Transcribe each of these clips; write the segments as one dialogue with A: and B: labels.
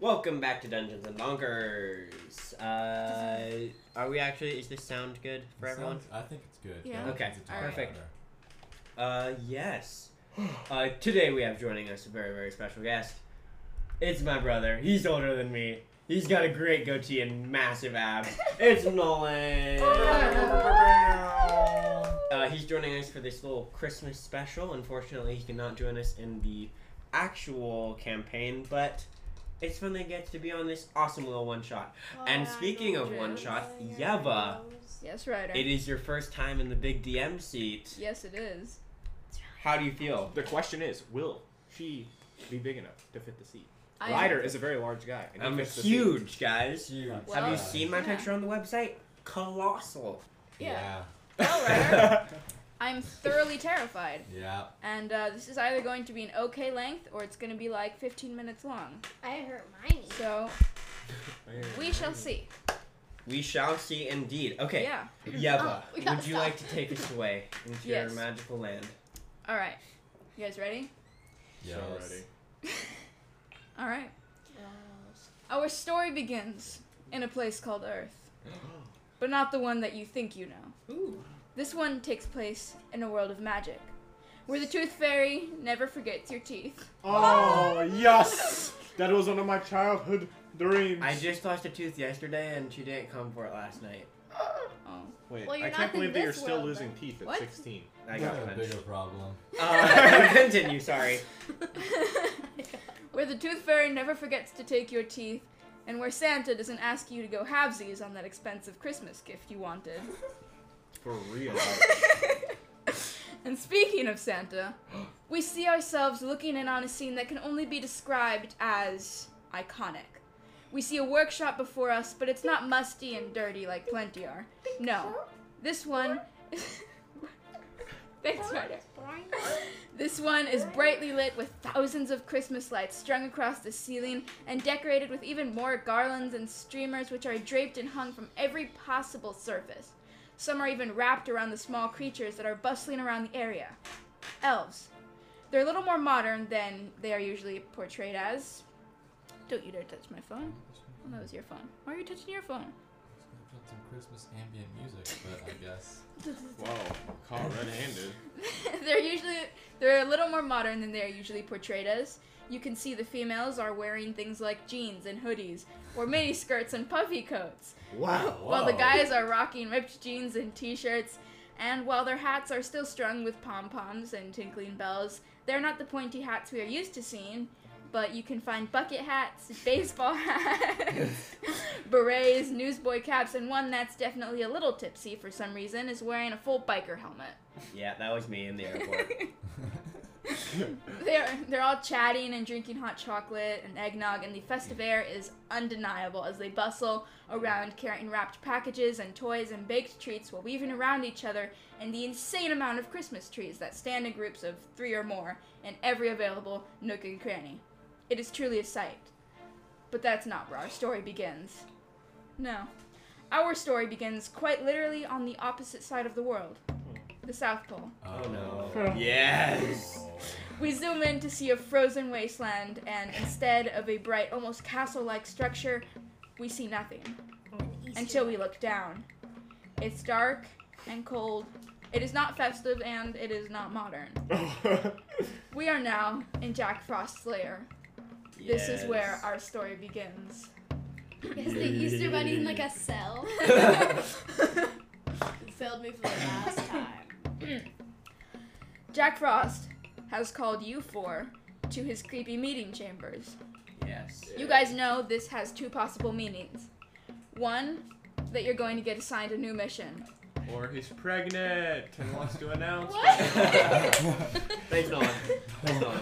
A: Welcome back to Dungeons and Donkers. Uh, are we actually? Is this sound good for
B: It
A: everyone?
B: sounds- I think it's good.
C: Yeah.
B: Everyone
A: Okay,
B: needs to talk
A: perfect. Uh,
B: louder.
A: yes. Uh, today we have joining us a very very special guest. It's my brother. He's older than me. He's got a great goatee and massive abs. It's Nolan. Uh, he's joining us for this little Christmas special. Unfortunately, he cannot join us in the actual campaign, but it's when they get to be on this awesome little one shot. And speaking of one shot, Yeva,
C: Yes, Ryder.
A: it is your first time in the big DM seat.
C: Yes, it is.
A: How do you feel?
D: The question is, will she be big enough to fit the seat?
C: I-
D: Ryder is a very large guy. And he
A: I'm
D: fits the seat.
A: huge, guys.
B: Huge.
C: Well,
A: Have you seen my
C: yeah.
A: picture on the website? Colossal.
C: Yeah.
B: Yeah.
C: Well, Ryder, I'm thoroughly terrified.
B: Yeah.
C: And uh, this is either going to be an okay length or it's going to be like 15 minutes long.
E: I hurt my knee.
C: So we shall see.
A: We shall see indeed. Okay.
C: Yeah.
A: Yeva,
E: Oh, we gotta
A: would you
E: stop.
A: like to take us away into
C: Yes.
A: your magical land?
C: All right. You guys ready?
B: Yes.
D: So ready.
C: All right. Our story begins in a place called Earth, but not the one that you think you know.
A: Ooh.
C: This one takes place in a world of magic, where the tooth fairy never forgets your teeth.
D: Oh yes, that was one of my childhood dreams.
A: I just lost a tooth yesterday and she didn't come for it last night.
C: Oh.
D: Wait,
E: Well, you're
D: I
E: not
D: can't
E: in
D: believe that you're
E: this
D: still
E: world,
D: losing
E: but-
D: teeth at
C: What?
D: 16.
A: I
B: We
A: got
B: have a
A: punched.
B: bigger problem.
A: Uh, continue, sorry.
C: where the tooth fairy never forgets to take your teeth, and where Santa doesn't ask you to go halvesies on that expensive Christmas gift you wanted.
D: For real.
C: and speaking of Santa, we see ourselves looking in on a scene that can only be described as iconic. We see a workshop before us, but it's not musty and dirty like plenty are. No. This one. Thanks, Ryder. This one is brightly lit with thousands of Christmas lights strung across the ceiling and decorated with even more garlands and streamers, which are draped and hung from every possible surface. Some are even wrapped around the small creatures that are bustling around the area. Elves. They're a little more modern than they are usually portrayed as. Don't you dare touch my phone. Well, that was your phone. Why are you touching your phone?
B: Put some Christmas ambient music, but I guess.
D: Whoa, caught red-handed.
C: they're usually they're a little more modern than they're usually portrayed as. You can see the females are wearing things like jeans and hoodies, or mini skirts and puffy coats,
D: Wow.
C: while the
B: Whoa.
C: guys are rocking ripped jeans and t-shirts. And while their hats are still strung with pom poms and tinkling bells, they're not the pointy hats we are used to seeing. But you can find bucket hats, baseball hats, berets, newsboy caps, and one that's definitely a little tipsy for some reason is wearing a full biker helmet.
A: Yeah, that was me in the airport.
C: They're they're all chatting and drinking hot chocolate and eggnog, and the festive air is undeniable as they bustle around carrying wrapped packages and toys and baked treats while weaving around each other and the insane amount of Christmas trees that stand in groups of three or more in every available nook and cranny. It is truly a sight. But that's not where our story begins. No. Our story begins quite literally on the opposite side of the world, the South Pole.
A: Oh no.
D: Oh.
B: Um,
A: Yes.
C: We zoom in to see a frozen wasteland, and instead of a bright, almost castle like structure, we see nothing until we look down. It's dark and cold. It is not festive and it is not modern. We are now in Jack Frost's lair. This is where our story begins.
E: Is the Easter Bunny in like a cell? You failed me for the last time.
C: Jack Frost has called you four to his creepy meeting chambers.
A: Yes.
C: You guys know this has two possible meanings. One, that you're going to get assigned a new mission.
D: Or he's pregnant and wants to announce.
A: Thanks, Nolan. Thanks, Nolan.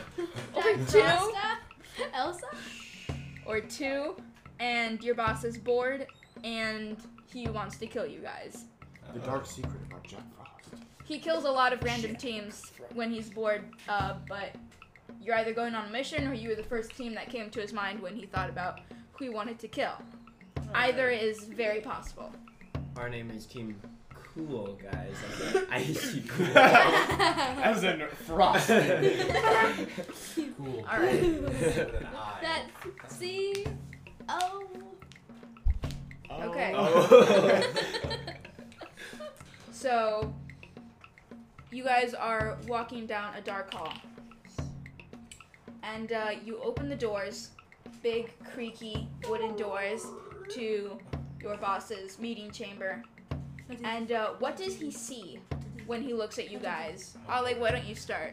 C: Or
E: Jack
C: two,
E: Frosta? Elsa?
C: or two, and your boss is bored and he wants to kill you guys.
D: The dark secret about Jack Frost.
C: He kills a lot of random teams when he's bored, uh, but you're either going on a mission or you were the first team that came to his mind when he thought about who he wanted to kill. Either is very possible.
A: Our name is Team Cool, guys. Like, I see cool.
D: As in Frost.
B: Cool.
C: Alright.
B: With an eye.
E: That see Oh.
C: Okay.
A: Oh.
C: So, you guys are walking down a dark hall. And uh, you open the doors, big, creaky wooden doors, to your boss's meeting chamber. And uh, what does he see when he looks at you guys? Ollie, why don't you start?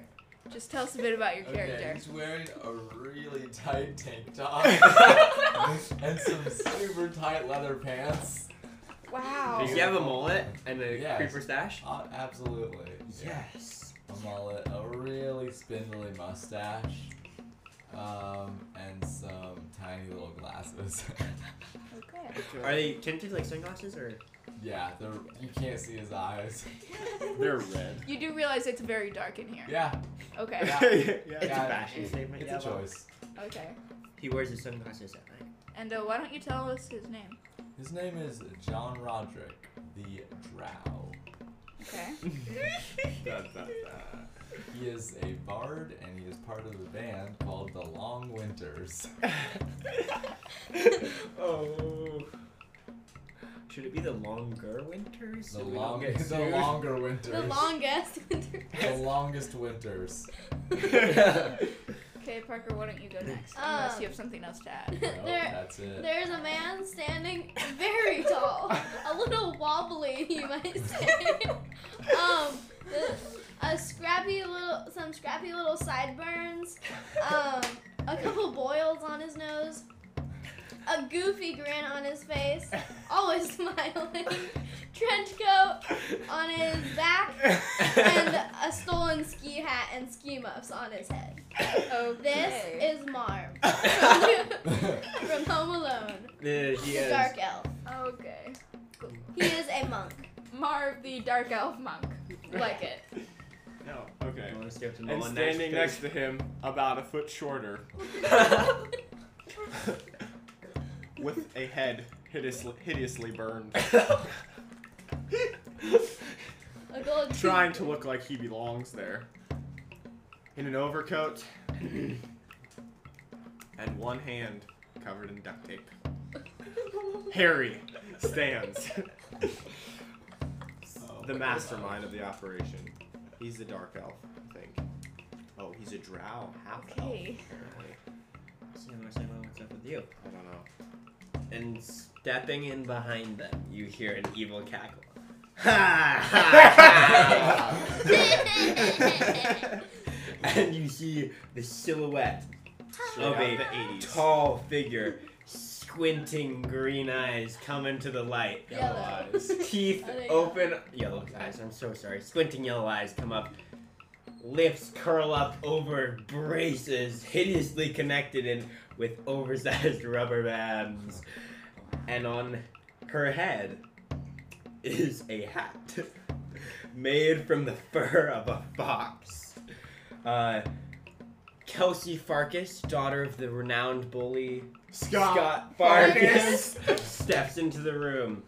C: Just tell us a bit about your
B: Okay,
C: character.
B: he's wearing a really tight tank top and some super tight leather pants.
C: Wow.
A: Does he Oh, have a mullet and a
B: Yes.
A: creeper stash?
B: Uh, absolutely.
A: Yes.
B: A mullet, a really spindly mustache, um, and some tiny little glasses.
C: Okay.
A: Are they tinted like sunglasses or?
B: yeah, they're, you can't see his eyes.
D: They're red.
C: You do realize it's very dark in here.
B: Yeah,
C: Okay.
B: Yeah.
A: It's
B: yeah,
A: a fashion statement.
B: it's
A: yeah,
B: a
A: well.
B: choice.
C: Okay.
A: He wears his sunglasses at night.
C: And uh, why don't you tell us his name?
B: His name is John Roderick, the Drow.
C: Okay.
B: He is a bard and he is part of a band called the Long Winters.
A: oh. Should it be the longer winters?
B: The,
A: so we don't
B: long,
A: get
B: the
A: sued?
B: longer winters.
E: The longest winter.
B: The longest winters.
C: Okay, Parker, why don't you go next?
E: Um,
C: Unless you have something else to add.
B: No,
E: there,
B: that's it.
E: there's a man standing very tall, a little wobbly, you might say. um, a scrappy little, some scrappy little sideburns, um, a couple boils on his nose, a goofy grin on his face, always smiling, trench coat on his back, and a stolen ski hat and ski muffs on his head.
C: oh,
E: This
C: Okay.
E: is Marm from Home Alone,
A: There
E: the
A: he is.
E: dark elf.
C: Okay.
E: He is a monk.
C: Marv the Dark Elf Monk. Like it.
D: No. Okay.
A: You wanna skip to the
D: And
A: one
D: standing next
A: next?
D: to him, about a foot shorter, with a head hideously, hideously burned,
E: A gold teeth.
D: trying to look like he belongs there. In an overcoat, and one hand covered in duct tape. Harry stands,
B: Oh
D: the
B: my
D: mastermind
B: gosh.
D: of the operation. He's the dark elf, I think. Oh, he's a drow, half
C: Okay.
D: elf, apparently.
A: Sam, I say, well, what's up with you?
D: I don't know.
A: And stepping in behind them, you hear an evil cackle. Ha! ha, ha. and you see the silhouette
D: Straight
A: of
D: out
A: a
D: the 80s.
A: tall figure, squinting green eyes come into the light.
E: Yellow.
A: Teeth
E: I think-
A: open, yellow eyes. I'm so sorry. Squinting yellow eyes come up. Lips curl up over braces, hideously connected and with oversized rubber bands. And on her head is a hat made from the fur of a fox. Uh, Kelsey Farkas, daughter of the renowned bully
D: Scott,
A: Farkas steps into the room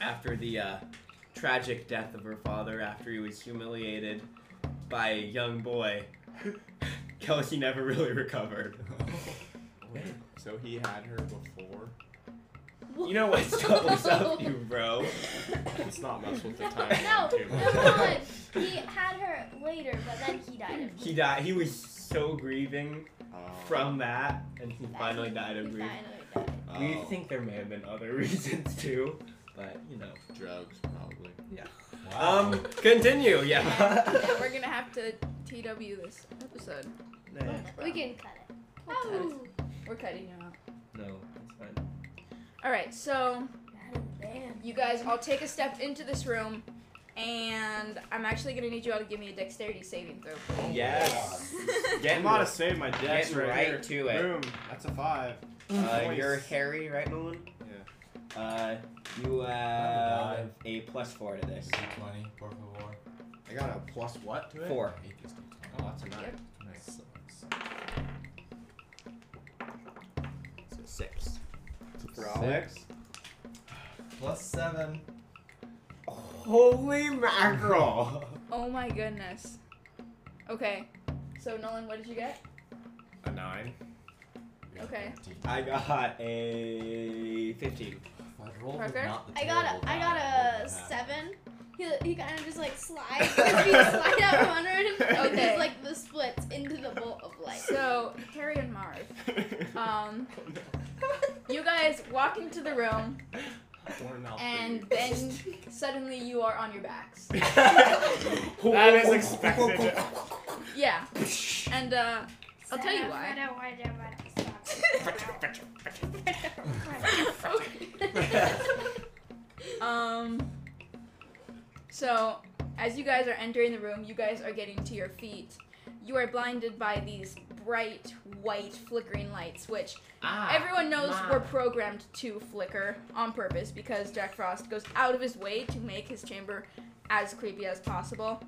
A: after the uh, tragic death of her father after he was humiliated by a young boy. Kelsey never really recovered.
D: So he had her before.
A: You know what's up with you, bro?
D: Let's not mess with the
E: No,
D: time.
E: no,
D: too much.
E: no, Colin. He had her later, but then he died. of
A: He died. He was so grieving
D: Oh.
A: from that, and he
E: that.
A: finally died of
E: He
A: grief.
E: finally died.
A: We
D: Oh,
A: think there may have been other reasons too, but you know.
D: drugs probably.
B: Wow.
A: Um, continue.
C: Yeah,
A: Yeah.
C: we're gonna have to TW this episode.
E: We can cut it.
C: Oh. We're cutting you out.
A: No, it's fine.
C: Alright, so
E: Damn.
C: you guys all take a step into this room, and I'm actually gonna need you all to give me a dexterity saving throw.
A: Yes.
D: I'm about to save my dex
A: Getting right
D: here.
A: to it.
D: Boom. That's a five.
A: Uh,
D: Nice.
A: you're Harry, right, Nolan? Yeah. Uh, you have a plus four to this.
B: D20, por favor.
D: I got a plus what to it?
A: Four.
B: I hate this D20.
D: Oh, that's a nine.
C: Yep.
B: It sucks.
A: So six.
D: For Alex.
B: Plus seven.
A: Holy mackerel!
C: Oh my goodness. Okay, so Nolan, what did you get?
D: A nine.
B: Yeah, got
C: Okay.
B: 13.
A: I got a 15.
B: I rolled
C: Parker?
B: not the
E: I got
B: terrible
E: a, I got
B: die.
E: a
B: Yeah.
E: seven. He, he kind of just like slides, his feet slide out from under him. and
C: Okay.
E: Just like the splits into the bolt of light.
C: So Harry and Marv, um, you guys walk into the room, and then suddenly you are on your backs.
F: that is expected.
C: Yeah, and uh, I'll tell you why. Um. So, as you guys are entering the room, you guys are getting to your feet. You are blinded by these bright white flickering lights, which everyone knows
A: Ah, my.
C: were programmed to flicker on purpose because Jack Frost goes out of his way to make his chamber as creepy as possible.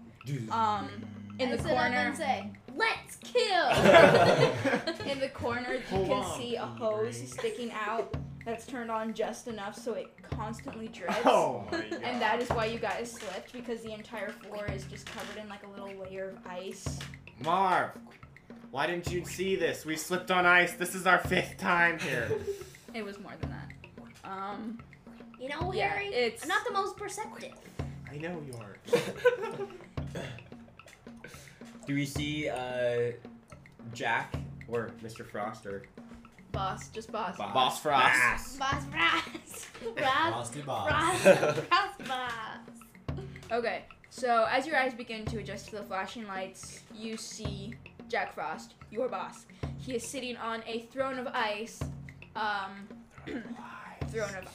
E: Uh,
C: Um, in the
E: I sit up
C: corner,
E: and say, "Let's kill."
C: in the corner, you
F: Hold
C: can
F: on,
C: see a
F: Peter.
C: hose sticking out that's turned on just enough so it constantly drips.
F: Oh my god.
C: And that is why you guys slipped because the entire floor is just covered in like a little layer of ice.
F: Marv, why didn't you see this? We slipped on ice. This is our fifth time here.
C: It was more than that. Um,
E: you know,
C: Yeah,
E: Harry,
C: it's-
E: I'm not the most perceptive.
F: I know you are.
A: Do we see uh, Jack or Mr. Frost or
C: boss, just boss.
A: Boss,
F: Boss Frost.
E: Boss Brass. Brass.
B: Frosty Bob.
E: Brass. Brass Brass.
C: Okay, so as your eyes begin to adjust to the flashing lights, you see Jack Frost, your boss. He is sitting on a throne of ice. Um, throne of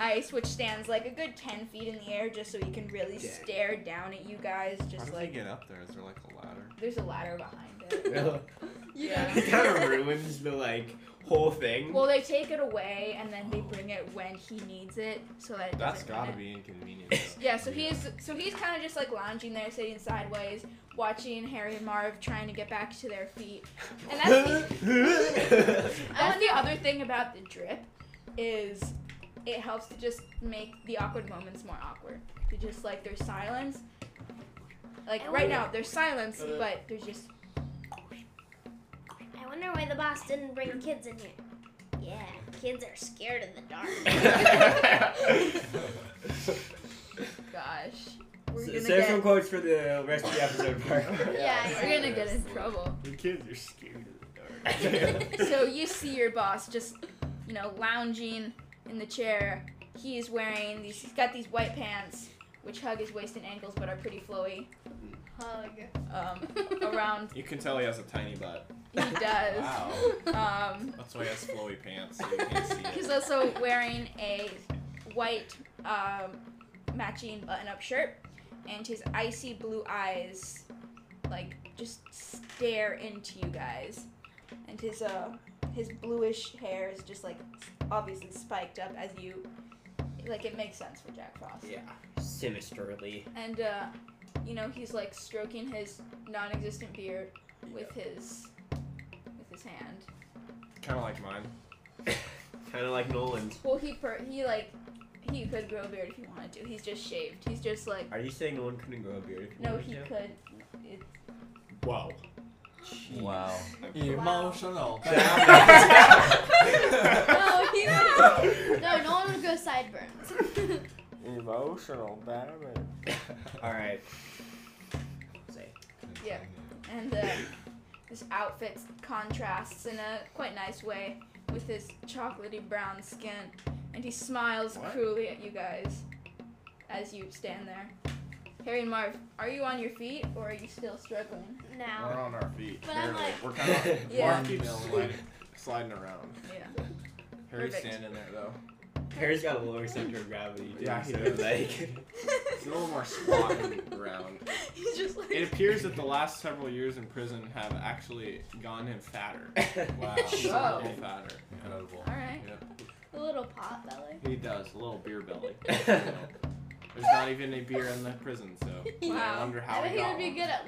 C: ice, which stands like a good 10 feet in the air just so he can really
A: Dang.
C: stare down at you guys. Just like,
F: get up there? Is there like a ladder?
C: there's a ladder behind it.
E: Yeah.
A: it kind of ruins the like whole thing.
C: Well, they take it away and then they bring it when he needs it, so that it
F: That's
C: doesn't
F: gotta
C: ruin
F: be inconvenient. though.
C: it. Yeah, so he's so he's kind of just like lounging there, sitting sideways, watching Harry and Marv trying to get back to their feet. And that's the, that's the other thing about the drip is it helps to just make the awkward moments more awkward. To just like there's silence, like right now there's silence, but there's just
E: I wonder why the boss didn't bring kids in here. Yeah, kids are scared of the dark.
C: gosh. We're
A: S-
C: gonna
A: Save
C: get
A: some quotes for the rest of the episode,
E: yeah,
A: Parker.
E: yeah.
C: we're gonna get in trouble.
F: the kids are scared of the dark.
C: so you see your boss just, you know, lounging in the chair. He is wearing these. He's got these white pants, which hug his waist and ankles, but are pretty flowy.
E: Hug.
C: Um, around
F: you can tell he has a tiny butt.
C: he does.
B: Wow.
E: Uh,
C: Um,
F: That's why he has flowy pants. So you can't see it.
C: he's also wearing a white um, matching button-up shirt, and his icy blue eyes, like, just stare into you guys. And his uh, his bluish hair is just like obviously spiked up as you, like, it makes sense for Jack Frost.
A: Yeah, sinisterly.
C: And uh, you know he's like stroking his non-existent beard with his with his hand.
F: Kind of like mine.
A: Kind of like Nolan's.
C: Well, he per- he like he could grow a beard if he wanted to. He's just shaved. He's just like
A: Are you saying Nolan couldn't grow a beard? if
C: no,
A: wanted
C: he
A: to?
C: could. It,
F: Wow.
B: Wow.
E: Wow.
B: Emotional.
E: No, he would. No, no one would go sideburns.
F: Emotional damage.
A: All right. Say.
C: Yeah. and uh, his outfit contrasts in a quite nice way with his chocolatey brown skin, and he smiles
F: What?
C: cruelly at you guys as you stand there. Harry and Marv, are you on your feet or are you still struggling?
F: We're
E: now.
F: on our feet.
E: But I'm
F: barely.
E: like-
F: We're kind of.
C: Yeah.
F: Mark keeps sliding, sliding around.
C: Yeah.
F: Harry's
C: Perfect.
F: standing there though.
A: Harry's got a lower center of gravity. Too,
F: Yeah, he
A: so
F: does.
A: like.
F: It's a little more squat and round.
C: He's just like
F: It appears that the last several years in prison have actually gone him fatter.
B: Wow.
F: He's a
C: Whoa.
F: little fatter.
B: Incredible.
C: all right.
E: A little pot belly.
F: He does, a little beer belly. You know, There's not even a beer in the prison, so I
C: Wow.
F: wonder
E: I
F: how
E: bet
F: he
E: he
F: got
E: would be
F: one.
E: good at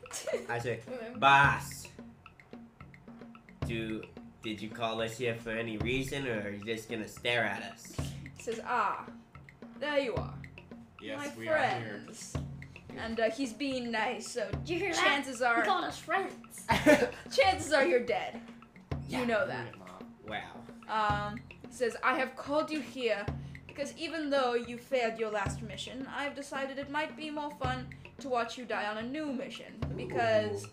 E: longboarding.
A: I say,
E: Remember?
A: boss. Do did you call us here for any reason, or are you just gonna stare at us?
C: He says, ah, there you are,
F: Yes,
C: my
F: we are here.
C: friends. And uh, he's being nice, so
E: Did you hear that?
C: chances
E: He
C: are
E: called us friends.
C: chances are you're dead. You know that.
A: Wow.
C: Um, says, I have called you here because even though you failed your last mission, I've decided it might be more fun to watch you die on a new mission because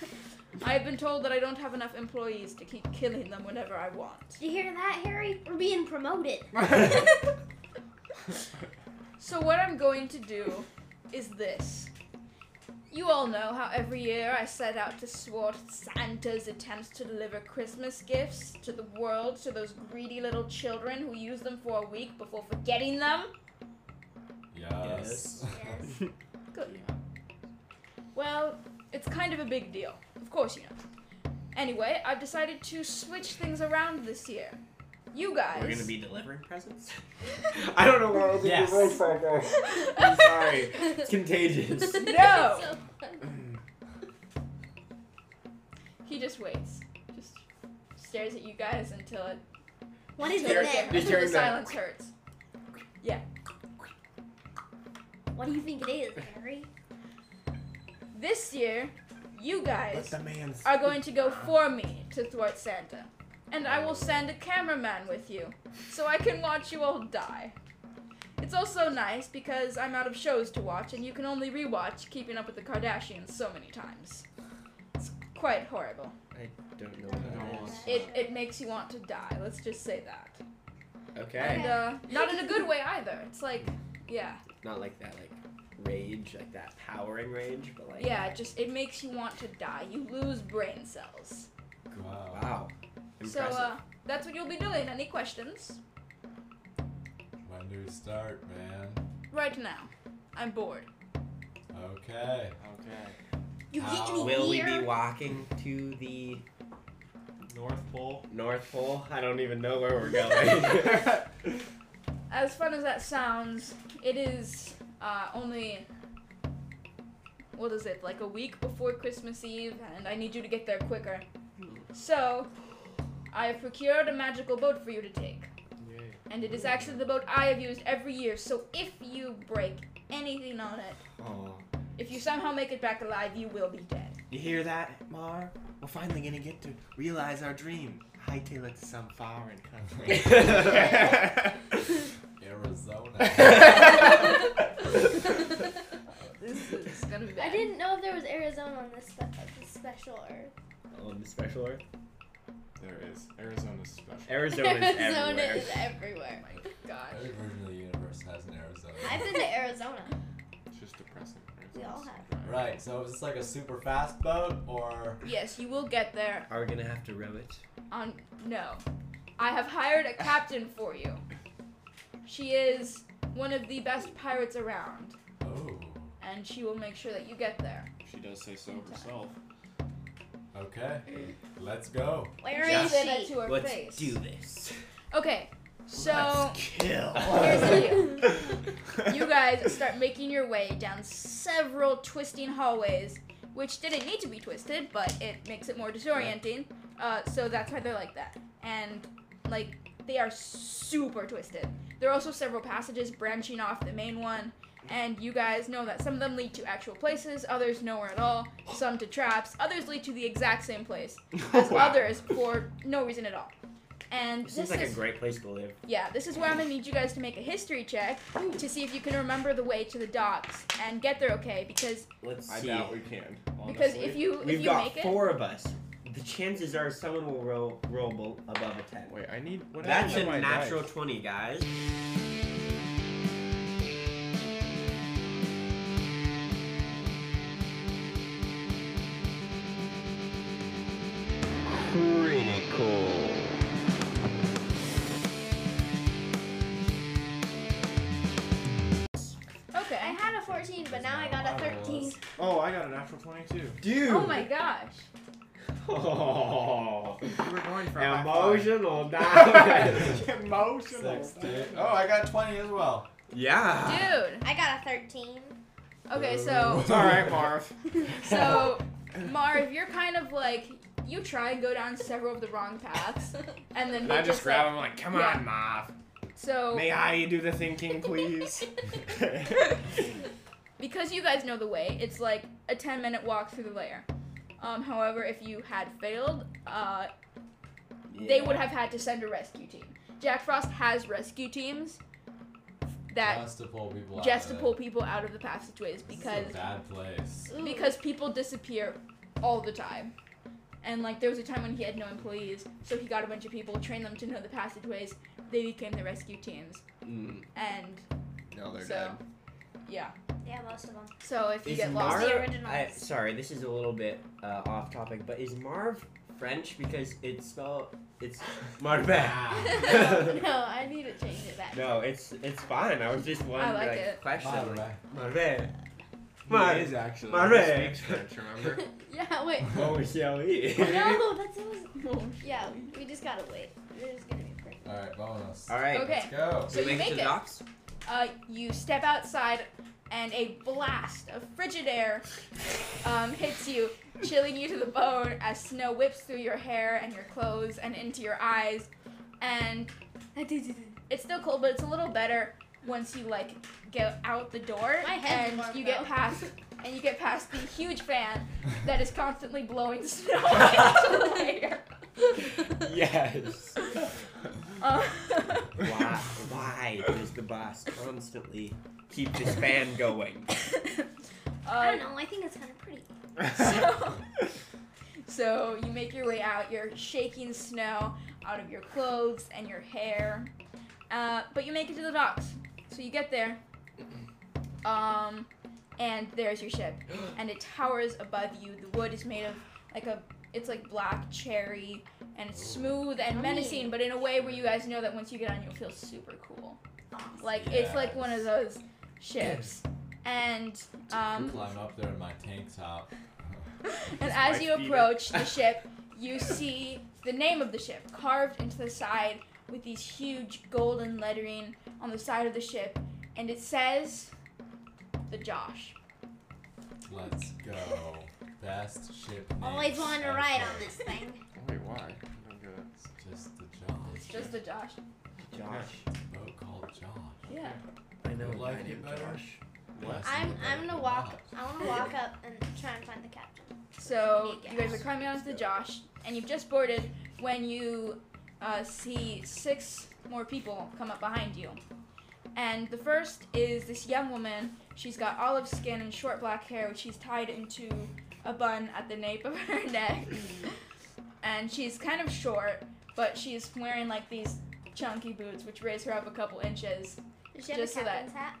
C: I've been told that I don't have enough employees to keep killing them whenever I want.
E: Did you hear that, Harry? We're being promoted.
C: So, what I'm going to do is this. You all know how every year I set out to thwart Santa's attempts to deliver Christmas gifts to the world to those greedy little children who use them for a week before forgetting them?
B: Yes.
E: Yes.
C: Good. Well, it's kind of a big deal. Of course you know. Anyway, I've decided to switch things around this year. You guys.
A: We're gonna be delivering presents.
D: I don't know why I was
A: Yes.
D: your voice back there. I'm sorry.
A: It's contagious.
C: No.
E: So
C: he just waits. Just stares at you guys until it
E: What is
C: until
E: it
C: it-
E: then?
D: Just
C: until the
D: hearing that.
C: silence hurts.
E: What do you think it is, Harry?
C: This year, you
D: Let
C: guys
D: the man
C: are
D: speak.
C: going to go for me to thwart Santa. And I will send a cameraman with you so I can watch you all die. It's also nice because I'm out of shows to watch and you can only rewatch Keeping Up with the Kardashians so many times. It's quite horrible.
A: Don't know what
D: No.
A: that is.
C: It, it makes you want to die, let's just say that.
A: Okay.
C: And uh, not in a good way either. It's like, yeah,
A: Not like that, like rage, like that powering rage, but like.
C: yeah, it just it makes you want to die. You lose brain cells.
B: Wow.
A: Wow. Impressive.
C: So uh, that's what you'll be doing. Any questions?
B: When do we start, man?
C: Right now. I'm bored.
B: Okay.
D: Okay.
E: You get
B: How
E: any
A: Will we be
E: beer?
A: walking to the
D: North Pole.
A: North Pole? I don't even know where we're going.
C: As fun as that sounds, it is uh, only. What is it? Like a week before Christmas Eve, and I need you to get there quicker. So, I have procured a magical boat for you to take.
D: Yay.
C: And it is actually the boat I have used every year, so if you break anything on it,
A: oh.
C: if you somehow make it back alive, you will be dead.
D: You hear that, Mar? We're finally gonna get to realize our dream. Hightail it to some foreign country.
B: Arizona.
C: This is gonna be bad.
E: I didn't know if there was Arizona on this, spe- this special Earth.
A: On Oh, the special earth?
D: there is. Arizona's special.
A: Arizona's
E: Arizona
A: everywhere.
E: is everywhere.
C: Oh my gosh.
B: Every version of the universe has an Arizona.
E: I've been to Arizona.
D: It's just depressing.
E: We all have.
B: Right, so is this like a super fast boat or
C: Yes, you will get there.
A: Are we gonna have to row it?
C: On no, I have hired a captain for you. She is one of the best pirates around,
B: oh
C: and she will make sure that you get there.
D: She does say so herself.
B: okay. Let's go.
E: Where
C: She
E: is
C: said that
E: she?
C: to her
A: Let's
C: face.
A: do this.
C: Okay, so
A: Let's kill.
C: here's the deal. You
D: you
C: guys start making your way down several twisting hallways, which didn't need to be twisted, but it makes it more disorienting. Uh, so that's why they're like that. And, like, they are super twisted. There are also several passages branching off the main one, and you guys know that some of them lead to actual places, others nowhere at all, some to traps, others lead to the exact same place
F: Oh,
C: as
D: Wow.
C: others for no reason at all. And
A: This
C: this
A: seems like
C: is
A: a great place to live.
C: yeah, this is where I'm gonna need you guys to make a history check to see if you can remember the way to the docks and get there okay. Because
A: Let's
D: I
A: see.
D: doubt we can. Honestly.
C: because if you if
A: We've
C: you
A: got
C: make
A: four of us. The chances are someone will roll roll bo- above a ten.
D: Wait, I need. What
A: That's
D: happened
A: a
D: to my
A: natural
D: dice?
A: twenty, guys.
C: it, okay.
E: I had a 14, but now I got a 13.
D: Oh, I got a natural 22.
A: Dude.
C: Oh my gosh.
A: Oh.
D: We were going for a high five.
A: Emotional damage.
D: Emotional.
B: Six, dude. Oh, I got 20 as well.
A: yeah.
C: Dude.
E: I got a 13.
C: Okay, so
D: It's all right, Marv.
C: so Marv, you're kind of like you try and go down several of the wrong paths, and then
D: And
C: they
D: I
C: just
D: just grab
C: like-
D: him like, come
C: Yeah. Oh.
D: on, Marv.
C: so
D: May I do the thinking, please?
C: because you guys know the way, it's like a 10 minute walk through the lair. Um, however, if you had failed, uh, they would have had to send a rescue team. Jack Frost has rescue teams that
B: just to pull people out.
C: just to
B: of it.
C: pull people out of the passageways
B: This is
C: because
B: a bad place.
E: Ooh.
C: because people disappear all the time. And like there was a time when he had no employees, so he got a bunch of people, trained them to know the passageways. They became the rescue teams,
D: Mm,
C: and
D: no, they're
C: so
D: dead.
C: yeah.
E: Yeah, most of them.
C: So if you
A: Is
C: get
A: Marv?
C: lost,
E: The originals.
A: I, sorry, this is a little bit uh, off topic, but is Marv French because it's spelled it's Marvin?
B: Ah,
E: no, no, I need to change it back.
A: No, it's it's fine. I was just
C: I
A: wondering
C: like
A: like,
C: it.
A: question.
B: Bye-bye.
A: Marvin.
D: He
A: Marvin.
D: is actually.
A: Marais.
D: He speaks French, remember?
E: yeah, wait.
A: Oh, shall we?
E: No, that's what was-
C: no.
E: Yeah, we just gotta wait. We're just gonna be perfect.
B: All right, vamos.
A: All right.
C: Okay.
B: Let's go.
C: So
A: we make
C: you
A: it
C: make
A: to the
C: it.
A: docks.
C: uh, you step outside, and a blast of frigid air um, hits you, chilling you to the bone as snow whips through your hair and your clothes and into your eyes. And it's still cold, but it's a little better once you like get out the door
E: My head's
C: and
E: warm,
C: you get
E: though.
C: past and you get past the huge fan that is constantly blowing snow into the air.
A: Yes.
C: Uh,
A: Why? Why does the boss constantly keep this fan going?
E: I
C: um,
E: don't know. I think it's kind of pretty.
C: So, so you make your way out. You're shaking snow out of your clothes and your hair, uh, but you make it to the docks. So you get there, um, and there's your ship, and it towers above you. The wood is made of like a, it's like black cherry, and it's smooth and
E: Yummy.
C: menacing, but in a way where you guys know that once you get on, you'll feel super cool. Like it's like one
B: Yes.
C: of those ships, and um,
B: Climb up there in my tank top.
A: His
C: and as
A: wife
C: you
A: beat it.
C: approach the ship, you see the name of the ship carved into the side with these huge golden lettering on the side of the ship, and it says the Josh.
B: Let's go. Best ship.
E: Always
B: names
E: wanted to
B: ever.
E: ride on this thing.
D: Wait, why? I don't get it.
B: It's just the Josh.
C: It's just the Josh.
A: Josh.
B: boat called Josh.
C: Yeah.
A: I know.
B: You like
A: my
B: it
A: name
B: better?
A: Josh.
B: Yes,
E: I'm
B: you
E: I'm
B: better
E: gonna
B: go
E: walk.
B: out.
E: I want to walk up and try and find the captain.
C: So you guys are climbing onto the Josh, and you've just boarded when you uh, see six more people come up behind you. And the first is this young woman. She's got olive skin and short black hair, which she's tied into a bun at the nape of her neck. and she's kind of short, but she's wearing like these chunky boots, which raise her up a couple inches.
E: Does she have
C: Just
E: a
C: so that-
E: captain's hat?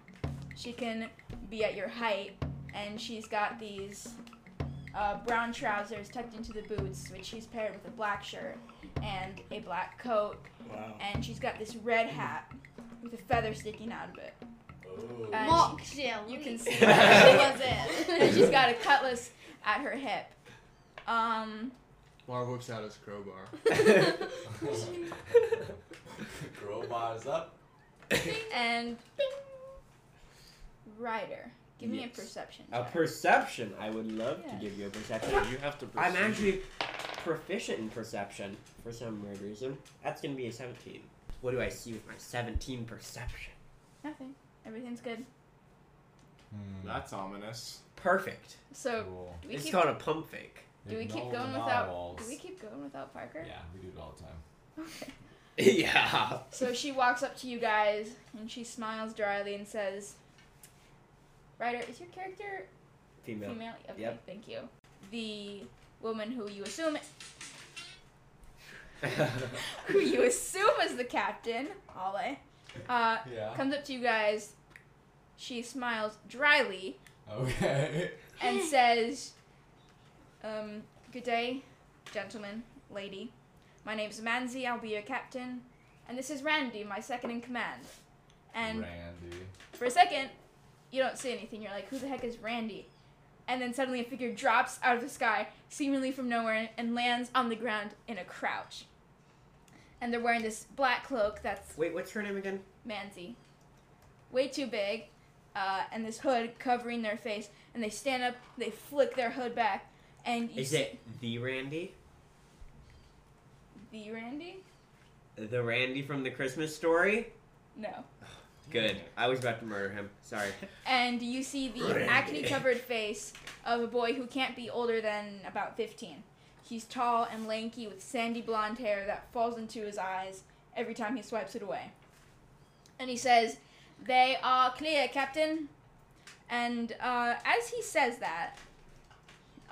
C: She can be at your height, and she's got these uh, brown trousers tucked into the boots, which she's paired with a black shirt and a black coat,
A: Wow.
C: and she's got this red hat with a feather sticking out of it.
B: Oh.
C: Uh,
E: Mock shell.
C: you
E: we-
C: can see-
E: That was
C: And
E: it.
C: she's got a cutlass at her hip. Um,
D: Marv looks out his crowbar.
B: Crowbars up.
C: and Ryder, give me a
A: Yes.
C: perception.
A: A
C: check.
A: perception. I would love
C: Yeah.
A: to give you a perception.
D: Oh, you have to.
A: I'm actually proficient in perception for some weird reason. That's gonna be a 17. What do I see with my 17 perception?
C: Nothing. Everything's good.
B: Hmm,
D: That's ominous.
A: Perfect.
C: So
B: cool.
C: do we
A: it's
C: keep
A: called a pump fake.
C: do we keep
B: Ignore
C: going
B: the
C: without
B: narwhals.
C: do we keep going without Parker?
B: Yeah, we do it all the time.
C: Okay.
A: yeah.
C: So she walks up to you guys and she smiles dryly and says, Ryder, is your character
A: Female.
C: female? Okay,
A: Yep.
C: thank you. The woman who you assume who you assume is the captain, Ole, uh,
B: Yeah.
C: comes up to you guys. She smiles dryly
B: Okay.
C: and says, um, Good day, gentlemen, lady. My name's Manzi, I'll be your captain. And this is Randy, my second in command. And
B: Randy.
C: for a second, you don't see anything. You're like, who the heck is Randy? And then suddenly a figure drops out of the sky, seemingly from nowhere, and lands on the ground in a crouch. And they're wearing this black cloak that's
A: Wait, what's her name again?
C: Manzy. Way too big, uh, and this hood covering their face, and they stand up, they flick their hood back, and you
A: Is
C: see
A: it the Randy?
C: the Randy?
A: The Randy from the Christmas story?
C: No.
A: Good. I was about to murder him. Sorry.
C: And you see the
A: Randy.
C: acne covered face of a boy who can't be older than about 15. He's tall and lanky with sandy blonde hair that falls into his eyes every time he swipes it away. And he says, They are clear, Captain. And uh, as he says that,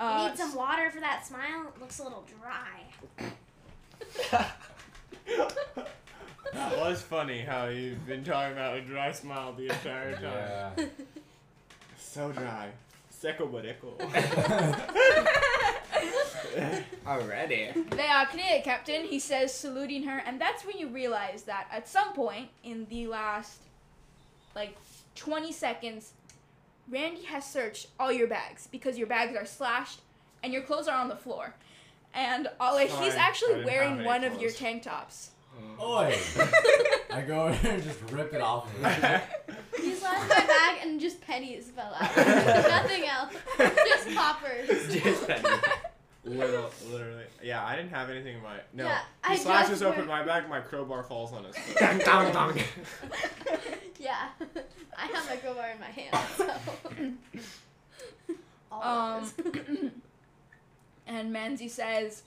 E: you
C: uh,
E: need some water for that smile. It looks a little dry.
A: That was funny how you've been talking about a dry smile the entire time.
B: Yeah.
A: So dry. Seco barico. Already.
C: They are clear, Captain, he says, saluting her, and that's when you realize that at some point in the last, like, 20 seconds, Randy has searched all your bags because your bags are slashed and your clothes are on the floor. And all, like, he's
A: Sorry, I
C: actually
A: didn't have
C: wearing
A: any
C: one of your
A: clothes.
C: tank tops.
B: Oi! I go over there and just rip it off of him.
E: He's left my bag and just pennies fell out. Nothing else. Just poppers.
A: Just pennies. Little, literally. Yeah, I didn't have anything in my. No.
E: Yeah, I
A: he slashes
E: just
A: open
E: went-
A: my back, my crowbar falls on his foot.
D: Dong, dong, dong.
E: yeah. I have my crowbar in my hand, so. All
C: Um,
E: of this.
C: and Manzi says,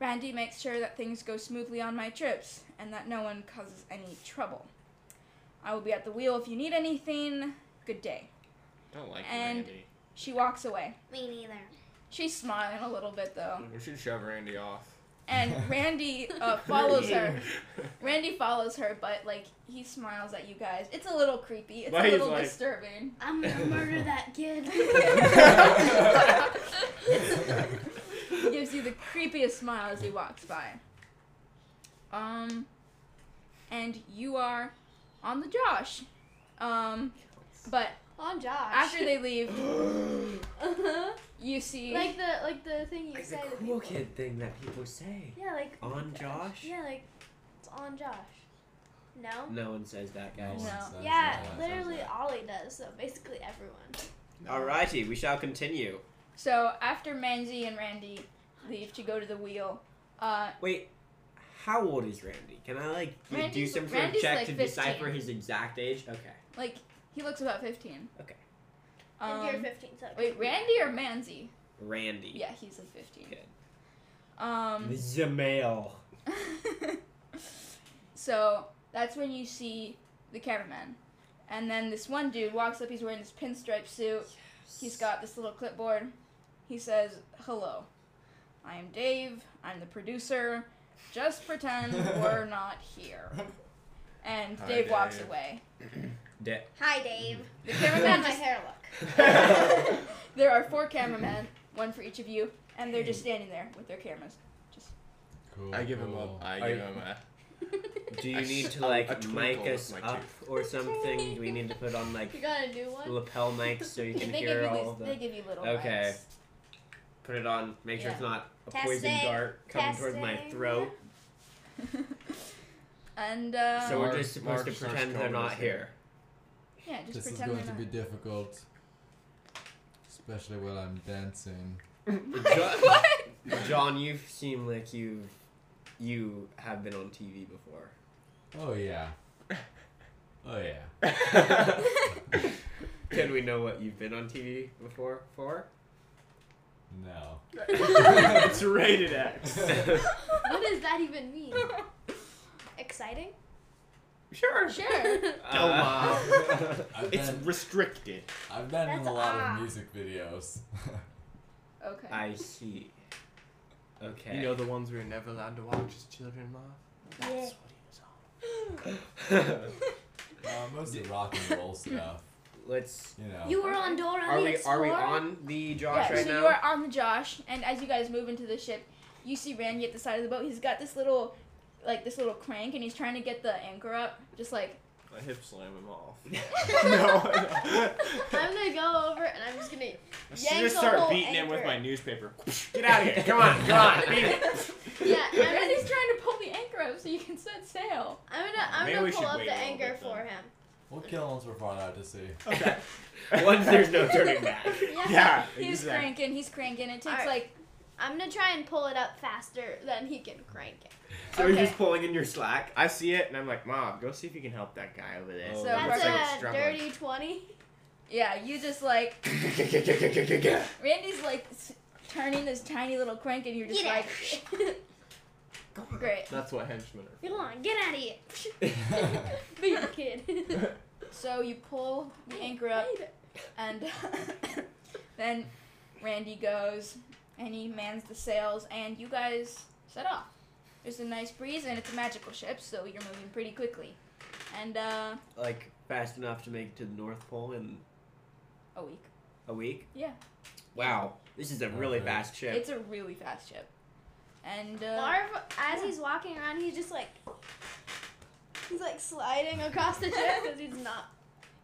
C: Randy makes sure that things go smoothly on my trips and that no one causes any trouble. I will be at the wheel if you need anything. Good day.
A: Don't like
C: And-
A: Randy.
C: She walks away.
E: Me neither.
C: She's smiling a little bit though.
A: We should shove Randy off.
C: And Randy uh, follows her. Randy follows her, but like he smiles at you guys. It's a little creepy. It's
A: But
C: a
A: he's
C: little
A: like-
C: disturbing.
E: I'm gonna murder that kid.
C: He gives you the creepiest smile as he walks by. Um, and you are on the Josh. Um, but
E: On Josh.
C: after they leave,
E: Uh-huh.
C: you see
E: Like the like the thing you
A: It's
E: say
A: a
E: to
A: cool
E: people.
A: kid thing that people say.
E: Yeah, like
A: On Josh?
E: Yeah, like it's on Josh. No.
A: No one says that,
B: No one
A: guys.
B: says that,
E: Yeah,
B: no one says
E: literally
B: that.
E: Ollie does. So basically everyone.
A: Alrighty, we shall continue.
C: so after Manzi and Randy leave to go to the wheel. Uh,
A: Wait, how old is Randy? Can I like do
C: Randy's-
A: some sort of
C: Randy's
A: check
C: like
A: to
C: 15.
A: decipher his exact age? Okay.
C: like he looks about fifteen.
A: Okay.
E: and you're
C: Um,
E: 15, so it
C: wait,
E: could be-
C: Randy or Manzi?
A: Randy.
C: Yeah, he's a 15.
A: Good.
C: Um,
A: The male.
C: so that's when you see the cameraman. And then this one dude walks up, he's wearing this pinstripe suit. He's got this little clipboard. He says, Hello, I am Dave, I'm the producer. Just pretend we're not here. And
A: Hi,
C: Dave, walks
A: Dave.
C: away.
E: Hi, Dave.
C: The
E: How
C: cameraman
E: about my
C: just
E: hair look?
C: there are four cameramen, one for each of you, and they're
A: Mm.
C: just standing there with their cameras.
B: Cool,
G: I give him
B: cool.
G: up. I
A: Are
G: give
A: you-
G: him a.
A: Do you
G: A
A: need
G: sh-
A: to like
G: a twinkle
A: mic
G: with
A: us
G: my
A: up or something? Do we need to put on
E: You
A: like
E: got a new one?
A: lapel mics so you can
C: they give
A: hear
C: you
A: all
C: these,
A: of the?
C: they give you little
A: Okay.
C: mics.
A: Put it on. Make sure it's not a
E: Test
A: poison
E: it.
A: dart coming
E: Test
A: towards my
E: it.
A: throat.
C: and uh,
A: So we're
G: Mark-
A: just supposed
G: Mark
A: to
G: starts
A: pretend they're
G: combing
A: not
G: his hair.
A: here.
C: yeah, just
B: This is
C: pretend
B: going to
C: they're
B: be difficult. Especially while I'm dancing.
C: not.
A: Ju- John, you seem like you you have been on TV before.
B: Oh yeah. Oh yeah.
A: Can we know what you've been on TV before for?
B: No.
A: it's rated X.
E: What does that even mean?
C: what?
E: Exciting?
A: sure.
C: sure.
A: Uh,
B: I've
G: It's
B: been,
G: restricted.
B: I've been in
E: That's
B: a lot
E: ah.
B: of music videos. Uh,
C: Okay.
A: I see. Okay.
G: You know the ones we were never allowed to watch as children, Mom?
E: Yeah.
G: That's what he was on.
B: uh, mostly rock and roll stuff.
A: Let's.
B: You know.
E: You were on Dora
A: Are
E: the
A: we are we
E: Explorer?
A: on the Josh
C: yeah,
A: right
C: so
A: now?
C: you are on the Josh, and as you guys move into the ship, you see Randy at the side of the boat. He's got this little, like this little crank, and he's trying to get the anchor up, just like.
G: I hip slam him off.
E: I'm gonna go over and I'm just gonna
G: should
E: yank
G: just
E: the
G: start
E: whole
G: beating him with
E: anchor.
G: my newspaper. Get out of here! Come on, come on, beat it.
E: Yeah, and I'm
C: Randy's
E: gonna,
C: trying to pull the anchor up so you can set sail.
E: I'm gonna, I'm
G: Maybe
E: gonna
G: we
E: pull
G: should
E: up
G: wait
E: the
G: a little
E: anchor
G: bit,
E: for
G: then.
E: him.
B: We'll kill once we're far out to sea.
G: Okay.
A: Once there's no turning back.
E: Yeah.
G: Yeah.
C: He's
G: exactly.
C: cranking, he's cranking. It takes
E: Alright.
C: like
E: I'm gonna try and pull it up faster than he can crank it.
A: So you're
C: Okay.
A: just pulling in your slack.
G: I see it and I'm like, Mom, go see if you can help that guy over there.
A: Oh,
C: So
E: That's
G: Looks like it's
E: a
G: struggling.
E: dirty twenty.
C: yeah, you just like Randy's like s- turning this tiny little crank, and you're just
E: Get out
C: like,
E: of here.
C: Oh. great.
G: That's what henchmen are.
E: Get along. Get out of here. Be a kid.
C: So you pull the anchor up, and then Randy goes and he mans the sails, and you guys set off. There's a nice breeze, and it's a magical ship, so you're moving pretty quickly. And uh,
A: Like fast enough to make it to the North Pole in
C: a week.
A: a week.
C: Yeah.
A: Wow, this is a really
G: Uh-huh.
B: Okay.
A: fast ship.
C: It's a really fast ship. And uh,
E: Larv, as he's walking around, he's just like he's like sliding across the ship because he's not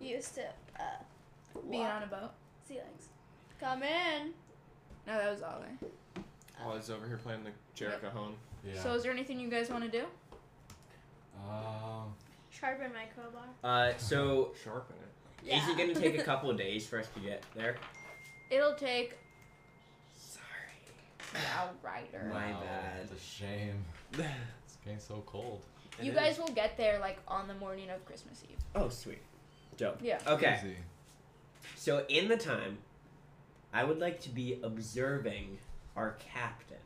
E: used to uh,
C: being
E: walk-
C: on a boat.
E: sea legs. Come in.
C: No, that was all there.
G: While Oh, he's over here playing the Jericho Hone.
B: yeah.
C: So, is there anything you guys want to do?
B: um,
E: Sharpen my crowbar.
A: uh, so
G: Sharpen it.
A: is it gonna take a couple of days for us to get there?
C: It'll take
A: Sorry.
C: a rider.
A: My
B: wow,
A: bad.
B: It's a shame. It's getting so cold.
C: You guys will get there like on the morning of Christmas Eve.
A: Oh, sweet. Dope.
C: Yeah.
A: Okay.
B: Crazy.
A: So in the time, I would like to be observing our captain,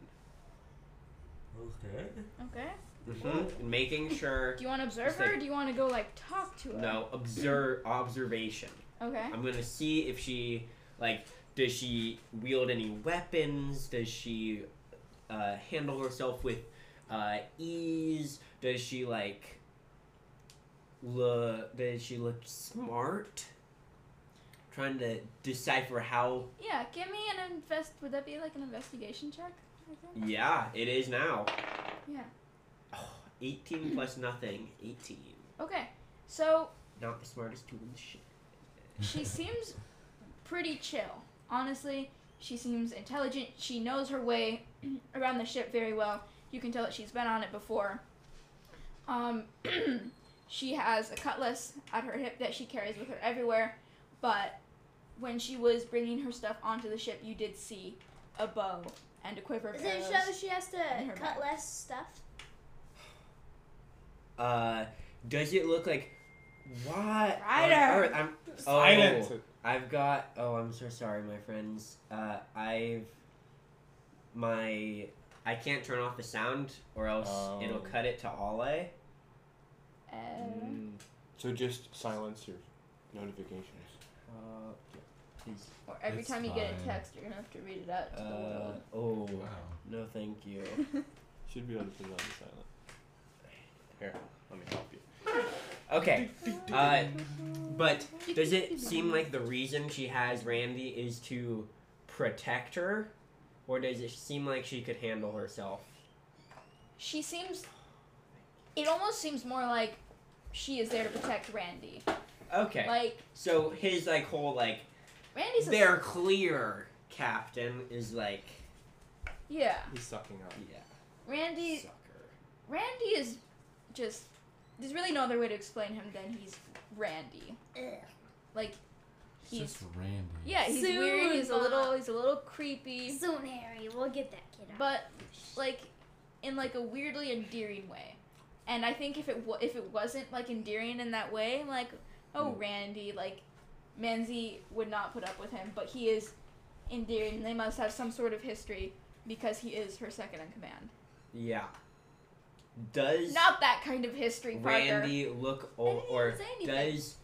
B: Okay.
C: Okay.
A: mm-hmm. making sure.
C: Do you want to observe her? Or do you want to go like talk to her?
A: No, observe observation.
C: Okay.
A: I'm gonna see if she like does she wield any weapons? Does she uh, handle herself with uh, ease? Does she like look? Does she look smart? Trying to decipher how.
C: Yeah. Give me an invest. Would that be like an investigation check? I think?
A: Yeah, it is now.
C: Yeah.
A: Oh, 18 plus nothing. 18.
C: Okay. So
A: Not the smartest tool in the shit.
C: she seems pretty chill. Honestly, she seems intelligent. She knows her way around the ship very well. You can tell that she's been on it before. Um, she has a cutlass at her hip that she carries with her everywhere, but when she was bringing her stuff onto the ship, you did see a bow and a quiver of
E: Does it
C: arrows.
E: show she has to
C: In her
E: cut
C: bag.
E: less stuff?
A: Uh, does it look like. What? on
C: Ryder!
A: earth? I'm, oh, I've got. Oh, I'm so sorry, my friends. Uh, I've. My. I can't turn off the sound, or else
G: Oh.
A: it'll cut it to Ole.
C: Um,
G: mm, So just silence your notifications.
A: Uh, yeah, please.
C: or every
B: It's
C: time you get a
B: fine.
C: text, you're gonna have to read it out to the
A: Uh,
C: world.
A: oh,
B: Wow.
A: no, thank you.
G: Should be able to put it on silent. Here, let me help you.
A: Okay. Uh, but does it seem like the reason she has Randy is to protect her, or does it seem like she could handle herself?
C: she seems it almost seems more like she is there to protect randy
A: Okay.
C: like
A: so his like whole like
C: randy's a,
A: they're clear captain is like
C: yeah
G: He's sucking up.
A: yeah
C: randy
A: sucker.
C: randy is just there's really no other way to explain him than he's randy
E: Ugh.
C: like
B: It's
C: he's
B: just Randy.
C: yeah he's weird
E: Soon,
C: he's a
E: Bob.
C: little he's a little creepy
E: Soon, Harry. We'll get that kid out.
C: but like in like a weirdly endearing way and i think if it wa- if it wasn't like endearing in that way like oh
A: Hmm.
C: randy like manzi would not put up with him but he is endearing and they must have some sort of history because he is her second in command
A: Yeah. Does
C: not that kind of history Parker.
A: Randy look
E: I didn't
A: old
E: even
A: or
E: say anything.
A: does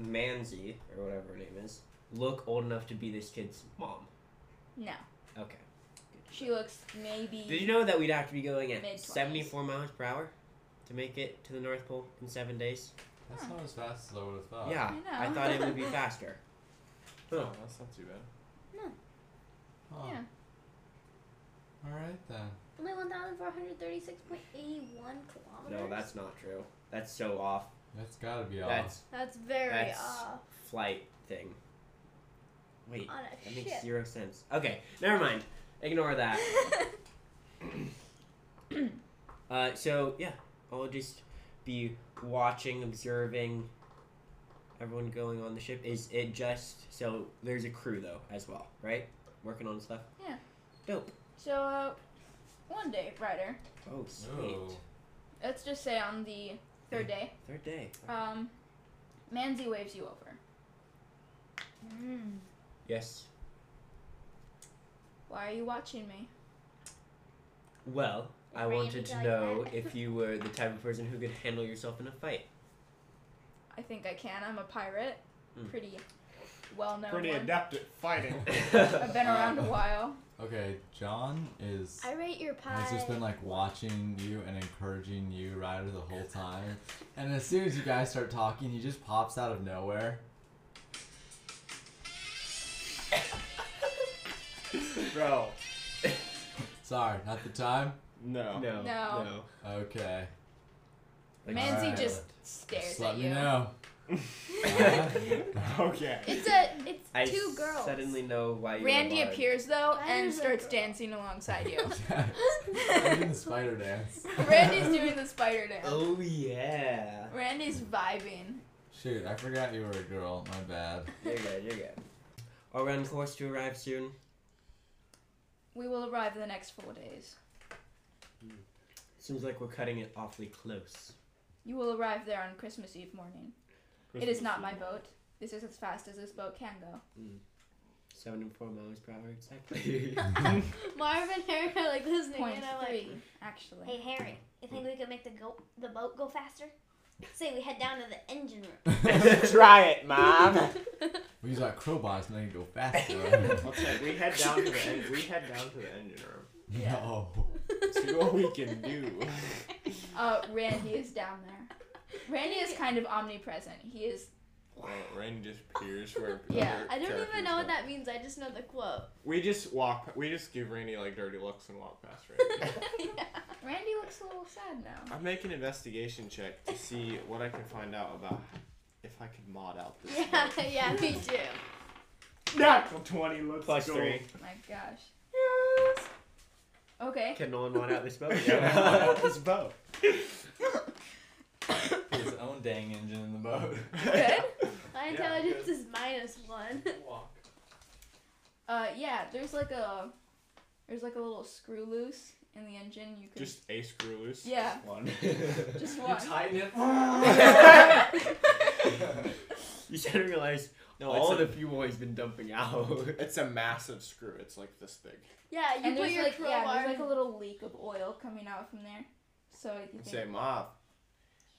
A: Manzi or whatever her name is look old enough to be this kid's mom?
C: no
A: Okay.
C: she looks maybe
A: Did you know that we'd have to be going at
C: Mid-twenties.
A: 74 miles per hour to make it to the North Pole in seven days?
B: That's
C: Huh.
B: not as fast as I would have thought.
A: yeah,
C: I
A: I
C: know.
A: thought it would be faster.
G: Oh, that's not too bad.
B: Huh.
C: Yeah.
B: All right then.
E: only one thousand four hundred thirty-six point eighty-one kilometers.
A: No, that's not true. That's so off.
B: That's gotta be all.
A: That's
E: that's very
A: that's-
E: off
A: flight thing. Wait,
C: Ah,
E: on a
A: that makes
E: ship.
A: zero sense. Okay, never mind. Ignore that. Uh, so yeah, I'll just be watching, observing everyone going on the ship. Is it just so there's a crew though as well, right? Working on stuff.
C: Yeah.
A: Dope.
C: so uh, one day ryder
A: Oh sweet.
B: Ooh.
C: let's just say on the
A: Hmm.
C: third day
A: Third day.
C: um manzi waves you over
E: Mm.
A: Yes.
C: Why are you watching me?
A: Well, I
E: Randy
A: wanted to
E: like
A: know
E: that.
A: if you were the type of person who could handle yourself in a fight.
C: I think I can. I'm a pirate.
B: Hmm.
A: Mm.
C: Pretty well known.
F: Pretty
C: one.
F: adept at fighting.
C: I've been around a while.
B: Okay, John is
E: I rate your pie.
B: has just been like watching you and encouraging you, Ryder, the whole time. And as soon as you guys start talking, he just pops out of nowhere.
F: Bro.
B: Sorry, not the time.
A: no,
F: No.
A: no,
C: No.
B: Okay.
C: Manzi
B: Alright.
C: just stares
B: Just let
C: at
B: me
C: you.
B: know.
F: okay.
E: It's a it's
A: I
E: two girls.
A: suddenly know why you. were
C: Randy
A: barred.
C: appears though and
E: Ryder's a
C: starts
E: girl.
C: dancing alongside you.
B: I'm doing the spider dance.
C: Randy's doing the spider dance.
A: Oh yeah.
C: Randy's vibing.
B: Shoot, I forgot you were a girl. My bad.
A: You're good. You're good. Are we on course to arrive soon?
C: We will arrive in the next four days.
A: Seems like we're cutting it awfully close.
C: You will arrive there on Christmas Eve morning. it is not my boat. This is as fast as this boat can go.
A: Seven and four miles per hour exactly.
E: Marvin Harry are like listening
C: Point
E: and I'm like,
C: three, actually.
H: Hey Harry, you think we could make the go the boat go faster? Say we head down to the engine room.
D: Try it, Mom.
B: We use our crowbars and they go faster.
F: Okay, we head down to the en- we head down to the engine room.
B: no.
F: See what we can do.
C: Uh, Randy is down there. Randy is kind of omnipresent. He is.
F: Well, Randy just peers where.
C: Yeah,
F: other
E: I don't
F: characters
E: even know what
F: don't.
E: that means. I just know the quote.
F: We just walk. We just give Randy like dirty looks and walk past Randy.
C: Randy looks a little sad now.
F: I make an investigation check to see what I can find out about if I could mod out this.
E: Yeah, yeah, me too.
F: Natural twenty. Let's
A: Plus
F: go.
A: three.
C: My gosh. Okay.
A: Can no one want out this boat?
F: Yeah, mod out this boat.
B: His own dang engine in the boat.
C: Good.
E: My
F: Yeah,
E: intelligence is minus one.
C: Uh, yeah. There's like a, there's like a little screw loose in the engine. You could.
F: Just a screw loose.
C: yeah.
A: One.
C: Just one.
B: Tighten it.
A: you should realize
F: No,
A: all
F: it's a,
A: the fuel has been dumping out.
F: it's a massive screw. It's like this big.
E: Yeah, you
C: and
E: put
C: there's
E: your
C: like yeah,
E: crowbar
C: there's like a little leak of oil coming out from there. So I
F: And
C: think.
F: say, Mom,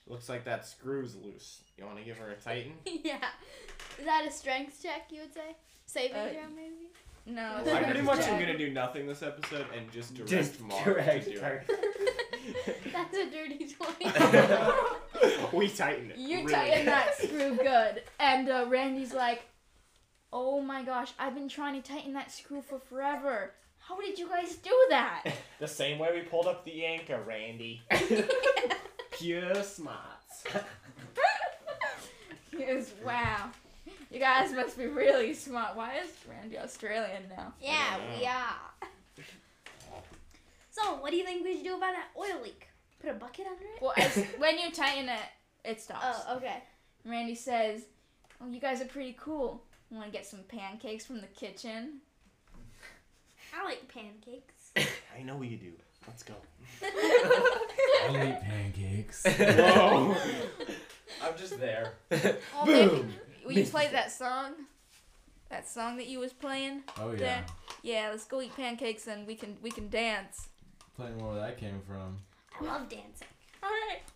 F: looks like that screw's loose. You want to give her a tighten?
E: yeah. Is that a strength check, you would say? Saving
C: Uh,
E: throw, maybe?
C: No.
E: I
F: I pretty much am
C: Yeah.
F: gonna do nothing this episode and just direct
A: Just
F: Mark
A: direct
F: to do
A: her.
E: That's a dirty 20.
F: it. we tighten it.
C: You
F: really.
C: tighten that screw good. And uh, Randy's like, oh my gosh, I've been trying to tighten that screw for forever. How did you guys do that?
F: The same way we pulled up the anchor, Randy. Pure smarts.
C: He is, wow. You guys must be really smart. Why is Randy Australian now?
H: Yeah,
F: don't
H: we are. So, what do you think we should do about that oil leak? Put a bucket under it?
C: Well, as, when you tighten it, it stops.
E: oh, okay.
C: Randy says, oh, you guys are pretty cool. Want to get some pancakes from the kitchen?
H: I like pancakes.
D: I know what you do. Let's go.
B: I'll eat pancakes.
F: Whoa.
B: I'm just there.
C: Well, maybe, will you play that song? That song that you was playing?
B: Oh yeah.
C: There. Yeah, let's go eat pancakes and we can we can dance.
B: Playing where that came from.
H: I love dancing.
C: All right.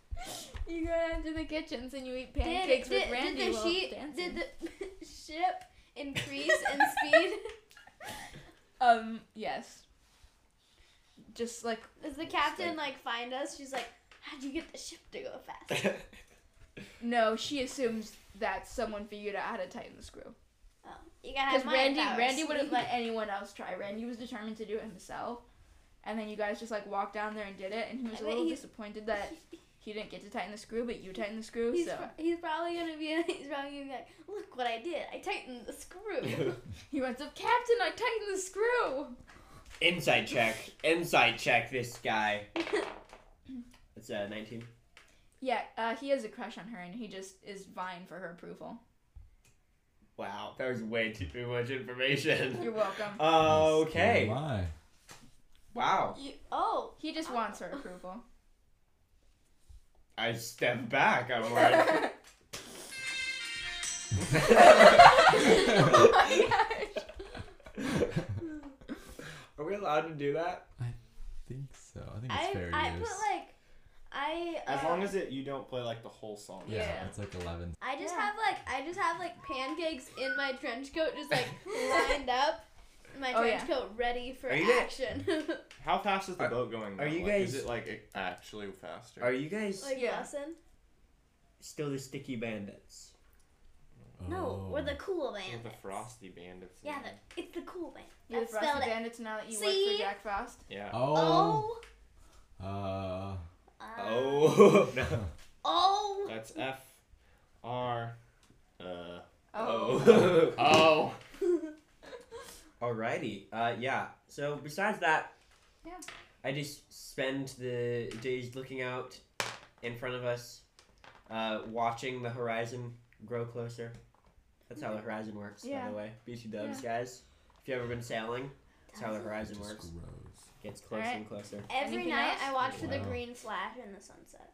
C: You go down to the kitchens and you eat
E: Did,
C: pancakes
E: did,
C: with Randy
E: did the
C: while
E: sheep,
C: dancing.
E: did the ship increase in speed?
C: um, yes. Just like
E: Does the captain like find us? She's like, how'd you get the ship to go fast?
C: no, she assumes that someone figured out how to tighten the screw.
E: Oh, you gotta
C: Because
E: have mind
C: Randy,
E: powers.
C: Randy wouldn't let anyone else try. Randy was determined to do it himself, and then you guys just like walked down there and did it. And he was
E: I
C: a
E: bet
C: little
E: he's-
C: disappointed that he didn't get to tighten the screw, but you tightened the screw.
E: He's,
C: so
E: pro- he's probably gonna be he's probably gonna be like, look what I did! I tightened the screw.
C: he runs up, Captain, I tightened the screw.
A: Inside check. Inside check this guy. It's uh, 19.
C: Yeah, uh, he has a crush on her, and he just is vying for her approval.
A: Wow, that was way too much information.
C: You're welcome.
A: Okay.
B: Oh My.
A: Wow.
E: you, oh,
C: He just wants her approval.
A: I step back. I'm like,
C: oh my gosh.
F: Are we allowed to do that?
B: think so. I think it's
E: I,
B: fair
E: I
B: use.
E: put like, I. Uh,
F: As long as it you don't play like the whole song.
B: yeah,
E: yeah.
B: it's like 11.
E: I just
C: Yeah.
E: have like I just have like pancakes in my trench coat, just like lined up. My
C: Oh,
E: trench coat ready for
A: Are you gonna-
E: action.
F: How fast is the
A: Are-
F: boat going?
A: are
F: though?
A: you
F: Like,
A: guys-
F: Is it like it- actually faster?
A: Are you guys
E: like
C: Yeah.
E: lesson.
A: still the sticky bandits?
H: No,
B: Oh.
H: we're the cool
F: Or
H: bandits.
F: the frosty bandits.
H: Yeah,
F: now?
H: the, it's the cool bandits.
C: You have
H: That's
C: Frosty
H: spelled
C: Bandits now that you work
H: See?
C: for Jack Frost.
F: yeah.
B: Oh.
H: O.
B: Uh,
H: uh,
A: Oh no.
H: O.
E: oh.
F: That's F R. Uh.
A: Oh.
F: Oh.
A: Alrighty. Uh, yeah. So besides that,
C: Yeah.
A: I just spend the days looking out in front of us, uh, watching the horizon grow closer. That's
E: Hmm.
A: how the horizon works, by
C: Yeah.
A: the way. BT dubs, guys. If you've ever been sailing, that's how the horizon
B: it just
A: works.
B: grows.
A: Gets closer
C: Alright.
A: and closer.
H: Every
C: Anything
H: night
C: else?
H: I watch for the
B: Wow.
H: green flash in the sunset.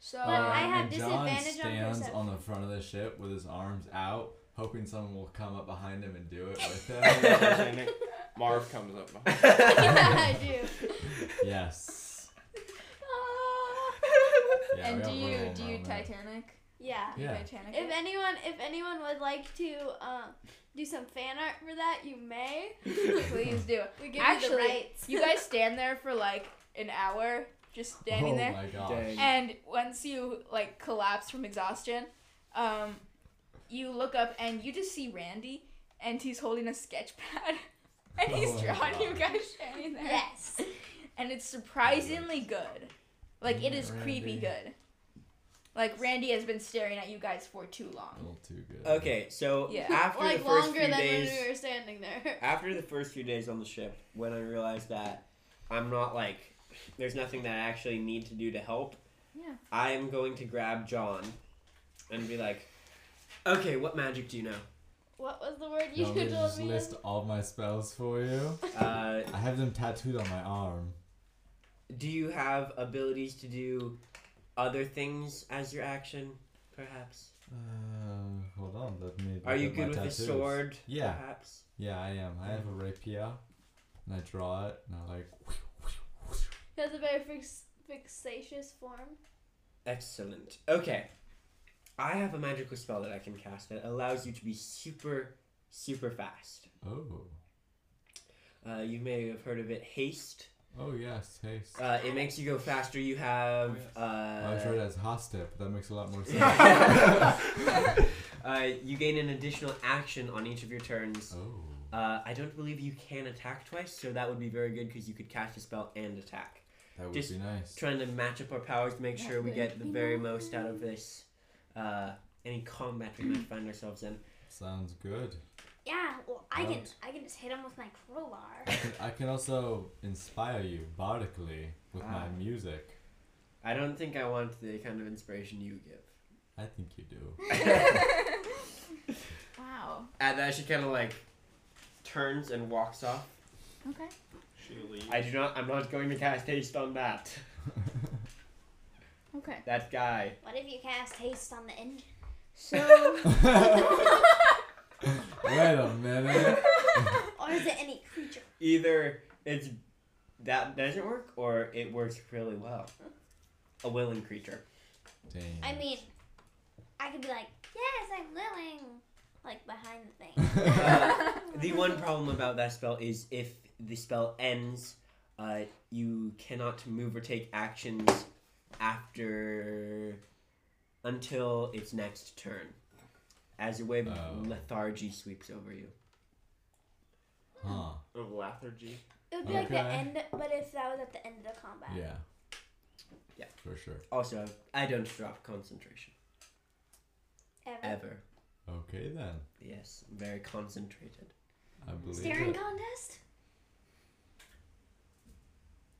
C: So
H: But I
B: Um,
H: have
B: and John
H: disadvantage on
B: stands
H: perception.
B: on the front of the ship with his arms out, hoping someone will come up behind him and do it with him.
F: Marv comes up behind.
E: yeah, I do.
B: yes. Yeah,
C: and
B: we have
C: do
B: a
C: you
B: little
C: do you
B: moment.
C: Titanic?
E: Yeah.
C: You
B: Yeah.
C: Titanic.
E: If
C: it?
E: anyone, if anyone would like to um, do some fan art for that, you may.
C: Please do.
E: We give
C: Actually,
E: you the rights.
C: You guys stand there for like an hour, just standing
B: oh
C: there. Eh.
B: my gosh.
F: Dang.
C: And once you like collapse from exhaustion, um, you look up and you just see Randy, and he's holding a sketch pad, and he's
B: Oh my
C: drawing you
B: gosh.
C: guys standing there.
H: Yes.
C: And it's surprisingly good. Like it is creepy
B: Randy.
C: good. Like Randy has been staring at you guys for too
B: A
C: long.
B: little too good.
A: Okay, so
C: Yeah.
A: after
E: like
A: the first
E: longer
A: few
E: than
A: days,
E: when we were standing there.
A: after the first few days on the ship, when I realized that I'm not like, there's nothing that I actually need to do to help.
C: Yeah.
A: I am going to grab John, and be like, okay, what magic do you know?
E: What was the word
B: You
E: you
B: want me to
E: told
B: just
E: me?
B: list all my spells for you?
A: Uh,
B: I have them tattooed on my arm.
A: do you have abilities to do other things as your action, perhaps?
B: Um, hold on, let me.
A: Are
B: look
A: you
B: at my
A: good with a
B: tattoos.
A: sword?
B: Yeah.
A: Perhaps.
B: Yeah, I am. I have a rapier, and I draw it, and I like.
E: That's a very fix- fixatious form.
A: Excellent. Okay. I have a magical spell that I can cast that allows you to be super, super fast.
B: Oh,
A: Uh, you may have heard of it, haste.
B: oh yes, haste.
A: Uh, it makes you go faster. You have.
B: Oh, I drew it
A: Uh,
B: as hostep, but that makes a lot more sense.
A: uh, you gain an additional action on each of your turns.
B: oh.
A: Uh, I don't believe you can attack twice, so that would be very good because you could cast a spell and attack.
B: That would
A: Just
B: be nice.
A: Trying to match up our powers to make sure we get the very most out of this. Uh, any combat we might find ourselves in.
B: Sounds good.
H: Yeah. Well, I can
B: Right.
H: I can just hit him with my crowbar.
B: I can, I can also inspire you bardically with my
A: Ah.
B: music.
A: I don't think I want the kind of inspiration you give.
B: I think you do. Oh.
C: Wow.
A: At that, she kind of like turns and walks off.
C: Okay.
G: She leaves.
A: I do not. I'm not going to cast haste on that.
C: Okay.
A: That guy.
H: What if you cast haste on the engine?
C: So
B: Wait a minute.
H: Or is it any creature?
A: either it's that doesn't work or it works really well. A willing creature.
B: Dang.
H: I mean, I could be like, yes, I'm willing, like behind the thing.
A: Uh, the one problem about that spell is if the spell ends, uh, you cannot move or take actions after until its next turn. As a wave
B: Oh.
A: of lethargy sweeps over you.
B: huh.
F: Of oh, lethargy.
H: It would be like the
B: Okay.
H: end, but if that was at the end of the combat.
B: Yeah.
A: Yeah.
B: For sure.
A: Also, I don't drop concentration.
H: Ever.
A: Ever.
B: Okay then.
A: Yes, I'm very concentrated.
B: I believe
H: Staring
B: it.
H: contest.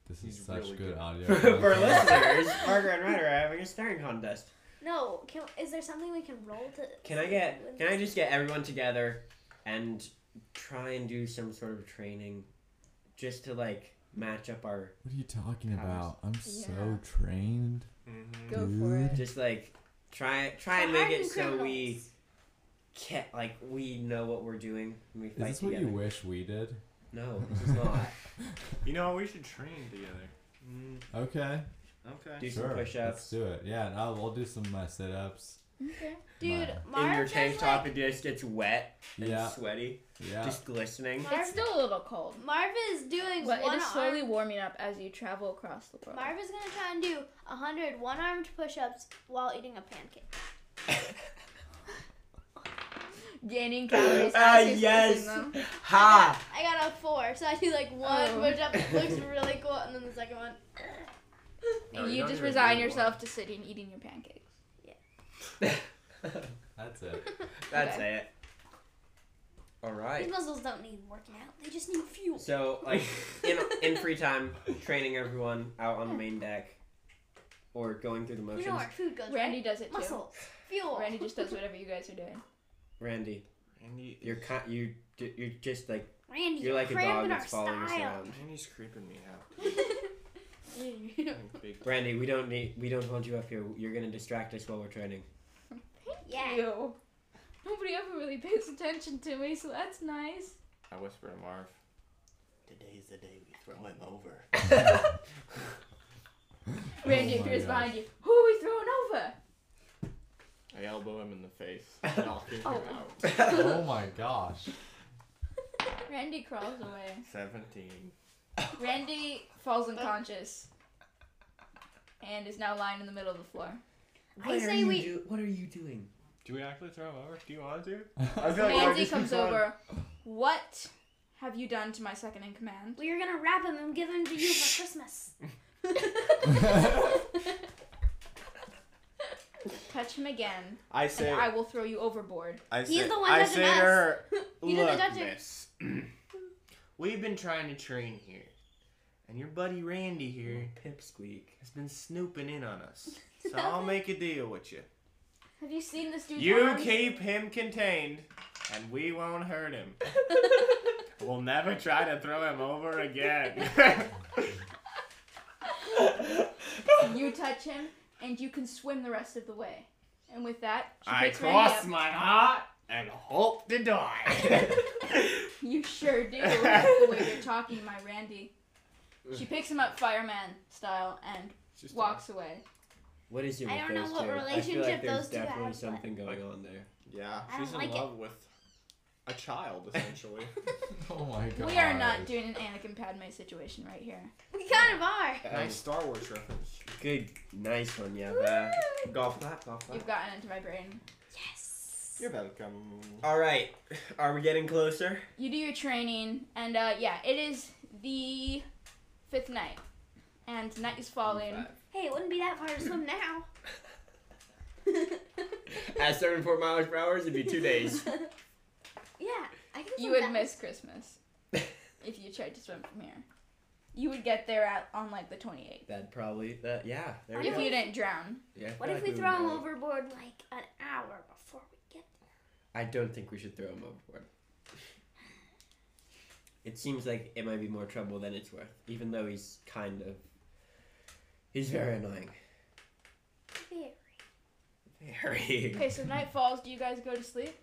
B: This is
F: He's
B: such
F: really
B: good
F: good.
B: audio.
A: For
B: content.
A: listeners, Parker and Ryder are having a staring contest.
H: No, can, is there something we can roll to?
A: Can I get? Can I just get everyone together and try and do some sort of training, just to like match up our,
B: What are you talking
A: Powers.
B: about? I'm
C: Yeah.
B: so trained.
F: Mm-hmm.
C: go for it.
A: just like try try and make it so we can like we know what we're doing when we
B: Is
A: fight
B: this what
A: together.
B: you wish we did?
A: No, this is not.
F: You know, we should train together.
G: Mm,
B: Okay.
A: Do
F: Okay.
A: some
B: sure. Let's
A: push-ups.
B: do it. Yeah, and I'll, I'll do some uh, sit ups.
E: Dude, Marv
A: In your
E: has,
A: tank top,
E: like-
A: it just gets wet and
B: Yeah.
A: sweaty,
B: Yeah.
A: just glistening.
E: Marv,
C: It's still a little cold,
E: Marv is doing
C: but
E: one
C: it is slowly
E: arm.
C: warming up as you travel across the world.
E: Marv is gonna try and do 100 one-armed push-ups while eating a pancake.
C: Gaining calories.
A: Ah,
C: as he's
A: yes.
C: losing them.
A: Ha!
E: I got a four, so I do like one
C: Oh.
E: push-up that looks really cool, and then the second one.
F: No,
C: and
F: you
C: you
F: don't
C: just
F: even
C: resign
F: need one.
C: yourself to sitting and eating your pancakes.
B: That's it.
A: That's
C: Okay.
A: it. All right.
H: These muscles don't need working out. They just need fuel.
A: So, like, in, in free time, training everyone out on the main deck or going through the
H: You
A: motions.
H: know where food goes,
C: Randy
H: right?
C: does it too.
H: Muscles. Fuel.
C: Randy just does whatever you guys are doing.
A: Randy,
F: Randy,
A: you're kind, you d- you're just like
H: Randy,
A: you're like a dog
H: cramping
A: that's
H: our
A: following us
H: style.
A: around.
F: Randy's creeping me out. Big
A: Randy, we don't need we don't hold you up here. You're gonna distract us while we're training.
H: Yeah.
C: Ew. Nobody ever really pays attention to me, so that's nice.
F: I whisper to Marv.
D: Today's the day we throw him over.
C: Randy
B: Oh my
C: appears
B: gosh.
C: behind you. Who are we throwing over?
F: I elbow him in the face. And I'll kick him
C: Oh.
F: out.
B: oh my gosh.
C: Randy crawls away.
F: Seventeen.
C: Randy falls unconscious and is now lying in the middle of the floor.
H: I What are say you we-
A: what are you doing?
F: Do we actually throw him over? Do you want to?
B: I
F: feel like
C: Pansy
F: Randy's
C: comes
F: gone.
C: over. What have you done to my second in command?
H: We are gonna wrap him and give him to you for Christmas.
C: Touch him again,
F: I
C: and
F: say.
C: I will throw you overboard.
F: I
H: He's
F: say,
H: the one
F: I
H: touching
F: say
H: us.
F: to her,
H: He's the
F: look,
H: touching-
F: miss. We've been trying to train here, and your buddy Randy here
A: Pipsqueak.
F: has been snooping in on us. So I'll make a deal with you.
C: Have you seen this dude?
F: You keep him contained, and we won't hurt him. we'll never try to throw him over again.
C: You touch him, and you can swim the rest of the way. And with that, she
F: I
C: picks Randy
F: cross
C: up.
F: my heart and hope to die.
C: You sure do. the way you're talking, my Randy. She picks him up, fireman style, and
F: Just
C: walks away.
A: What is it with
H: I don't know
A: those two?
H: what
A: I feel
H: relationship
A: like there's
H: those two
A: definitely
H: have, but-
A: something going on there.
F: Yeah,
H: I
F: she's in
H: don't like it.
F: love with a child essentially.
B: oh my gosh.
C: We are not doing an Anakin Padme situation right here.
E: We kind of are.
F: nice Star Wars reference.
A: Good, nice one, yeah. but- Golf clap, golf clap.
C: You've gotten into my brain.
H: Yes.
F: You're welcome.
A: All right, are we getting closer?
C: You do your training, and uh, yeah, it is the fifth night, and night is falling.
H: Hey, it wouldn't be that far to swim now.
A: At seven four miles per hour, it'd be two days.
H: Yeah, I can
C: You
H: swim
C: would
H: that.
C: miss Christmas if you tried to swim from here. You would get there out on like the 28th
A: That probably that yeah. There we
C: if
A: go.
C: you didn't drown.
A: Yeah, I feel
H: What if
A: like
H: we
A: would
H: throw him
A: know.
H: overboard like an hour before we get
A: I don't think we should throw him overboard. It seems like it might be more trouble than it's worth, even though he's kind of. He's very annoying.
H: there?
A: Very.
C: Okay, so night falls. Do you guys go to sleep?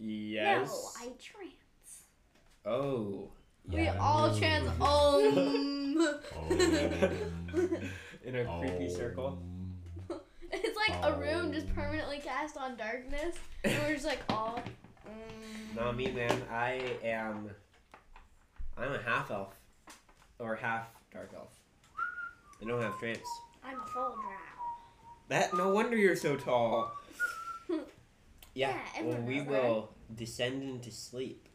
A: Yes.
H: No, I trance.
A: Oh.
E: We all trans. Um,
A: In a
B: Oh.
A: creepy circle.
E: it's like a room just permanently cast on darkness, and we're just like mm, all.
A: Not me, man. I am. I'm a half elf, or half dark elf. I don't have trance.
H: I'm a full drow.
A: That no wonder you're so tall. Yeah.
H: Yeah,
A: well,
H: everyone
A: we
H: knows that.
A: will descend into sleep,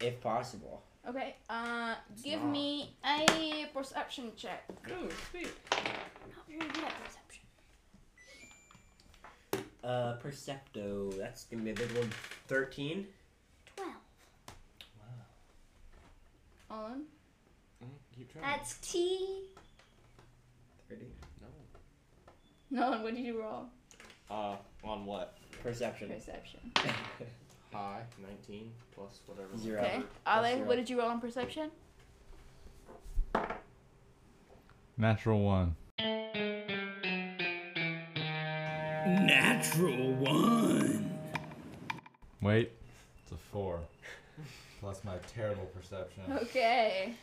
A: if possible.
C: Okay, uh, give
F: not.
C: me a perception check.
A: Oh, sweet.
H: I'm not very good at perception.
A: Uh, Percepto. That's gonna be a big one. Thirteen.
H: Twelve.
C: All in.
F: Mm-hmm, Keep trying.
H: That's T.
A: Thirty.
C: Nolan, what did you roll?
F: Uh, on what?
A: Perception.
C: Perception.
F: High, 19 plus whatever.
A: Zero.
C: Okay.
A: Plus
C: Ale,
A: zero.
C: what did you roll on perception?
B: Natural one.
I: Natural one.
B: Wait. It's a four. plus my terrible perception.
C: Okay.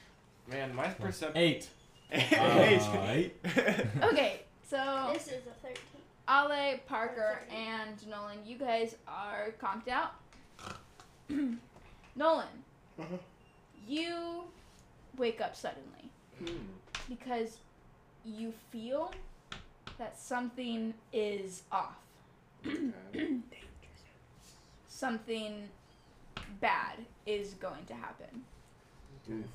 F: Man, my perception.
B: Eight. Uh, eight.
C: Okay. So
E: This is a 13.
C: Ale, Parker, and Nolan, you guys are conked out. Nolan,
A: Mhm.
C: you wake up suddenly because you feel that something is off. something bad is going to happen.
A: Oof.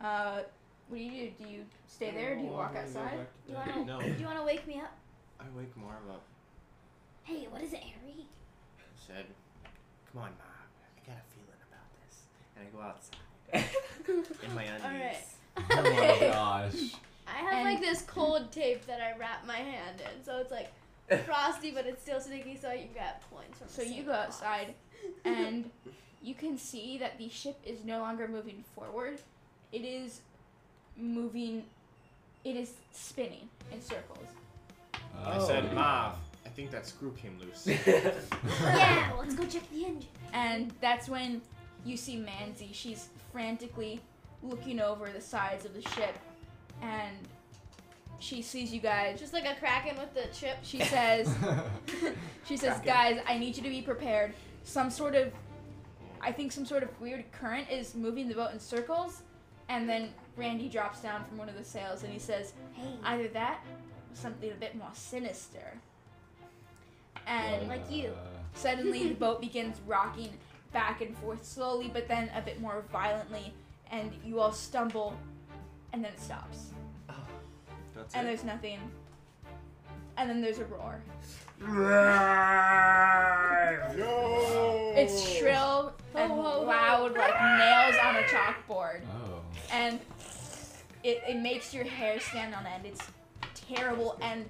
C: Uh, what do you do? Do you stay there? Or do you walk outside?
E: You wanna,
F: No.
E: Do you want to wake me up?
F: I wake Marv up.
H: Hey, what is it, Harry?
F: and Said,
D: Come on, Mom. I got a feeling about this.
F: and I go outside in my undies.
E: Alright.
B: Oh my gosh.
E: I have
C: And-
E: like this cold tape that I wrap my hand in, so it's like frosty, but it's still sticky, so you get points from.
C: So
E: the
C: you
E: same
C: go
E: box.
C: outside, and you can see that the ship is no longer moving forward. It is moving. It is spinning in circles.
F: I
B: Oh.
F: said, Marv, I think that screw came loose.
H: yeah, let's go check the engine.
C: And that's when you see Manzi. She's frantically looking over the sides of the ship, and she sees you guys.
E: Just like a kraken with the chip.
C: She says, She says, "Guys, I need you to be prepared. Some sort of, I think some sort of weird current is moving the boat in circles." And then Randy drops down from one of the sails and he says,
H: Hey,
C: "Either that, or something a bit more sinister." And
H: like you.
B: Uh,
C: suddenly, the boat begins rocking back and forth slowly, but then a bit more violently, and you all stumble, and then it stops,
F: That's
C: and
F: it.
C: there's nothing, and then there's a roar. It's shrill and
E: Ho, ho, ho.
C: loud like nails on a chalkboard.
B: oh.
C: And it, it makes your hair stand on end. It's terrible and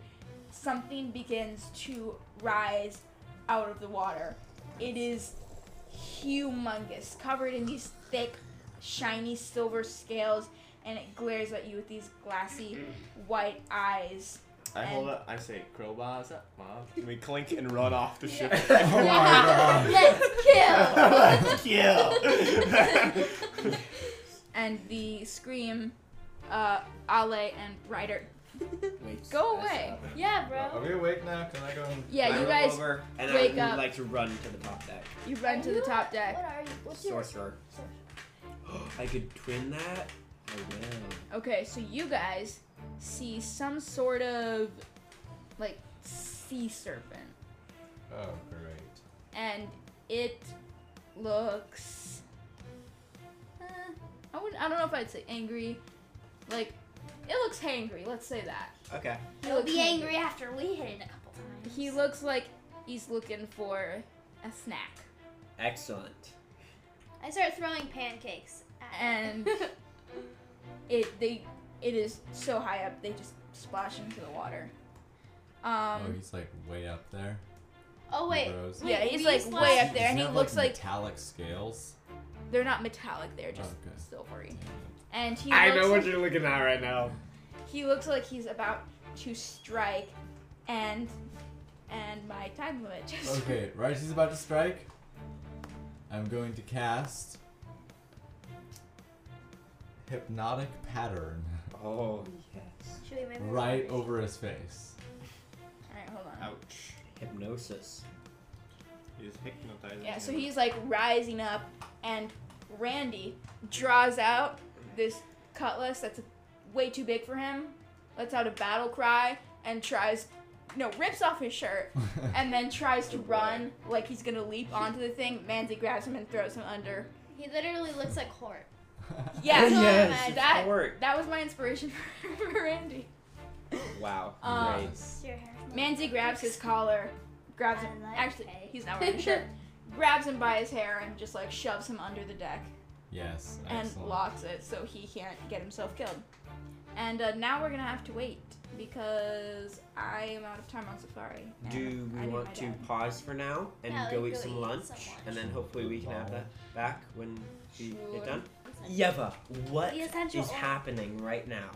C: something begins to rise out of the water. It is humongous, covered in these thick, shiny silver scales, and it glares at you with these glassy white eyes.
F: I hold
C: and-
F: up. I say, crowbars up, Marv. And we clink and run off the ship.
B: Oh my gosh.
E: Let's kill.
F: Let's kill.
C: And the scream, uh, Ale and Ryder
A: Wait,
C: Go
A: that's
C: away.
A: happened.
E: yeah,
B: Are
E: bro.
B: we awake now? Can I go? And...
A: I
C: Yeah, you
A: roll
C: guys,
A: over, and
C: wake
A: I would
C: up.
A: like to run to the top deck.
C: you run to the top deck.
E: What are you? What's your?
A: Sorcerer. I could twin that. I will.
C: Okay, so you guys see some sort of like sea serpent,
B: Oh, great.
C: and it looks. Uh, I would. I don't know if I'd say angry. Like, it looks hangry. Let's say that.
A: Okay.
C: He
H: He'll
C: looks
H: be
C: hangry.
H: angry after we hit it a couple times.
C: He looks like he's looking for a snack.
A: Excellent.
E: I start throwing pancakes. at it.
C: And- It they it is so high up they just splash into the water.
B: oh,
C: Um.
B: he's like way up there.
E: oh wait.
B: Rose.
E: wait,
C: yeah, he's
E: we
C: like
E: used
C: way
E: last-
C: up there, and
B: Does
C: he
B: it have,
C: looks like
B: metallic scales.
C: they're not metallic. They're just
B: Okay.
C: silvery.
B: Damn it.
C: And he
F: I
C: looks
F: know
C: like,
F: what you're looking at right now.
C: he looks like he's about to strike and and my time limit just
B: Okay, right. She's about to strike. I'm going to cast hypnotic pattern
A: Oh yes.
E: Should we make it?
B: right over his face.
C: Alright, hold on.
F: Ouch.
A: Hypnosis.
F: He's hypnotizing.
C: Yeah, so
F: him.
C: he's like rising up and Randy draws out this cutlass that's way too big for him, lets out a battle cry, and tries no, rips off his shirt and then tries to
A: Good boy.
C: run like he's gonna leap onto the thing. Manzi grabs him and throws him under.
E: He literally looks like Hort.
C: Yeah, uh,
E: Oh,
A: yes.
E: man,
C: that-
A: support.
C: that was my inspiration for, for Randy.
A: Wow.
C: Um,
A: Great.
H: Is your hair smells
C: Manzi
H: like
C: grabs his collar, grabs him.
H: I like
C: Actually,
H: it.
C: he's not wearing a shirt. grabs him by his hair and just like shoves him under the deck
B: yes.
C: and
B: excellent.
C: locks it so he can't get himself killed. And uh, now we're gonna have to wait because I am out of time on Safari. and
A: Do
C: I
A: we
C: need
A: want
C: my
A: to
C: dad.
A: pause for now and
E: Yeah,
A: go
E: like,
A: eat
E: go
A: some
E: eat
A: lunch,
E: some lunch.
A: and then hopefully we can have that back when we
C: Sure.
A: get done?
H: essential.
A: Yeva, what
H: The
A: is
H: essential oil.
A: happening right now?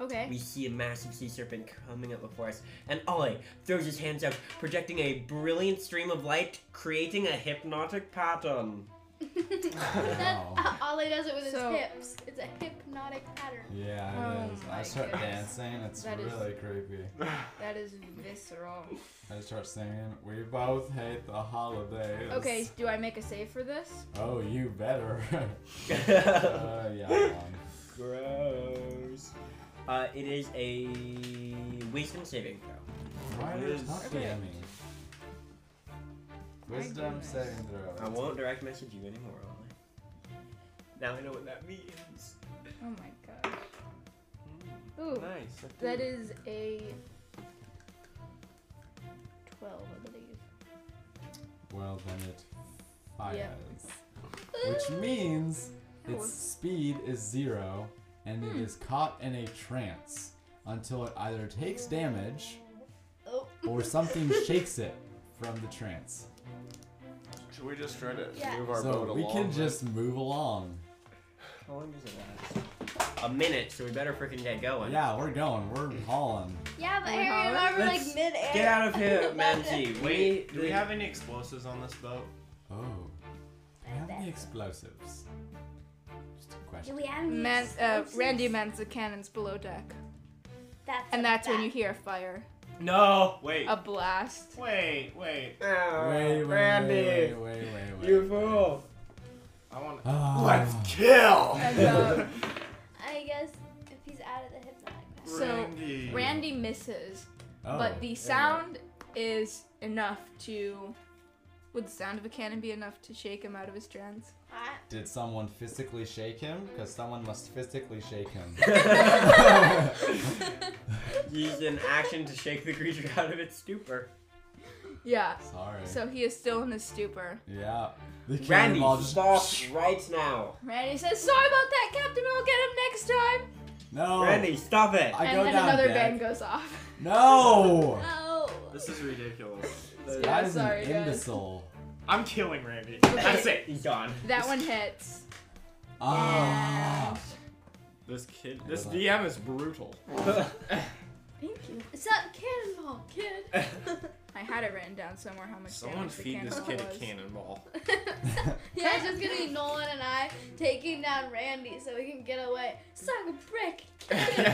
C: Okay.
A: We see a massive sea serpent coming up before us, and Ollie throws his hands out, projecting a brilliant stream of light, creating a hypnotic pattern.
E: That,
B: Wow.
E: uh, all he does it with
C: So-
E: his hips. It's a hypnotic pattern.
B: Yeah, it
C: Oh
B: is.
C: my
B: I start
C: goodness.
B: dancing. It's
C: That is-
B: really creepy.
C: That is visceral.
B: I start singing. We both hate the holidays.
C: Okay, do I make a save for this?
B: Oh, you better.
A: Gross.
B: uh, yeah. I'm on.
A: Uh, it is a wisdom saving throw.
B: Why are there
G: Whiz.
B: not
C: Okay.
B: DMing? Wisdom
C: goodness.
B: saving throw.
A: I won't direct message you anymore. will I? Now I know what that means.
C: Oh my gosh. Ooh,
G: Nice. I
C: Oh, that
G: think-
C: is a 12, I believe.
B: Well, then it fires.
C: Yeah.
B: Which means
C: Oh.
B: its speed is zero and it is caught in a trance until it either takes damage
E: Oh.
B: or something shakes it from the trance.
F: Should we just try to
E: Yeah.
F: move our boat
B: so we
F: along?
B: can
F: then?
B: just move along.
A: How long does it last? A minute, so we better freaking get going.
B: Yeah, we're going. We're hauling.
E: Yeah, but
C: Are we
E: Harry,
C: hollering?
E: remember like
A: Let's
E: mid-air.
A: Get out of here,
E: Love it.
A: Mamsie. We,
F: Wait, do we have any explosives on this boat?
B: Oh, do we have any explosives? Just a
H: Do
B: question.
H: we have any
C: Man, uh,
H: explosives?
C: Randy mans the cannons below deck.
H: That's
C: And
H: a
C: that's when
H: fact.
C: you hear a fire,
A: No.
F: Wait,
C: a blast.
F: wait, wait.
B: Wait, wait,
A: Randy,
B: wait, wait, wait, wait, wait.
A: you fool.
F: I want.
B: Ah.
F: kill.
C: And, uh,
E: I guess if he's out of the hypnotic pattern.
C: so,
F: Randy.
C: Randy misses,
B: Oh,
C: but the
B: yeah.
C: sound is enough to. Would the sound of a cannon be enough to shake him out of his trance?
E: I-
B: Did someone physically shake him? Because someone must physically shake him.
A: Used an action to shake the creature out of its stupor.
C: Yeah.
B: Sorry.
C: So he is still in his stupor.
B: yeah. The
A: Randy,
B: cannonball just-
A: stop right now.
C: Randy says, "Sorry about that, Captain. I'll get him next time."
B: No.
A: Randy, stop it.
B: Oh. I
C: and
B: go
C: then
B: down
C: another
B: deck.
C: bang goes off.
B: No.
E: Oh.
F: This is ridiculous.
C: Yeah,
B: That is
C: sorry,
B: an
C: guys.
B: imbecile.
F: I'm killing Randy.
C: That's
F: it.
A: He's gone.
C: That one hits.
B: Ah.
F: This kid,
B: Yeah,
F: this
B: but-
F: DM is brutal.
C: Thank you.
E: It's that cannonball, kid.
C: I had it written down somewhere how much
F: Someone
C: damage the
F: feed this
C: cannonball
F: kid a
C: was.
F: cannonball.
E: Yeah, it's just gonna be Nolan and I taking down Randy so we can get away. Suck a brick, kid.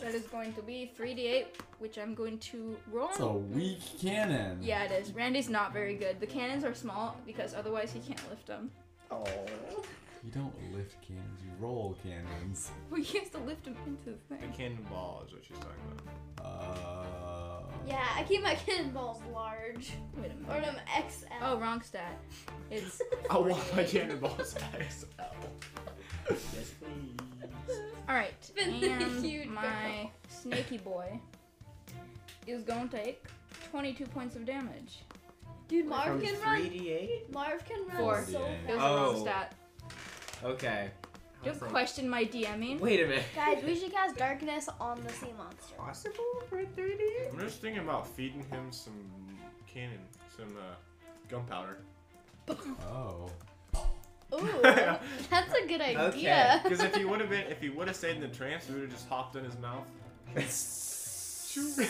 C: That is going to be 3d8, which I'm going to roll.
B: It's a weak cannon.
C: yeah, it is. Randy's not very good. The cannons are small because otherwise he can't lift them.
B: You don't lift cannons. You roll cannons.
C: Well, he has to lift them into the
F: A
C: thing.
F: cannonball is what she's talking about.
B: Uh.
E: yeah, I keep my cannonballs large.
C: Wait a minute.
E: Or them XL.
C: Oh, wrong stat. It's
F: I want my cannonballs XL.
A: Yes, please.
E: Oh.
C: all right.
E: Been
C: and
E: huge
C: my
E: barrel.
C: snaky boy is going to take 22 points of damage.
E: Dude, Marv
A: From
E: can run.
A: 3d8?
E: Marv can run
C: Four.
E: so
B: Yeah.
E: fast.
C: It was a wrong
A: Oh.
C: stat.
A: Okay.
C: Just
A: From-
C: question my DMing.
A: Wait a minute.
E: Guys, we should cast darkness on the sea monster.
A: Possible for 3d8?
F: I'm just thinking about feeding him some cannon, some uh, gunpowder.
B: Oh.
E: Ooh, that's a good idea.
F: Because if he would have been, if he would have stayed in the trance, we would have just hopped in his mouth.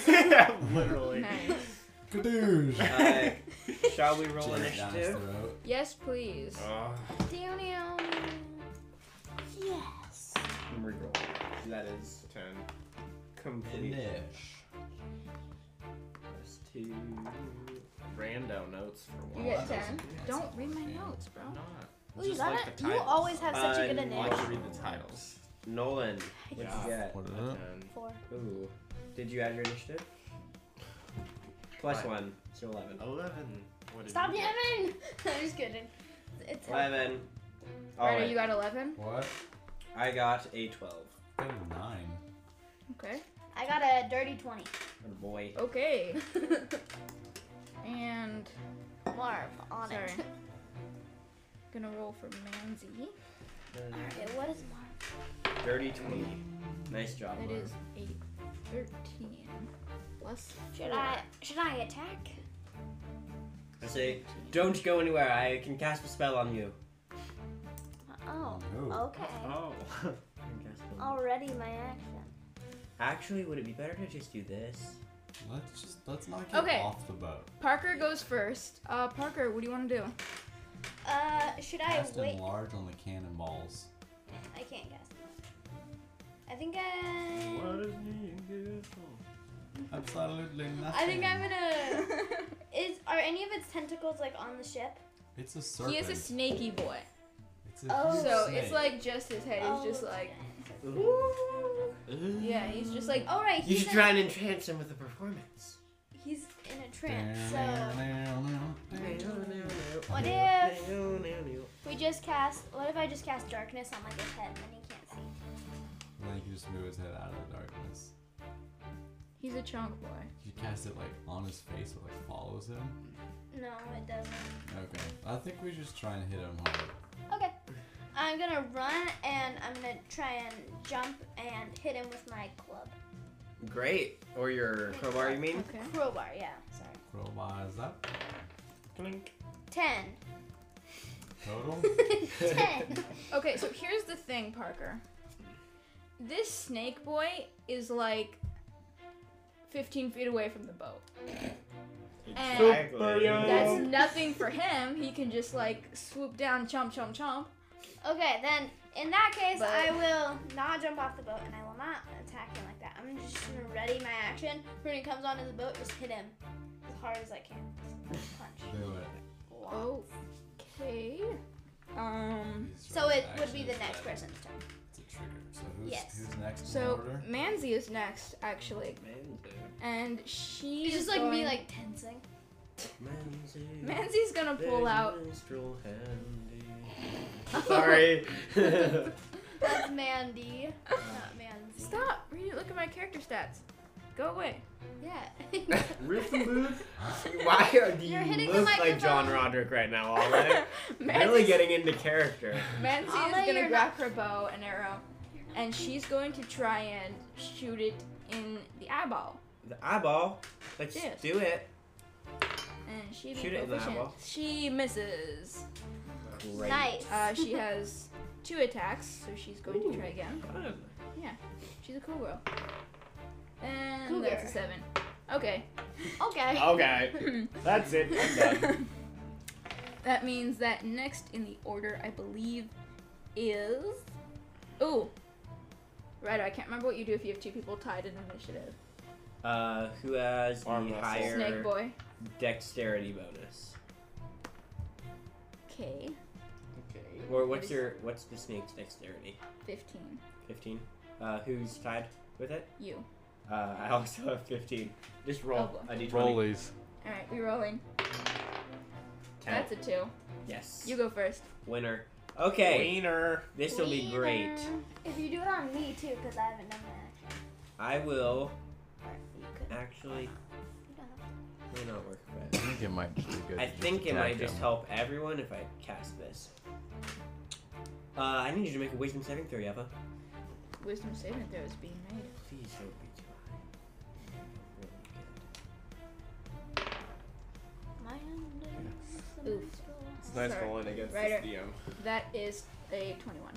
F: yeah, literally.
C: Nice.
B: Kadoosh.
A: Uh, shall we roll
B: Jam it down his
A: initiative?
B: throat.
C: Yes, please.
F: Ugh.
E: Down, down. Yes.
A: Reroll. That is
F: ten.
A: complete.
B: Finish.
A: Plus two.
F: Rando notes for
C: You
F: one.
C: get
F: That was-
C: ten.
F: yeah,
C: Don't read my
B: Yeah.
C: notes, bro.
F: I'm not.
E: Oh. Ooh, you
F: Just
E: got
F: like
E: it.
F: the
E: You
F: titles.
E: always have such a
A: Uh,
E: good
F: I like to
E: initiative.
F: read the titles.
A: Nolan, what'd
F: Yeah.
A: you get?
B: What
F: Uh,
B: up?
E: Four.
A: Ooh. Did you add your initiative? Plus
F: Five. Oh.
A: one. So 11.
F: Eleven. What did
E: Stop
F: you get?
E: yamming! I'm just kidding. It's
A: 11. All
C: Alright, you
A: right.
C: got 11.
B: What?
A: I got a 12.
B: Got a nine.
C: Okay.
E: I got a dirty 20.
A: Oh boy.
C: Okay. And
E: Marv, on
C: sorry,
E: it.
C: gonna roll for Manzi.
E: Alright, what is Marv?
A: Dirty 20. Nice job.
C: That
A: Mark.
C: is a 13 plus.
H: Should I should I attack?
A: I say, don't go anywhere. I can cast a spell on you.
E: Oh,
B: No.
E: okay.
F: Oh.
A: I can cast a spell on you.
E: Already my action.
A: Actually, would it be better to just do this?
B: Let's just let's not get
C: Okay.
B: off the boat.
C: Parker goes first. Uh, Parker, what do you want to do?
H: Uh, should I
B: Cast
H: wait?
B: enlarge on the cannonballs.
H: I can't cast. I think I.
B: Absolutely nothing.
H: I think I'm gonna. Is are any of its tentacles like on the ship?
B: It's a serpent.
C: He is a snaky boy.
B: It's a
H: Oh.
B: huge
C: So
B: snake.
C: it's like just his head is just like yeah, he's just like
H: All oh, right.
A: You
H: He's
A: should
H: in,
A: try and entrance him with a performance.
H: he's in a trance. So what if
A: That's
H: we just cast? What if I just cast darkness on like his head and then he can't see?
B: And then you can just move his head out of the darkness.
C: he's a chunk boy.
B: You cast it like on his face, it like follows him.
H: No, it doesn't.
B: Okay. I think we just try and hit him hard.
H: Okay. I'm gonna run and I'm gonna try and jump and hit him with my club.
A: Great. Or your crowbar, you mean?
C: Okay.
H: Crowbar, yeah. Sorry.
B: Crowbar is up.
H: Ten.
B: Total.
H: Ten.
C: Okay, so here's the thing, Parker. This snake boy is like 15 feet away from the boat. And that's nothing for him. He can just like swoop down, chomp, chomp, chomp.
H: Okay, then in that case,
C: But-
H: I will not jump off the boat and I will not attack him like that. I'm just gonna ready my action. When he comes onto the boat, just hit him as hard as I can. Punch.
B: Do it.
H: Wow.
C: Okay. Um.
B: These
H: So
B: are
H: it would be
B: actions
H: the next
B: that-
H: person's turn.
B: It's a trigger. So who's
H: Yes.
B: who's next in
C: So
B: order?
C: Manzi is next, actually, and she
H: He's
C: is
H: just like me,
C: going-
H: like tensing.
C: Manzi's gonna pull out.
A: Sorry.
H: That's Mandy, not Mandy.
C: Stop! Read Look at my character stats. Go away.
H: Yeah.
A: Riffin Booth? Why are do you
H: You're hitting the
A: look like John
H: microphone.
A: Roderick right now, alright?
C: Manzi's,
A: really getting into character.
C: Manzi
H: I'll
C: is
H: let
C: gonna
H: your-
C: grab her bow and arrow, and she's going to try and shoot it in the eyeball.
A: The eyeball. Let's
C: Yes.
A: do it.
C: And she
A: Shoot it in the eyeball.
C: She misses.
A: Great.
H: nice.
C: Uh, she has two attacks, so she's going
A: Ooh.
C: to try again.
A: Fun.
C: She's a cool girl. And
H: Cougar.
C: that's a seven. Okay.
H: okay.
F: Okay, that's it. I'm done.
C: that means that next in the order, I believe, is. Ooh. Right, I can't remember what you do if you have two people tied in initiative.
A: Uh, who has the
F: Arm wrestle.
A: higher
C: Snake boy.
A: dexterity bonus?
C: Okay.
A: Okay. Or what's your what's the snake's dexterity?
C: 15.
A: Fifteen. Uh, who's tied with it?
C: You.
A: Uh, I also have fifteen. Just roll
C: Oh,
A: a d20.
G: Rollies.
C: Alright, we rolling.
A: Ten.
C: That's a two.
A: yes.
C: You go first.
A: Winner. Okay.
F: Wiener.
A: This will be great.
H: If you do it on me too, because I haven't done that.
A: I will
H: Or you could.
A: actually.
H: You don't have
A: May not work,
B: I
A: but
B: think it might be good.
A: I
B: to just
A: think it
B: attack
A: might just
B: him.
A: help everyone if I cast this. Uh, I need you to make a wisdom saving throw, Yava.
C: Wisdom saving throw is being made.
A: Please don't be too high. Really good.
H: to. Mine.
C: Oof.
F: It's nice
C: Sorry.
F: rolling against
C: Right.
F: this DM.
C: That is a 21.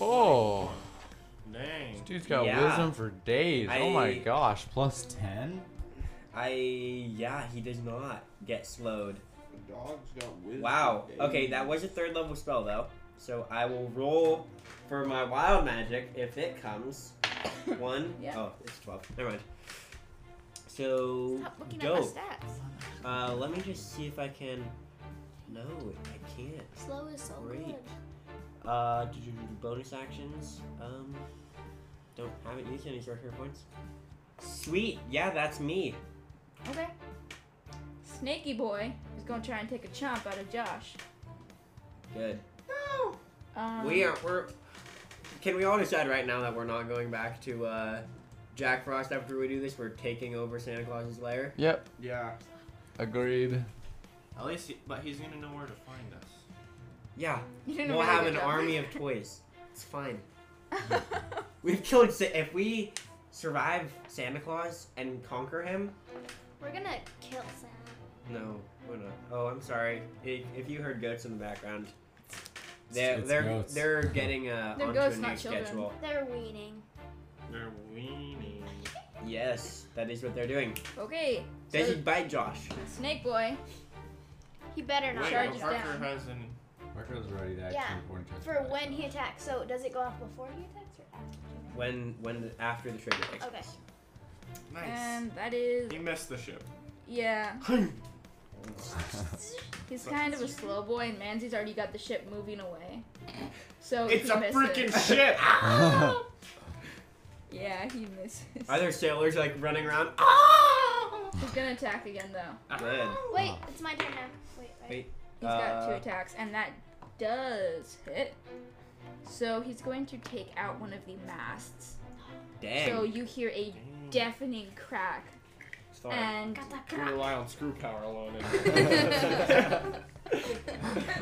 G: Oh,
F: Dang.
B: Dude's got
A: Yeah.
B: wisdom for days. Oh my
A: I-
B: gosh, plus ten.
A: I yeah, he does not get slowed.
D: The dog's got wisdom.
A: Wow. Okay, that was a third level spell though. So I will roll for my wild magic if it comes. One.
C: Yeah.
A: Oh, it's twelve. Never mind. So
C: Stop looking
A: dope.
C: at my stats.
A: Uh, let me just see if I can. No, I can't.
H: Slow is so
A: Great.
H: good.
A: Uh, do- do- do- do bonus actions. Um, don't haven't used any sorcerer points. Sweet. Yeah, that's me.
C: Okay. Snaky boy is gonna try and take a chomp out of Josh.
A: Good.
H: No.
C: Um,
A: We are. We're. Can we all decide right now that we're not going back to uh, Jack Frost after we do this? We're taking over Santa Claus's lair.
B: Yep,
D: Yeah.
B: agreed.
F: At least, he, but he's gonna know where to find us.
A: Yeah,
C: You didn't
A: we'll
C: really
A: have
C: good
A: an
C: job.
A: army of toys. It's fine. We've killed. Sa- if we survive Santa Claus and conquer him,
H: We're gonna kill Santa.
A: no, we're not. Oh, I'm sorry. I if you heard goats in the background, they're
B: it's
A: they're
B: goats.
A: they're getting uh,
C: They're
A: onto
C: goats,
A: a new
C: not children.
A: schedule.
H: They're weaning.
F: They're weenie.
A: Yes, that is what they're doing.
C: okay. So
A: Does he bite Josh?
C: Snake boy
E: He better not.
F: Wait,
C: Charge
F: but
C: is
F: Parker
C: down.
F: hasn't.
B: Marco's ready to actually
H: Yeah,
B: perform touch
H: For
B: attack.
H: when he attacks. So does it go off before he attacks or after?
A: When when the, after the trigger takes
H: Okay.
A: place.
F: Nice.
C: And that is
F: He missed the ship.
C: yeah. He's kind of a slow boy, and Manzi's already got the ship moving away. So
F: It's
C: he Ah.
F: a
C: misses.
F: freaking ship!
C: Yeah, he misses.
A: Are there sailors like running around? Ah!
C: He's gonna attack again though.
A: Good.
H: Oh, Wait, it's my turn now. Wait, right?
A: Wait.
C: He's got two
A: Uh,
C: attacks, and that does hit. So he's going to take out one of the masts.
A: Dang.
C: So you hear a deafening crack,
G: Sorry.
C: and
H: Got that
G: We
H: crap.
G: rely on screw power alone.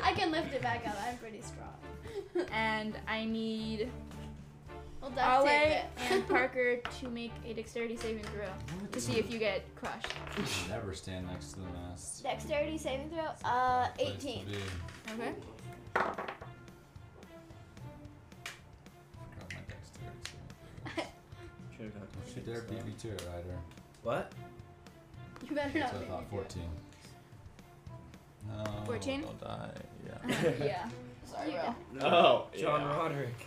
E: I can lift it back up. I'm pretty strong.
C: and I need
E: Well, duct
C: Ale
E: tape it.
C: and Parker to make a dexterity saving throw to see if you get crushed.
B: Never stand next to the mast.
H: Dexterity saving throw. Uh,
B: Place to
H: 18.
B: be.
C: Okay.
B: Forgot my dexterity saving
A: Should've gone
B: throw.
A: to
B: Should there
A: six,
B: be
A: though.
B: BB2 at Ryder?
A: What?
E: you better
B: That's what
E: not.
B: I
E: make me
B: thought,
E: do it.
B: 14. No. Oh,
C: 14?
G: I'll die. Yeah.
C: Uh, yeah. Sorry,
E: You
C: bro.
G: Oh,
A: John
G: yeah.
A: Roderick.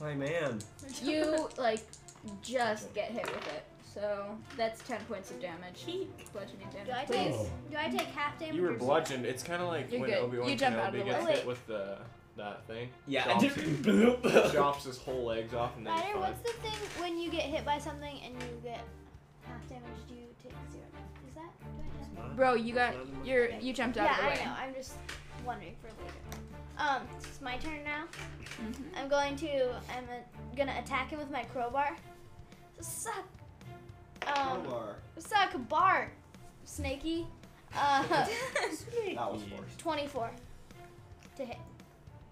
A: My man.
C: You like just get hit with it. So that's ten points of damage. Bludgeoning
H: Do I
C: damage.
H: take?
C: Please.
H: Do I take half damage?
G: You were
H: or something?
G: bludgeoned. It's kind of like
C: You're
G: when
C: good.
G: Obi Wan
C: You jump out of
G: Kenobi
C: the
G: gets
H: way.
G: hit with the that thing.
A: Yeah.
G: Chops,
A: Bloop.
G: chops his whole legs off and then he's
H: Ryder,
G: fine.
H: what's the thing when you get hit by something and you get half damage? Do you take zero? Is that? Do I have
C: Bro, you got your you jumped out
H: yeah,
C: of the way.
H: I know. I'm just wondering for later. Um, it's my turn now.
C: Mm-hmm.
H: I'm going to. I'm uh gonna attack him with my crowbar. Suck. Um, suck bark, snaky. Uh,
A: That was
G: forced.
H: 24 to hit.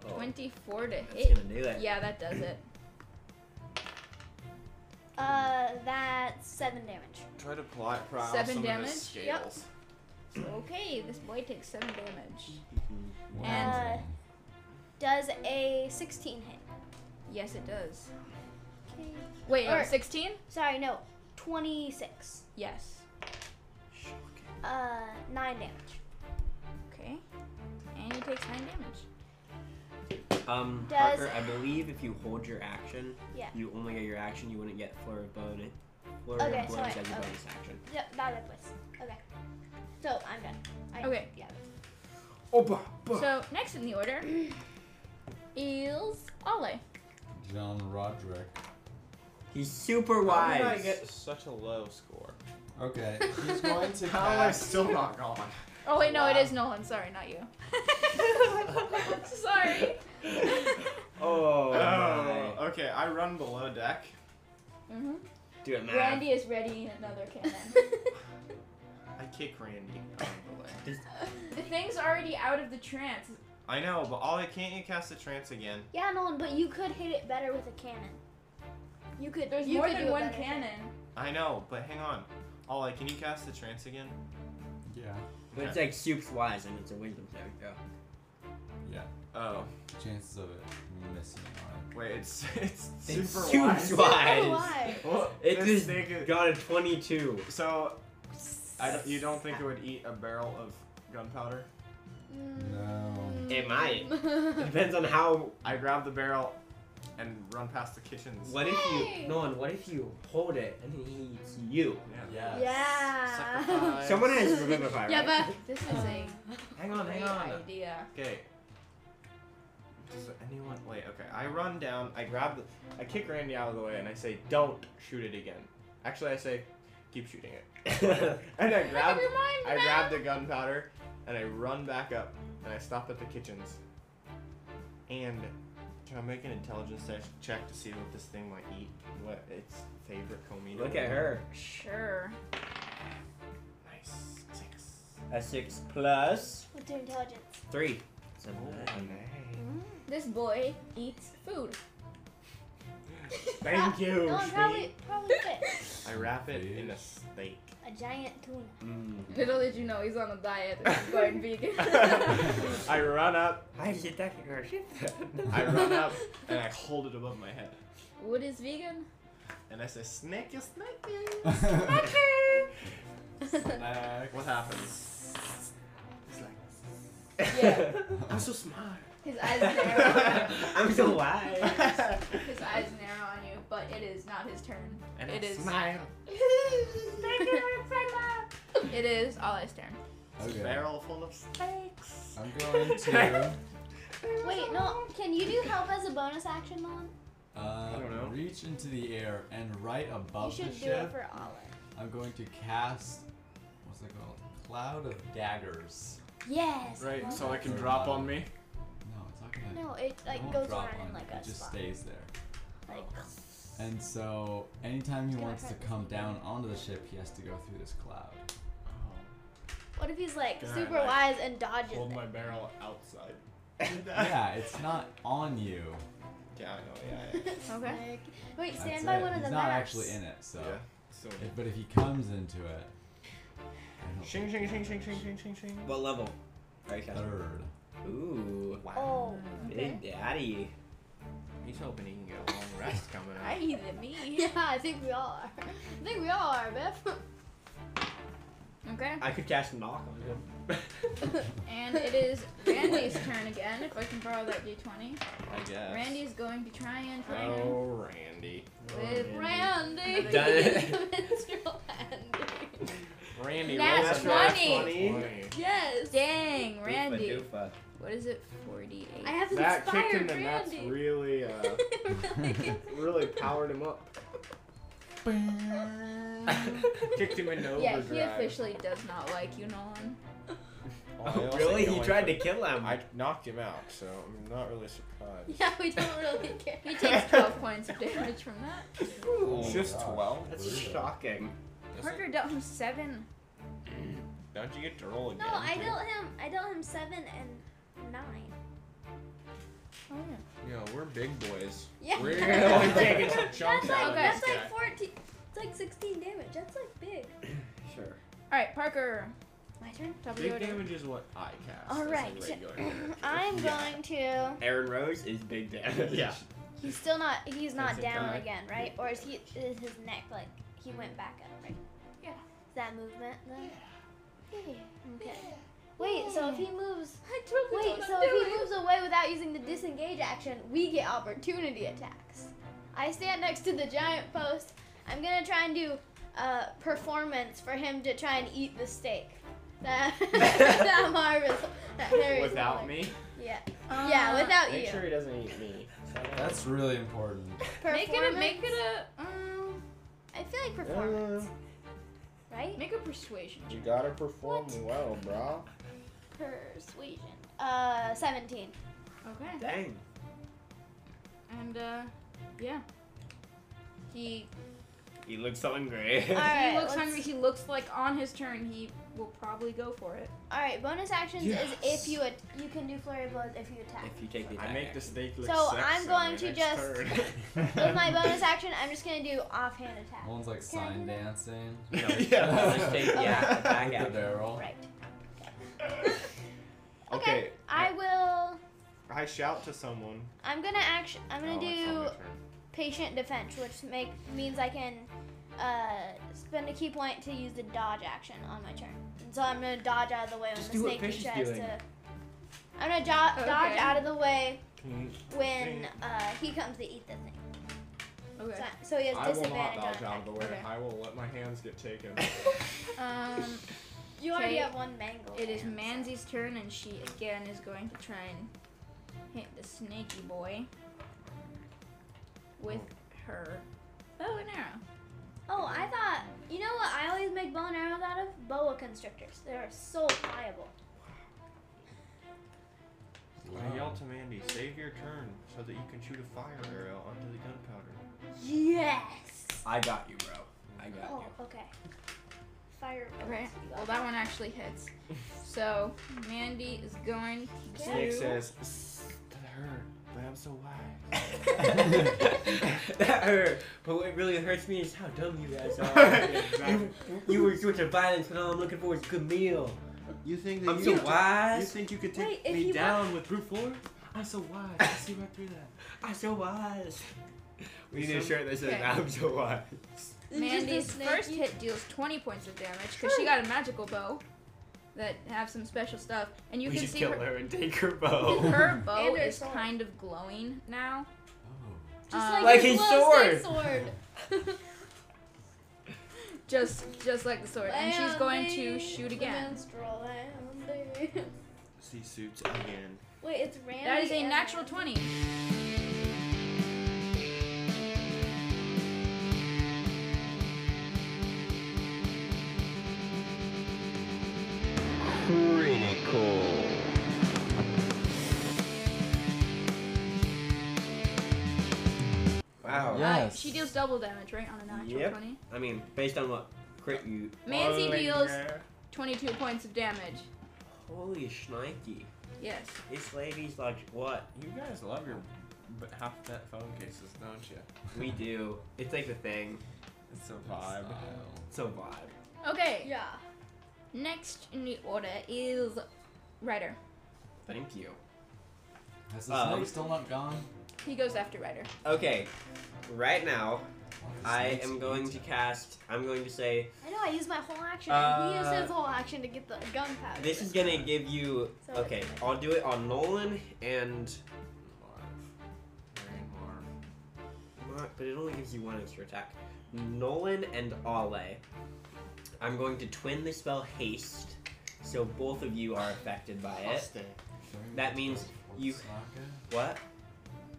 F: Oh.
C: Twenty-four to
A: That's
C: hit.
A: gonna do it.
C: Yeah, that does it.
H: Uh, that's seven damage.
F: Try to ply, pry off
C: Seven
F: some
C: damage?
F: Of his
H: Yep.
F: scales.
C: Okay, this boy takes seven damage.
H: And- uh, Does a 16 hit?
C: Yes, it does.
H: Okay.
C: Wait,
H: Or-
C: sixteen?
H: Sorry, no, 26.
C: Yes.
H: Uh, nine damage.
C: Okay. And he takes nine damage.
A: Um,
H: Does-
A: Parker, I believe if you hold your action,
H: Yeah.
A: you only get your action. You wouldn't get flurry of bonus. Flurry
H: Okay,
A: of
H: so
A: blows
H: I-
A: as a
H: okay.
A: bonus action.
H: Yep, that it was. Okay. So I'm done. I,
C: Okay.
H: Yeah.
A: Oh, bah, bah.
C: So next in the order is Ale.
B: John Roderick.
A: He's super
G: Why
A: wise.
G: did I get such a low score?
B: Okay, he's going to
F: How am I
B: cast.
F: still not gone?
C: Oh wait, no, it is Nolan. Sorry, not you. Sorry.
A: Oh,
F: Oh, okay. I run below deck.
C: hmm
A: my. Do it, man.
C: Randy is readying another cannon.
F: I kick Randy out of the way.
C: The thing's already out of the trance.
F: I know, but all I can't you cast the trance again.
H: Yeah, Nolan, but you could hit it better with a cannon. You could.
C: There's
H: you
C: more
H: could do
C: than
H: it
C: one
H: better.
C: cannon.
F: I know, but hang on. Ollie, can you cast the trance again?
B: Yeah,
A: But it's like soup's wise and it's a wisdom saving throw.
B: yeah.
F: Oh,
B: Chances of it missing are.
F: wait, it's it's super
A: It's
F: wise.
A: soup's
H: Oh,
A: wise.
E: Why?
F: Well,
A: It
F: this
A: just
F: thing is-
A: got a 22.
F: So, I don't, you don't think it would eat a barrel of gunpowder?
H: Hmm.
B: No.
H: Mm.
A: It might. Depends on how.
F: I grab the barrel and run past the kitchens.
A: What if you. Nolan, what if you hold it and then he eats you?
F: Yeah.
B: Yes.
E: Ah.
H: Yeah.
F: Sacrifice.
A: Someone has Revivify, right?
C: Yeah, but this is a
F: Hang on,
C: great
F: hang on.
C: idea.
F: Okay. Does anyone wait? Okay, I run down. I grab the. I kick Randy out of the way, and I say, "Don't shoot it again." Actually, I say, "Keep shooting it." and I grab.
C: Never mind.
F: I
C: man.
F: grab the gunpowder, and I run back up, and I stop at the kitchens. And can I make an intelligence te- check to see what this thing might eat? What its favorite comida?
A: Look
F: would
A: at
F: be?
A: her.
C: Sure.
F: Nice six.
A: A 6 plus
H: What's your intelligence?
A: 3.
F: Oh, nice.
C: This boy eats food.
F: Thank you.
H: Nolan,
F: Shmi.
H: probably, probably fit.
F: I wrap it in a steak.
H: A giant tuna.
A: Mm.
C: Little did you know he's on a diet. He's going vegan.
F: I run up,
A: How did you get that conversion?
F: I run up, and I hold it above my head.
C: what is vegan?
F: And I say, Snakey, snakey.
B: Snack.
F: What happens? It's like,
C: Yeah.
F: I'm so smart.
C: His eyes narrow.
A: I'm so wise.
C: His eyes narrow on you, but it is not his turn.
F: And
C: It
F: I
C: is-
F: smile.
C: It is Ale's turn.
F: It's a
B: Okay.
F: barrel full of snakes.
B: I'm going to
E: Wait, no. Can you do help as a bonus action, Mom?
B: uh,
F: don't know.
B: reach into the air and right
E: You
B: above the
E: should do it
B: ship,
E: for Olive.
B: I'm going to cast what's it called? Cloud of daggers.
E: Yes. I
F: Right,
E: love
F: so I
E: it.
F: can drop on me.
B: No, it's not gonna.
E: No, it
B: it
E: like
B: won't
E: goes
B: drop
E: around
B: on
E: in like
B: you,
E: a
B: It just
E: spot.
B: stays there.
E: Like,
B: And so, anytime he
E: gonna
B: wants to
E: hurt this
B: come down onto the ship, he has to go through this cloud.
F: Oh.
E: what if he's like
F: Can I,
E: super
F: like,
E: wise and dodges
F: Hold
E: it?
F: my barrel outside.
B: yeah, it's not on you.
F: Yeah, I know, yeah, yeah.
C: Okay.
E: Like, wait,
B: That's
E: stand by
B: it.
E: one of
B: He's
E: the
B: not
E: maps.
B: actually in it, so.
F: Yeah. So,
B: If- but if he comes into it, I don't
F: shing, shing, shing, shing, shing, shing, shing, shing.
A: What level? Are you casting?
B: Third.
A: Ooh.
E: Oh,
C: Okay.
A: Big daddy.
F: He's hoping he can get a long rest coming
C: I eat it, me.
E: yeah, I think we all are. I think we all are, Biff.
C: Okay.
A: I could cast knock on him.
C: And it is Randy's turn again, if I can borrow that d20.
F: I guess.
C: Randy's going to try and find him
F: Oh, Randy.
C: with
E: Randy.
A: Done it.
E: Minstrel Andy.
F: Randy,
C: Nat
F: roll that
C: 20.
F: 20.
E: Yes.
C: Dang, Randy.
A: Doofa, doofa.
C: What is it? 48.
E: I have
F: That
E: inspired
F: kicked him, and that's
E: Randy.
F: really, uh, really powered him up.
A: Oh,
F: Kicked him into
C: yeah,
F: overdrive.
C: he officially does not like you, Nolan.
F: Oh, I
A: Oh,
F: also
A: really?
F: don't
A: He
F: like
A: tried to
F: him.
A: kill him.
F: I knocked him out, so I'm not really surprised.
E: yeah, we don't really care.
C: He takes 12 points of damage from that.
A: Oh,
B: my
F: Just
B: gosh.
F: 12?
B: Brutal.
A: shocking.
C: Parker dealt him 7.
F: mm, Don't you get to roll
E: No,
F: again?
E: I
F: too?
E: dealt him. I dealt him seven and nine.
C: Oh, yeah.
F: Yeah, we're big boys.
E: Yeah.
F: We're
E: that's
F: really taking some
E: like
F: chunks out of
E: that's
F: this guy.
E: like fourteen. It's like sixteen damage. That's like big.
A: Sure.
C: Alright, Parker.
E: My turn.
C: Top of the
F: Big
C: order.
F: damage is what I cast.
E: All
F: as a
E: right.
F: regular character.
E: I'm
F: Yeah.
E: going to.
A: Aaron Rose is big damage.
F: Yeah.
E: He's still not. He's not
F: That's a
E: down
F: guy.
E: again, right? Or is he? Is his neck like he
F: Mm.
E: went back up, right?
C: Yeah.
E: Is that movement then? Okay. Wait. So if he moves.
C: I told
E: Wait. So if he moves away without using the disengage action, we get opportunity attacks. I stand next to the giant post. I'm gonna try and do uh, performance for him to try and eat the steak. That that Marvis. That Harry's
F: Without
E: mother-
F: me?
E: Yeah.
C: Uh,
E: yeah. Without
F: Make
E: you.
F: sure he doesn't eat me.
B: That's really important.
C: Make it a,
E: Performance-
C: make it a, um,
E: I feel like performance, right?
C: make a persuasion.
F: you gotta perform well, brah.
E: Persuasion. Uh, 17.
C: Okay.
A: Dang.
C: And, uh, yeah. He,
A: He looks hungry.
E: All right,
C: he looks
E: let's-
C: hungry. He looks like on his turn, he will probably go for it.
E: All right, bonus actions
A: Yes.
E: is if you at- you can do flurry of blows if you attack.
A: if you take the
F: I
A: attack
F: make the
A: action.
F: steak look
E: So,
F: sexy
E: I'm
F: on
E: going
F: the
E: to
F: next
E: just-
F: turn.
E: With my bonus action, I'm just gonna do offhand attack.
B: One's like
E: Can I do
B: sign
E: that?
B: dancing.
F: yeah.
A: Let's take yeah, attack
B: With the
A: action.
B: barrel.
E: Right.
F: Okay.
E: I will.
F: I shout to someone.
E: I'm gonna action. I'm gonna
F: Oh, it's on
E: do
F: my turn.
E: patient defense, which make means I can uh, spend a key point to use the dodge action on my turn. And so I'm gonna dodge out of the way when
A: Just
E: the
A: do what
E: snake
A: Fish is
E: tries
A: doing.
E: to. I'm gonna do- dodge
C: Okay.
E: out of the way
F: Can you-
E: when uh, he comes to eat the thing.
C: Okay.
E: So, so he has
F: I will not
E: disadvantage on
F: dodge out of
E: attack.
F: the way.
C: Okay.
F: I will let my hands get taken.
C: Um,
E: You already
C: Okay.
E: have one mangle.
C: it is
E: down, so-
C: Manzy's turn, and she again is going to try and hit the snaky boy with her bow and arrow.
E: Oh, I thought. You know what? I always make bow and arrows out of boa constrictors. They're so pliable.
F: I yell to Mandy, save your turn so that you can shoot a fire arrow onto the gunpowder.
E: Yes.
A: I got you, bro. I got
E: Oh, okay. Fire.
C: Okay. Well, that one actually hits. So Mandy is going to.
F: Snake says, "Sss, that hurt, but I'm so wise.
A: you. that hurt. But what really hurts me is how dumb you guys are. you, you were switching to violence when all I'm looking for is a good meal.
J: You think that
A: I'm
J: you,
A: so wise.
J: think you could take
E: Wait, if
J: me
E: you
J: down
E: want-
J: with brute force? I'm so wise. I see right through that.
A: I'm so wise. We need a
J: So-
A: shirt that says
C: Okay.
A: I'm so wise.
C: Mandy's first hit deals 20 points of damage because she got a magical bow. that have some special stuff, and you
F: we
C: can
F: should
C: see
F: kill
C: her,
F: her and take her bow.
C: her bow
H: And her
C: is
H: sword.
C: kind of glowing now.
B: Oh.
E: uh,
H: Just
C: Um,
H: like,
A: Like his
H: his glow-stick sword.
C: just just like the sword, and she's going to
H: Landing
C: shoot
H: the
C: again.
H: minstrel landing.
D: See suits again.
H: Wait, it's random.
C: That is a natural twenty.
F: Wow.
C: Uh,
B: Yes.
C: she deals double damage, right, on a natural
A: Yep.
C: twenty.
A: I mean, based on what crit you.
C: Mancy
A: Oh,
C: deals
A: yeah.
C: twenty-two points of damage.
A: Holy shnikey.
C: Yes.
A: This lady's like, what?
F: You guys love your b- half pet phone cases, don't you?
A: We do. It's like the thing.
F: It's a vibe.
B: Style.
A: It's a vibe.
C: Okay.
H: Yeah.
C: Next in the order is Ryder.
A: Thank you.
B: Has the
A: Um,
B: snake still not gone?
C: He goes after Ryder.
A: Okay, right now
B: Why the
A: I
B: snakes
A: am going to
B: eat
A: cast. I'm going to say
H: I know. I used my whole action. and he used
A: Uh,
H: his whole action to get the gunpowder.
A: this is gonna give you.
H: So it's
A: Okay, I'll do it on Nolan and. Mark, But it only gives you one extra attack. Nolan and Ale. I'm going to twin the spell haste, so both of you are affected by
F: Eh?
A: it.
B: During
A: That
B: the
A: means
B: first
A: you-
B: Slaka?
A: What?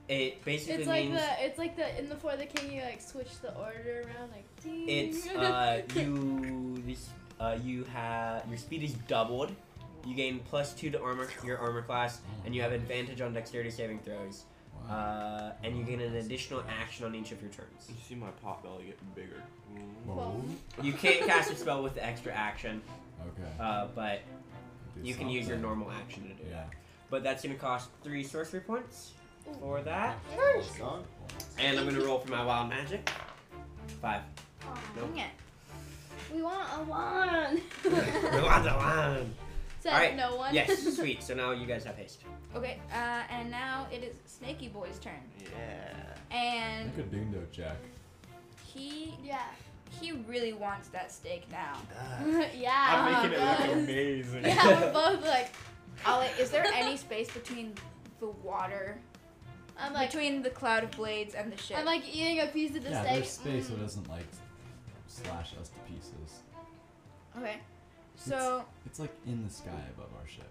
A: It basically
H: It's like
A: means
H: the it's like the in the for the king you like switch the order around like. ding.
A: it's uh you this uh you have your speed is doubled. You gain plus two to armor your armor class, and you have advantage on dexterity saving throws.
B: Wow.
A: Uh, and you gain an additional action on each of your turns.
G: You see my pot belly getting bigger.
J: Mm-hmm.
G: Mm.
H: Well,
A: You can't cast a spell with the extra action,
B: okay.
A: uh, but
B: Do
A: you can use your
B: something.
A: normal action to do it.
B: Yeah.
A: But that's gonna cost three sorcery points for that,
F: Gone?
A: and I'm gonna roll for my wild magic. Five.
H: Aw,
A: Nope.
H: dang it. We want a one.
A: One's a one.
H: Said
A: Alright,
H: no one.
A: Yes, sweet. So now you guys have haste.
C: Okay. Uh, and now it is Snaky Boy's turn,
F: Yeah.
C: and
B: Make a Dundo check.
C: he
H: yeah.
C: he really wants that steak now.
E: Uh,
H: yeah.
F: I'm
C: Ah,
F: making it look
H: guys.
F: amazing.
H: Yeah, we're both like. Oh,
C: Ollie, is there any space between the water,
H: I'm like.
C: between the cloud of blades and the ship?
H: I'm like eating a piece of the
B: yeah,
H: steak.
B: there's space that
H: Mm.
B: doesn't like slash us to pieces.
C: okay. So
B: It's like in the sky above our ship.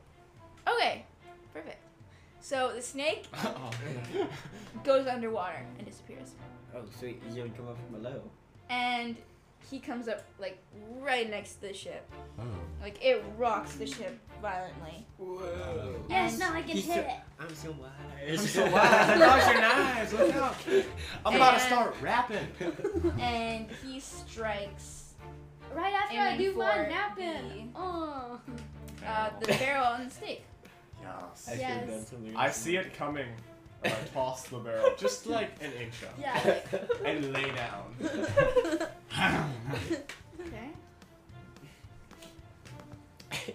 C: okay, perfect. So the snake goes underwater and disappears,
A: Oh, sweet. He's gonna come up from below.
C: and he comes up like right next to the ship.
B: Oh.
C: Like it rocks the ship violently.
B: Whoa.
H: Yeah, it's not like it
A: He's
H: hit
A: so-
H: it.
A: I'm so wise.
F: I'm so wild. Dodge your knives. Look out. I'm about to
C: And-
F: start rapping.
C: and he strikes
H: Mm. Right after I
C: Aiming
H: do my
C: for
H: napping.
C: the-
H: Oh.
C: uh, the barrel on the stake.
F: Yes.
A: I
H: Yes.
F: I see it coming. and I toss the barrel just like an inch up
H: Yeah. Like,
F: and lay down.
C: Okay.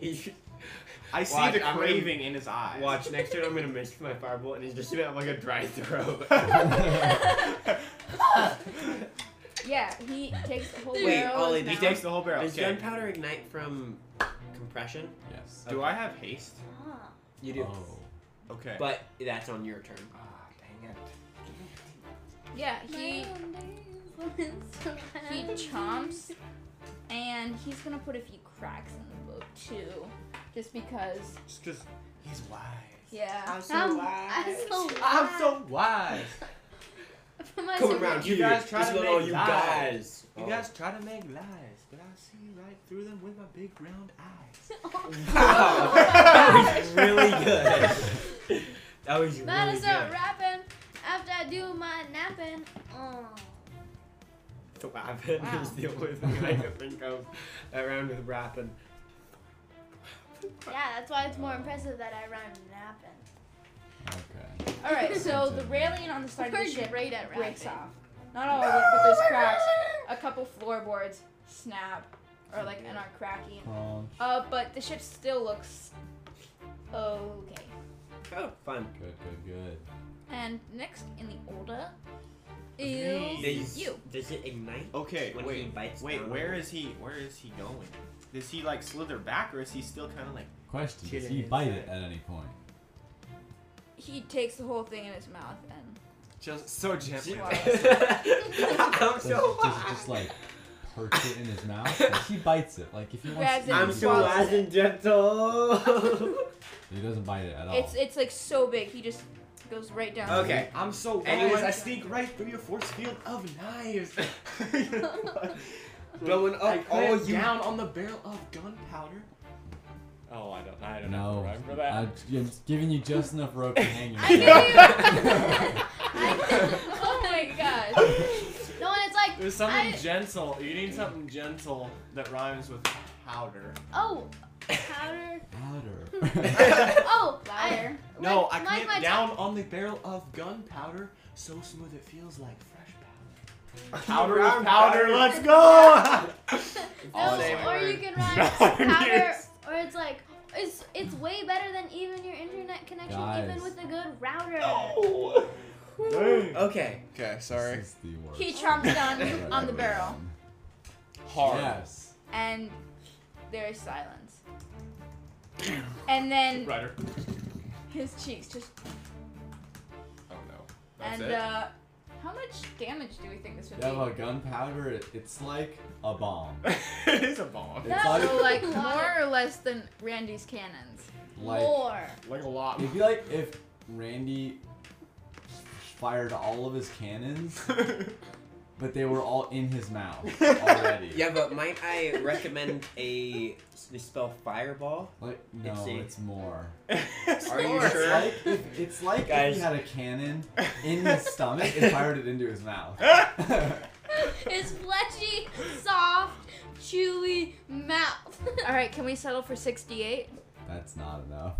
A: it.
F: I see
A: Watch,
F: the
A: I'm gonna-
F: craving in his eyes.
A: Watch next turn. I'm gonna miss my fireball, and he's just gonna have like a dry throat.
C: Yeah, he takes the whole
A: Wait,
C: barrel. in
A: Ollie,
C: his
A: did
F: He
A: you
C: mouth.
F: takes the whole barrel.
A: Does
F: Okay.
A: gunpowder ignite from compression?
B: Yes.
F: Do I have haste?
H: ah.
A: You do.
B: Oh.
F: Okay.
A: But that's on your turn.
F: ah, dang it.
C: Yeah, he
H: My own days when it's around
C: he
H: me.
C: chomps, and he's gonna put a few cracks in the boat too, just because.
F: It's just he's wise.
C: Yeah.
H: I'm, I'm so
F: I'm so wise.
H: I'm so-
A: Coming around
F: you
A: here.
F: guys try
A: This
F: to
A: one
F: make
A: all you
F: lies.
A: guys. Oh.
F: You guys try to make lies, but I see right through them with my big round eyes.
A: Wow. that was really good. That was
H: About
A: really
H: to start
A: good.
H: rapping after I do my napping. Oh.
A: Thwapping is the only thing I could think of. That round with rapping.
H: Yeah, that's why it's more impressive that I rhymed napping.
B: Okay.
C: All right, so the railing on the side of
H: We're
C: the ship
H: great at
C: breaks
H: rapping.
C: off. Not all of it, but there's cracks. A couple floorboards snap, or like and are cracking.
B: Crunch.
C: Uh, but the ship still looks okay.
A: Oh, fun.
B: Good, good, good.
C: And next in the order is you.
A: Does it ignite
F: Okay,
A: when he
F: wait,
A: bites?
F: wait.
A: down
F: Where
A: on it?
F: is he? Where is he going? Does he like slither back, or is he still kind of like?
B: Question: Does
F: Get
B: he
F: it
B: bite
F: inside.
B: it at any point?
C: He takes the whole thing in his mouth and
F: Just so gently.
A: I'm
B: Does,
A: so
B: does it just like perch it in his mouth? Like, he bites it. Like if he wants
C: Grabs
B: to.
C: it
B: eat
A: I'm
C: and
B: he
A: so
C: swallows
B: bites
A: wise
B: it.
A: and gentle.
B: He doesn't bite it at all.
C: it's it's like so big. He just goes right down.
A: okay.
F: I'm so wise.
A: Anyone-
F: I sneak right through your force field of knives.
A: Blowing
F: I
A: up all
F: clamp
A: you.
F: down on the barrel of gunpowder.
G: Oh, I don't. I don't
B: no,
G: remember that.
B: I'm j- I'm just giving you just enough rope to hang
E: I knew you.
B: yourself.
E: I knew-
C: Oh my god.
E: no, and it's like,
F: There's something
E: I-
F: gentle. You need something gentle that rhymes with powder.
E: oh, powder.
B: Powder.
E: Oh, I,
C: Louder.
F: No,
E: like-
F: I
E: like
F: clamp
E: my
F: down on the barrel of gunpowder so smooth it feels like fresh powder. Powder
A: Brown
F: is powder,
A: powder.
F: let's go!
E: No,
A: Same
E: or you
A: word.
E: can rhyme
G: Darn
E: powder,
G: yes.
E: or it's like it's it's way better than even your internet connection,
B: Guys.
E: even with a good router.
A: Okay.
F: okay,
B: This is the worst.
C: He chomps down
B: I've
C: on the
B: ever
C: barrel
B: done.
F: Hard.
B: Yes.
C: and there is silence. And then
F: Rider.
C: his cheeks just
F: Oh no.
C: and uh how much damage do we think this would be?
B: Yeah, well, gunpowder, it, it's like a bomb.
F: it is a bomb.
B: It's like,
C: So like more or less than Randy's cannons.
B: like
E: More.
F: Like a lot.
B: it'd be like if Randy fired all of his cannons, but they were all in his mouth already.
A: Yeah, but might I recommend a s- spell fireball?
B: Like no,
A: It's a-
B: it's, more.
A: Are you
B: It's
A: sure?
B: like if, it's like if
A: Guys.
B: he had a cannon in his stomach and fired it into his mouth.
E: It's fleshy, soft, chewy mouth.
C: All right, can we settle for 68?
B: That's not enough.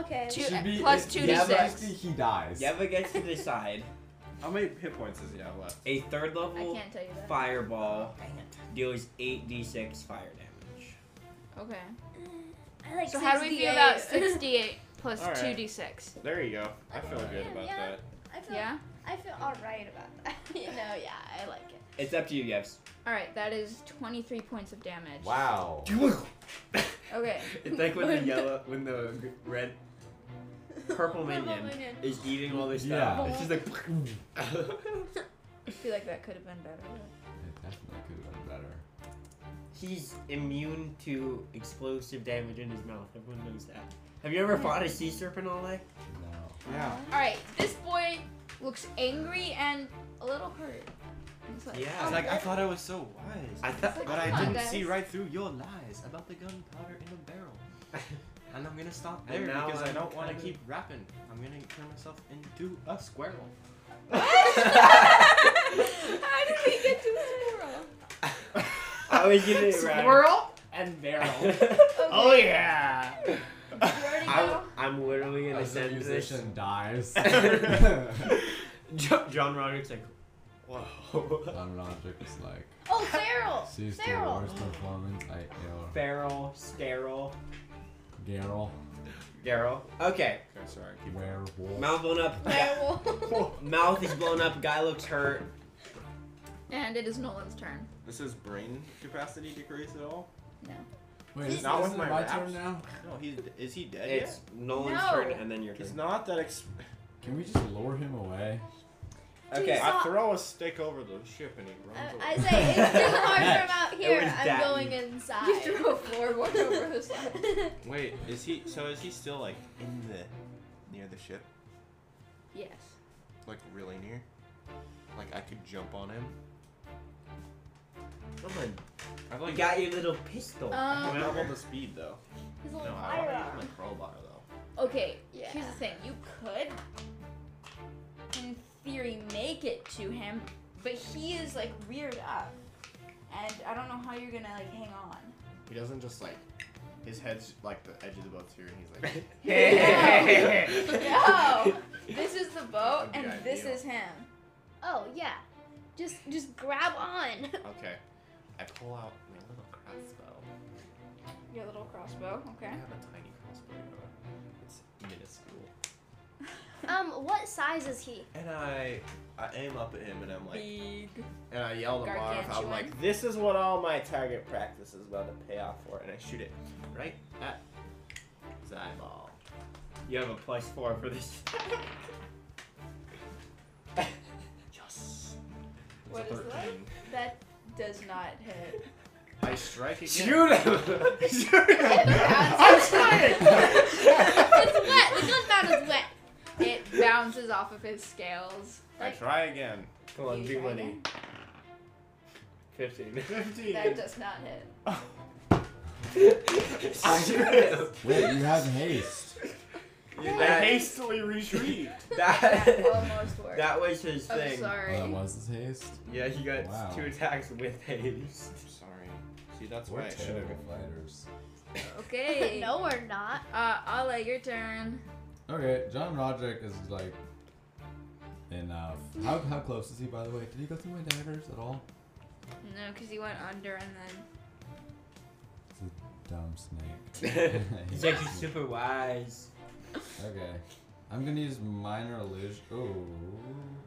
E: okay.
C: Two-
B: Should be-
C: plus
B: it-
C: two to
B: yeah, but
C: six.
B: He dies.
A: Yeva gets to decide.
F: How many hit points does he have left?
A: A third
C: I
A: level
C: can't Oh, tell you that.
A: fireball deals 8d6 fire damage.
C: Okay.
E: I like
C: So how do we feel about
E: 68.
C: 68 plus
F: All right.
C: 2d6?
F: There you go. I feel
B: Uh,
F: good about
E: yeah.
F: that.
E: I feel,
C: Yeah?
E: I feel all right about that. you know, yeah, I like it.
A: It's up to you, Yevs.
C: All right, that is 23 points of damage.
B: Wow.
C: Okay.
A: It's like when the yellow, when the g- red, purple minion
E: minion.
A: is eating all this
B: Yeah.
A: stuff. It's just like.
C: I feel like that could have been better.
B: It definitely could have been better.
A: He's immune to explosive damage in his mouth. Everyone knows that. Have you ever fought a sea serpent all day?
B: No.
F: Yeah.
C: All right, this boy looks angry and a little hurt. He's like, oh,
A: Yeah.
F: It's like I thought I was so wise.
A: I thought.
F: But I
C: Come on,
F: didn't
C: guys.
F: see right through your lies about the gunpowder in a barrel. And I'm gonna stop
A: And
F: there
A: now
F: because I
A: I'm
F: don't want to
A: kinda-
F: keep rapping. I'm gonna turn myself into a squirrel.
C: How did we get to squirrel?
A: I was giving it right.
F: Squirrel and barrel. oh yeah.
A: I'm, I'm literally gonna
B: As the
A: send this.
B: musician dies.
A: Jo- John Roderick's like, whoa.
B: Don Roderick was like,
E: Oh, feral.
B: she's the
E: Feral.
B: worst performance I ever.
A: Feral, sterile,
B: Geralt,
A: Daryl. Okay,
F: Okay, sorry.
B: werewolf.
A: mouth blown up.
E: Werewolf.
A: mouth is blown up. Guy looks hurt.
C: And it is Nolan's turn.
F: This is brain capacity decrease at all?
B: Wait, is
F: Not
B: not
F: with
B: my,
F: my
B: my
F: raps.
B: turn now?
F: No, he's is he dead
A: It's Nolan's
C: No.
A: turn, and then your
F: yet? He's
A: turn.
F: not that. Ex-
B: Can we just lure him away?
A: Okay,
E: He's-
F: I throw a stick over the ship and he runs.
E: I, I
F: over.
E: say it's too hard from out
A: It
E: here.
A: was
E: I'm
A: that
E: going
A: easy.
E: inside.
C: You threw a floorboard over his head.
F: Wait, is he? So is he still like in the near the ship?
C: Yes.
F: Like really near? Like I could jump on him?
A: come on.
F: I've
A: You
F: like
A: got your little pistol.
C: Um,
F: I've doubled the speed though.
E: He's a
F: No,
E: little
F: I want to
E: firearm.
F: use my crowbar though.
C: Okay,
E: Yeah.
C: here's the thing. You could, in theory, make it to him, but he is like reared up, and I don't know how you're gonna like hang on.
F: He doesn't just like. His head's like the edge of the boat's here, and he's like,
C: No, this is the boat,
F: That'd be
C: and this
F: ideal.
C: is him.
E: Oh yeah, just just grab on.
F: okay. I pull out my little crossbow.
C: Your little crossbow,
F: I
C: okay?
F: have a tiny crossbow. you know. It's minuscule.
H: Um, what size is he?
F: And I, I aim up at him and I'm like,
C: Big.
F: and I yell to Marv, I'm
C: Gargantuan.
F: like, this is what all my target practice is about to pay off for. And I shoot it right at his eyeball.
A: You have a plus four for this.
F: Yes. It's
C: What
F: a
C: is that?
F: 13.
C: That does not hit.
F: I strike again.
A: Shoot him! Shoot him!
C: I'm
E: It's wet. The gunpowder's wet.
C: It bounces off of his scales.
F: I try again.
A: Come on,
C: You
A: big
C: try
A: money. Fifteen.
F: 15.
C: That does not hit.
B: Wait, you have haste.
F: I hastily retreat.
C: That
A: That,
C: almost worked.
A: that was his
C: I'm
A: thing.
C: sorry.
B: That was his haste.
A: Yeah, he got
B: Wow.
A: two attacks with haste.
F: Sorry. See, that's why
B: We're
F: I should have.
B: terrible fighters.
C: Okay.
H: no, we're not.
C: Uh, Ala, your turn.
B: Okay, John Roderick is like enough. How, how close is he, by the way? Did he go through my daggers at all?
C: No, because you went under and then.
B: It's a dumb snake.
A: He's actually super wise.
B: Okay. I'm gonna use minor illusion. Oh,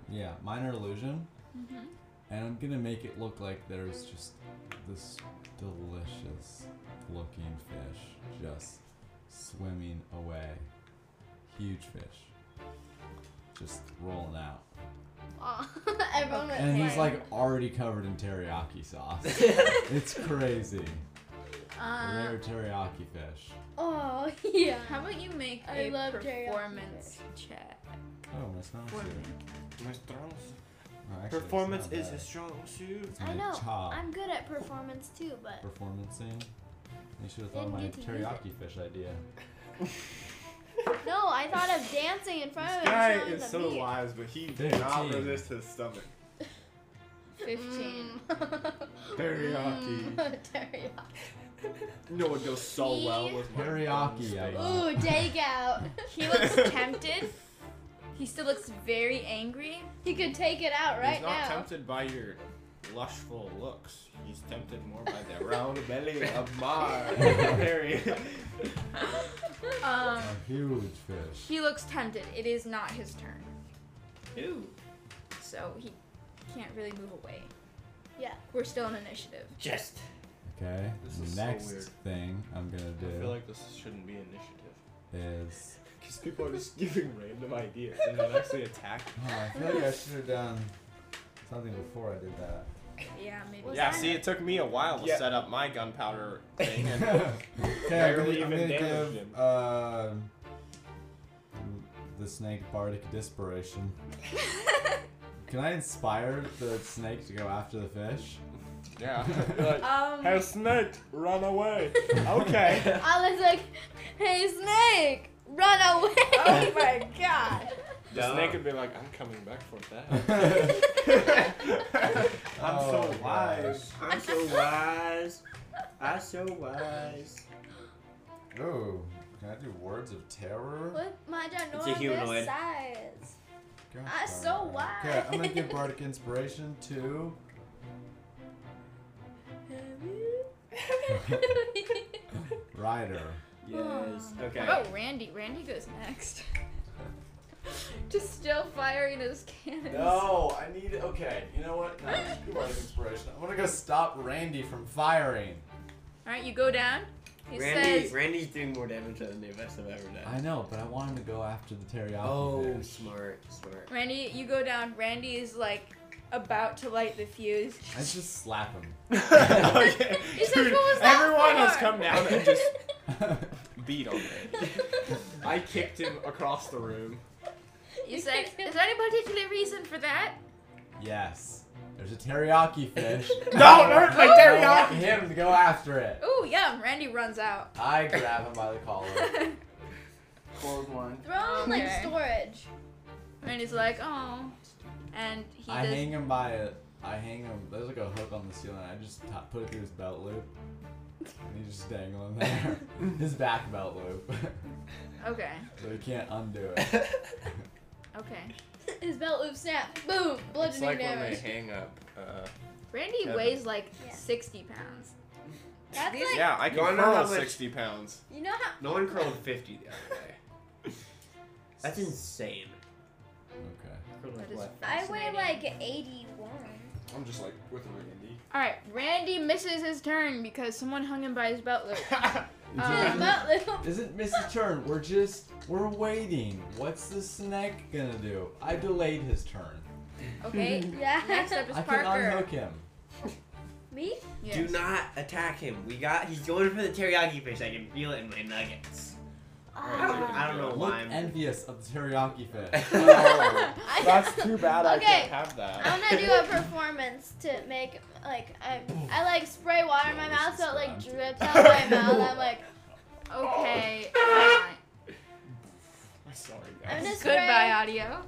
B: yeah, minor illusion, and I'm gonna make it look like there's just this delicious looking fish just swimming away. Huge fish, just rolling out,
E: Aw, Everyone went
B: and he's
E: flying.
B: like already covered in teriyaki sauce. it's crazy.
C: Uh,
B: Rare teriyaki fish.
E: Oh yeah.
C: how about you make
E: I
C: a
E: love teriyaki
C: performance check?
B: Oh, my stomach's
C: for me?
B: here.
F: My strong suit.
B: Oh, actually, it's
F: Performance
B: not
F: is
B: bad.
F: a strong suit.
B: It's
H: I
B: my
H: know.
B: chop.
H: I'm good at performance too, but
B: performancing. They should have thought of my
H: Didn't get to use
B: teriyaki fish idea.
H: no, I thought of dancing in front
F: This
H: of him.
F: guy
H: showing
F: is
H: the
F: so
H: meat.
F: wise, but he
B: Thirteen.
F: cannot resist his stomach.
E: Mm.
C: 15.
F: Teriyaki.
C: Mm.
E: Teriyaki.
F: No one goes so
H: See?
F: well with my
B: Teriyaki, I love.
E: Ooh, take out.
C: He looks tempted. He still looks very angry.
E: He could take it out right
F: He's not
E: now.
F: tempted by your lustful looks. He's tempted more by the round belly of Mars. Terry.
C: Um,
B: A huge fish.
C: he looks tempted. It is not his turn,
A: Ooh.
C: so he can't really move away.
E: Yeah.
C: We're still in initiative.
A: Just.
B: Okay.
F: This is so
B: Next
F: weird.
B: thing I'm gonna
F: I feel
B: do
F: like this shouldn't be initiative.
B: is.
F: Because people are just giving random ideas and then actually attack.
B: Oh, I feel like I should have done something before I did that.
C: Yeah, maybe.
H: Was
F: Yeah,
H: that-
F: see, it took me a while to
A: Yeah.
F: set up my gunpowder thing. And
B: okay, I'm
F: Barely
B: gonna, I'm
F: even
B: gonna
F: damaged
B: give
F: him.
B: um, the snake bardic dispiration. Can I inspire the snake to go after the fish?
F: yeah. Like,
C: Um,
F: Hey, snake, run away. Okay.
E: Alan's like, hey snake, run away.
C: oh my god.
F: the
A: Duh.
F: snake would be like, I'm coming back for that.
B: I'm
F: I'm
B: Oh,
F: so wise.
A: I'm so wise. I'm so wise.
B: Oh, can I do words of terror?
E: What my
A: It's a humanoid.
E: ginormous size?
B: Gosh
E: I'm
B: darn
E: so
B: it. Okay, I'm gonna give
E: wise.
B: bardic inspiration to. Ryder.
A: Yes. Okay.
C: How about Randy? Randy goes next. Just still firing his cannons.
B: No, Oh, I need. Okay, you know what? No, I'm gonna do bardic inspiration. I'm gonna go stop Randy from firing.
C: Alright, you go down. He
A: Randy,
C: says,
A: Randy's doing more damage than the best I've ever done.
B: I know, but I want him to go after the teriyaki.
A: Oh,
B: fish.
A: smart, smart.
C: Randy, you go down. Randy is like about to light the fuse.
B: I just slap him.
F: okay.
C: He says,
F: Dude,
C: "What was that
F: everyone has
C: for?"
F: come down and just beat on me. I kicked him across the room.
C: You said, is there any particular reason for that?
B: yes. There's a teriyaki fish.
F: Don't hurt
C: Oh,
F: my
B: I want
F: teriyaki.
B: him to go after it.
C: Ooh, yum. Randy runs out.
B: I grab him by the collar.
D: Clothesline.
E: Throw him like
C: Okay.
E: storage.
C: Randy's like, oh. And he
B: I
C: does.
B: hang him by a. I hang him. There's like a hook on the ceiling. I just t- put it through his belt loop, and he's just dangling there. his back belt loop,
C: Okay,
B: so he can't undo it.
C: okay.
E: His belt loop snap. Boom. Bludgeoning
F: It's like when they
E: damage.
F: hang up. Uh,
C: Randy
F: Kevin.
C: weighs like
E: Yeah.
C: 60 pounds.
E: That's
C: These-
E: like
F: yeah, I
A: You wanna
F: can
A: know how
F: curl
A: much-
F: 60 pounds.
E: you know how
A: No one curled 50 the other day. That's insane.
B: Okay.
C: That is
E: I weigh
C: fascinating.
E: like 81.
F: I'm just like with Randy.
C: All right, Randy misses his turn because someone hung him by his belt loop. Um,
B: Isn't Mrs. Turn? We're just we're waiting. What's the snack gonna do? I delayed his turn.
C: okay.
E: Yeah.
C: Next up is
B: I can
C: Parker.
B: unhook him.
E: Me?
C: Yes.
A: Do not attack him. We got. He's going for the teriyaki fish. I can feel it in my nuggets.
H: Ah.
E: Ah.
A: I don't, I don't know
B: Look
A: why. I'm,
B: envious of the teriyaki fish.
E: I-
F: That's too bad I
E: Okay.
F: can't have that.
E: I'm gonna do a performance to make like I, I like spray water in my mouth so it like drips out my mouth. I'm like
C: Okay. fine.
F: I'm sorry,
E: I'm
F: guys.
E: gonna spray.
C: Goodbye, uh, audio.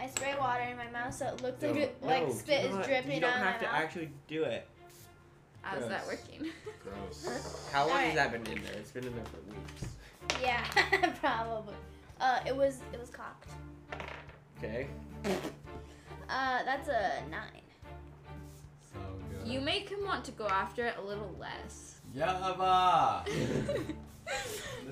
E: I spray water in my mouth so it looks like
F: No,
E: it, like
F: no,
E: spit
F: do
E: is
F: not-
E: dripping
F: You don't
E: out of my
F: have to
E: mouth.
F: actually do it.
C: How's that
F: Gross.
C: working?
F: Gross.
A: how long
E: Alright.
A: has that been in there? It's been in there for weeks.
E: Yeah, probably. Uh, it was it was cocked.
A: Okay.
E: Uh, that's a nine.
B: so good.
C: You make him want to go after it a little less.
B: Yabba!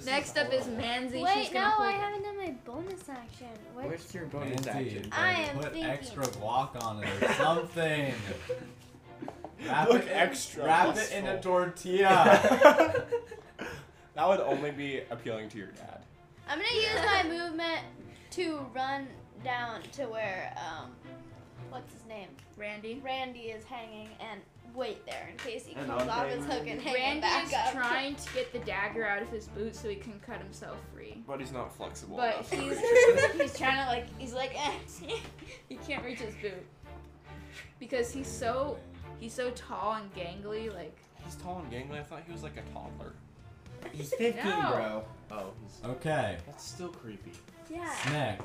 C: Next up is Manzi. She's
E: Wait,
C: gonna
E: no,
C: hold
E: Oh, I haven't done my bonus action. What?
A: Where's your bonus
B: Nancy,
A: action?
E: I
B: like,
E: am
B: put
E: thinking.
B: extra block on it or something. wrap
F: Look
B: it in,
F: extra
B: Wrap it in a
F: blissful.
B: tortilla.
F: That would only be appealing to your dad.
E: I'm gonna use my movement to run down to where um, what's his name?
C: Randy.
E: Randy is hanging and wait there in case he
F: And
E: comes
F: I'm
E: off his
F: hanging.
E: hook and hang it
C: Randy
E: back
C: is
E: up.
C: trying to get the dagger out of his boot so he can cut himself free.
F: But he's not flexible
C: But
F: enough.
C: he's he's trying to like he's like eh. he can't reach his boot because he's so he's so tall and gangly like
F: He's tall and gangly. I thought he was like a toddler.
A: He's 15,
C: No.
A: bro.
F: Oh, he's.
B: Okay,
F: That's still creepy.
E: yeah,
B: snack.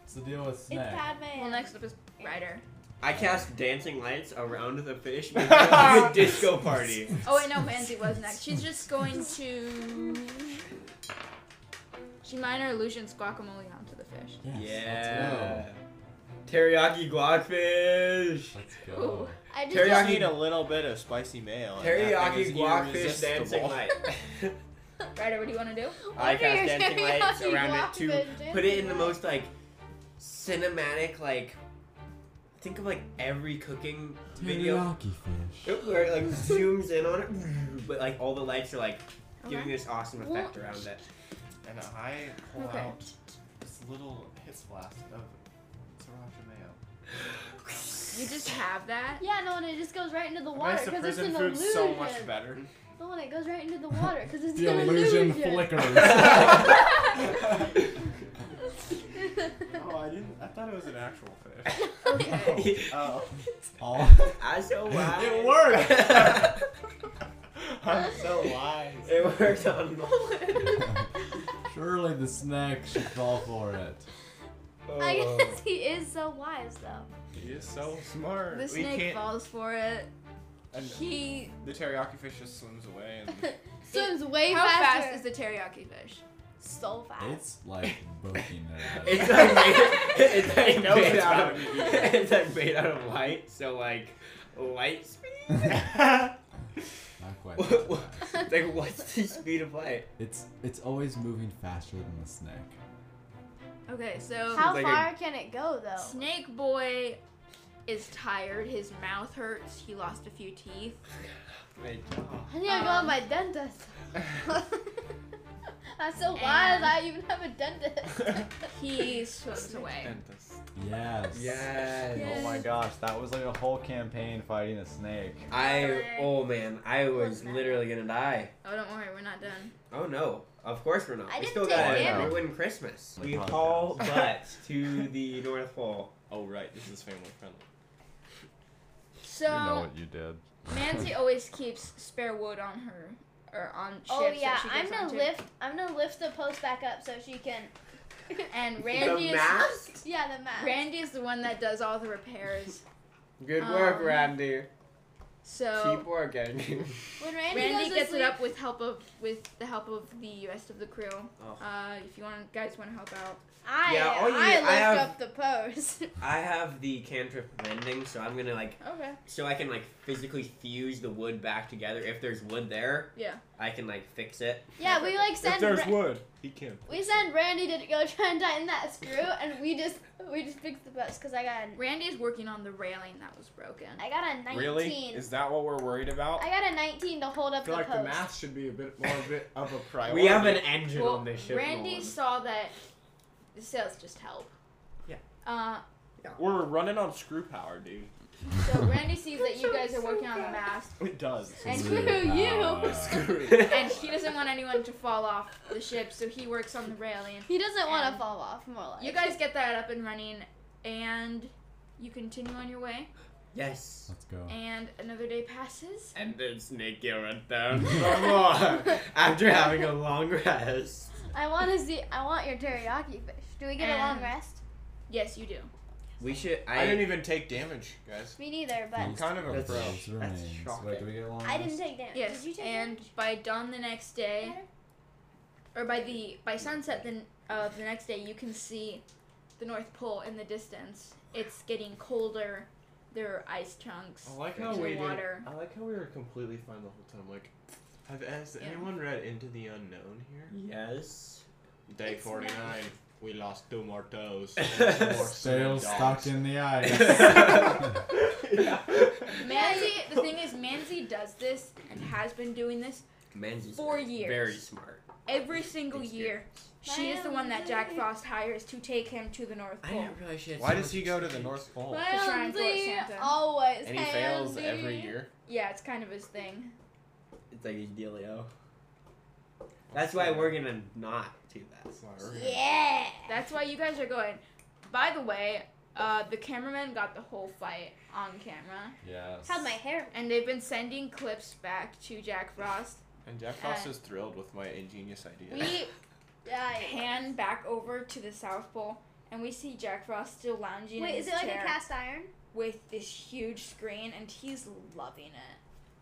B: What's the deal with
E: it's
B: snack?
E: Padme.
C: well next up is Ryder.
A: I cast dancing lights around the fish. making a disco party.
C: Oh wait no Manzi was next. She's just going to she minor illusions guacamole onto the fish.
B: Yes,
A: Yeah. Teriyaki guacfish.
B: Let's go. Let's go.
C: Ooh.
E: I just
A: Teriyaki-
E: don't-
F: need a little bit of spicy mayo. and that thing is
A: Teriyaki guacfish dancing
F: irresistible.
A: light.
C: Ryder, what do you want to
A: I
C: do?
E: What are
A: cast
E: your
A: dancing lights
E: teriyaki
A: around it to
E: guacamole
A: put it in the
E: dancing
A: most like cinematic like. Think of like every cooking video.
B: Teriyaki fish.
A: It- Where it like zooms in on it, but like all the lights are like giving this awesome effect around it.
F: And I pull
C: Okay.
F: out this little piss flask of sriracha mayo.
C: You just have that.
E: Yeah, no, and it just goes right into the water
F: makes the
E: because it's
F: prison
E: an
F: food
E: illusion.
F: so much better.
E: No, and it goes right into the water because it's
B: The
E: an
B: illusion
E: illusion.
B: flickers.
F: Oh, I didn't. I thought it was an actual fish.
C: Okay.
F: oh,
B: All
A: I so wise.
F: it worked. I'm so wise.
A: it worked on.
B: Surely the snack should fall for it.
E: I guess he is so wise though.
F: He is so smart.
C: The
F: we
C: snake
F: can't.
C: falls for it.
F: and
C: He
F: the teriyaki fish just swims away. And
E: Swims way
C: how
E: faster.
C: fast is the teriyaki fish?
E: so fast?
B: It's like booking it.
A: It's like made, it's like
F: knows
A: made
F: it's
A: out of
F: gotta be easy.
A: it's like made out of light, so like light speed.
B: Not quite.
A: What-
B: that
A: what-
B: fast.
A: Like what's the speed of light?
B: It's it's always moving faster than the snack.
C: Okay, so
E: How
A: like a-
E: far can it go though?
C: Snake Boy is tired. His mouth hurts. He lost a few teeth.
A: Wait,
E: I need to go to
C: Um,
E: my dentist. I'm so wise.
C: And-
E: I even have a dentist.
C: He swims away.
B: Yes.
A: Yes.
B: Yes.
K: Oh my gosh, that was like a whole campaign fighting a snake.
A: I oh man, I was
E: Wasn't that-
A: literally gonna die.
C: Oh, don't worry, we're not done.
A: Oh no. Of course we're not.
E: I
A: we
E: didn't
A: still
E: take
A: gotta
B: damage.
A: ruin Christmas.
K: The
A: We
K: podcast.
A: haul butt to the North Pole.
F: oh right, this is family friendly.
C: So
K: you did.
C: Manzi always keeps spare wood on her or on ships.
E: oh yeah,
C: that she
E: I'm
C: goes
E: gonna
C: onto.
E: lift. I'm gonna lift the post back up so she can.
C: And Randy
A: the
C: is
A: mast?
E: Yeah, the map.
C: Randy is the one that does all the repairs.
A: Good
C: Um,
A: work, Randy.
C: So
F: Keep working.
E: When Randy,
C: Randy
E: goes
C: gets
E: to sleep,
C: it up with help of with the help of the rest of the crew.
A: Oh.
C: Uh, if you want guys want to help out,
E: I
A: Yeah, all you- I
E: I looked
A: have-
E: up the pose.
A: I have the cantrip mending, so I'm gonna like
C: okay,
A: so I can like physically fuse the wood back together. If there's wood there,
C: yeah.
A: I can like fix it.
E: yeah, we like
G: If
E: send
G: there's
E: Ra-
G: wood, he can.
E: we send Randy to go try and tighten that screw, and we just we just fixed the pose because I got an,
C: Randy is working on the railing that was broken.
E: I got a nineteen.
F: really? Is that what we're worried about?
E: I got a nineteen to hold
F: I
E: up
F: feel
E: the
F: like
E: post.
F: the math should be a bit more a bit of a priority.
A: We have an engine
C: Well,
A: on this ship.
C: Randy
A: Nolan.
C: saw that the sales just help.
A: Yeah.
C: Uh,
F: We're running on screw power, dude.
C: so Randy sees that you guys are working on the mast,
F: It does.
C: and
B: Screw power.
F: Screw.
C: and he doesn't want anyone to fall off the ship, so he works on the railing.
E: He doesn't want
C: And-
E: to fall off. More like
C: You guys get that up and running, and you continue on your way.
A: Yes.
B: Let's go.
C: And another day passes.
A: And then Snake went down for more after having a long rest.
E: I want to see. I want your teriyaki fish. Do we get a long
C: And-
E: rest?
C: Yes, you do.
A: We should. I,
F: I didn't even take damage, guys.
E: Me neither, but
F: I'm kind of a
A: That's-
F: pro.
B: Those remains. Wait, do
A: shocking.
B: we get along?
H: I didn't take damage.
C: Yes.
H: Did you take
C: and
H: damage?
C: by dawn the next day,
H: Better?
C: or by the by sunset then of the next day, you can see the North Pole in the distance. It's getting colder. There are ice chunks.
F: I like
C: in
F: how
C: the
F: we did.
C: water.
F: I like how we were completely fine the whole time. Like, have has
C: Yeah.
F: anyone read Into the Unknown here?
A: Yes.
F: Day
C: It's
F: 49. We lost two more toes.
B: Sales stuck in the ice.
F: yeah.
C: Manzi, the thing is, Manzi does this and has been doing this
A: Man's is
C: for
A: very-
C: years.
A: Very smart.
C: every single year. She is the one that Jack Frost hires to take him to the North
A: I
C: Pole.
A: didn't realize she had
F: Why
A: so
F: does
A: much
F: he go to the
A: experience.
F: North Pole?
C: To try and flirt
E: Lindsay
C: Santa.
E: always
F: And he fails
E: handy.
F: every year.
C: Yeah, it's kind of his thing.
A: It's like his dealio. That's why we're gonna not do that.
F: That's why we're-
H: Yeah.
C: That's why you guys are going. By the way, uh, the cameraman got the whole fight on camera,
B: yes.
H: How'd my hair?
C: and they've been sending clips back to Jack Frost.
F: And Jack Frost
C: Uh,
F: is thrilled with my ingenious idea.
C: We
H: Yeah.
C: pan back over to the South Pole, and we see Jack Frost still lounging in
H: Wait,
C: his
H: is it like
C: chair
H: a cast iron?
C: with this huge screen, and he's loving it.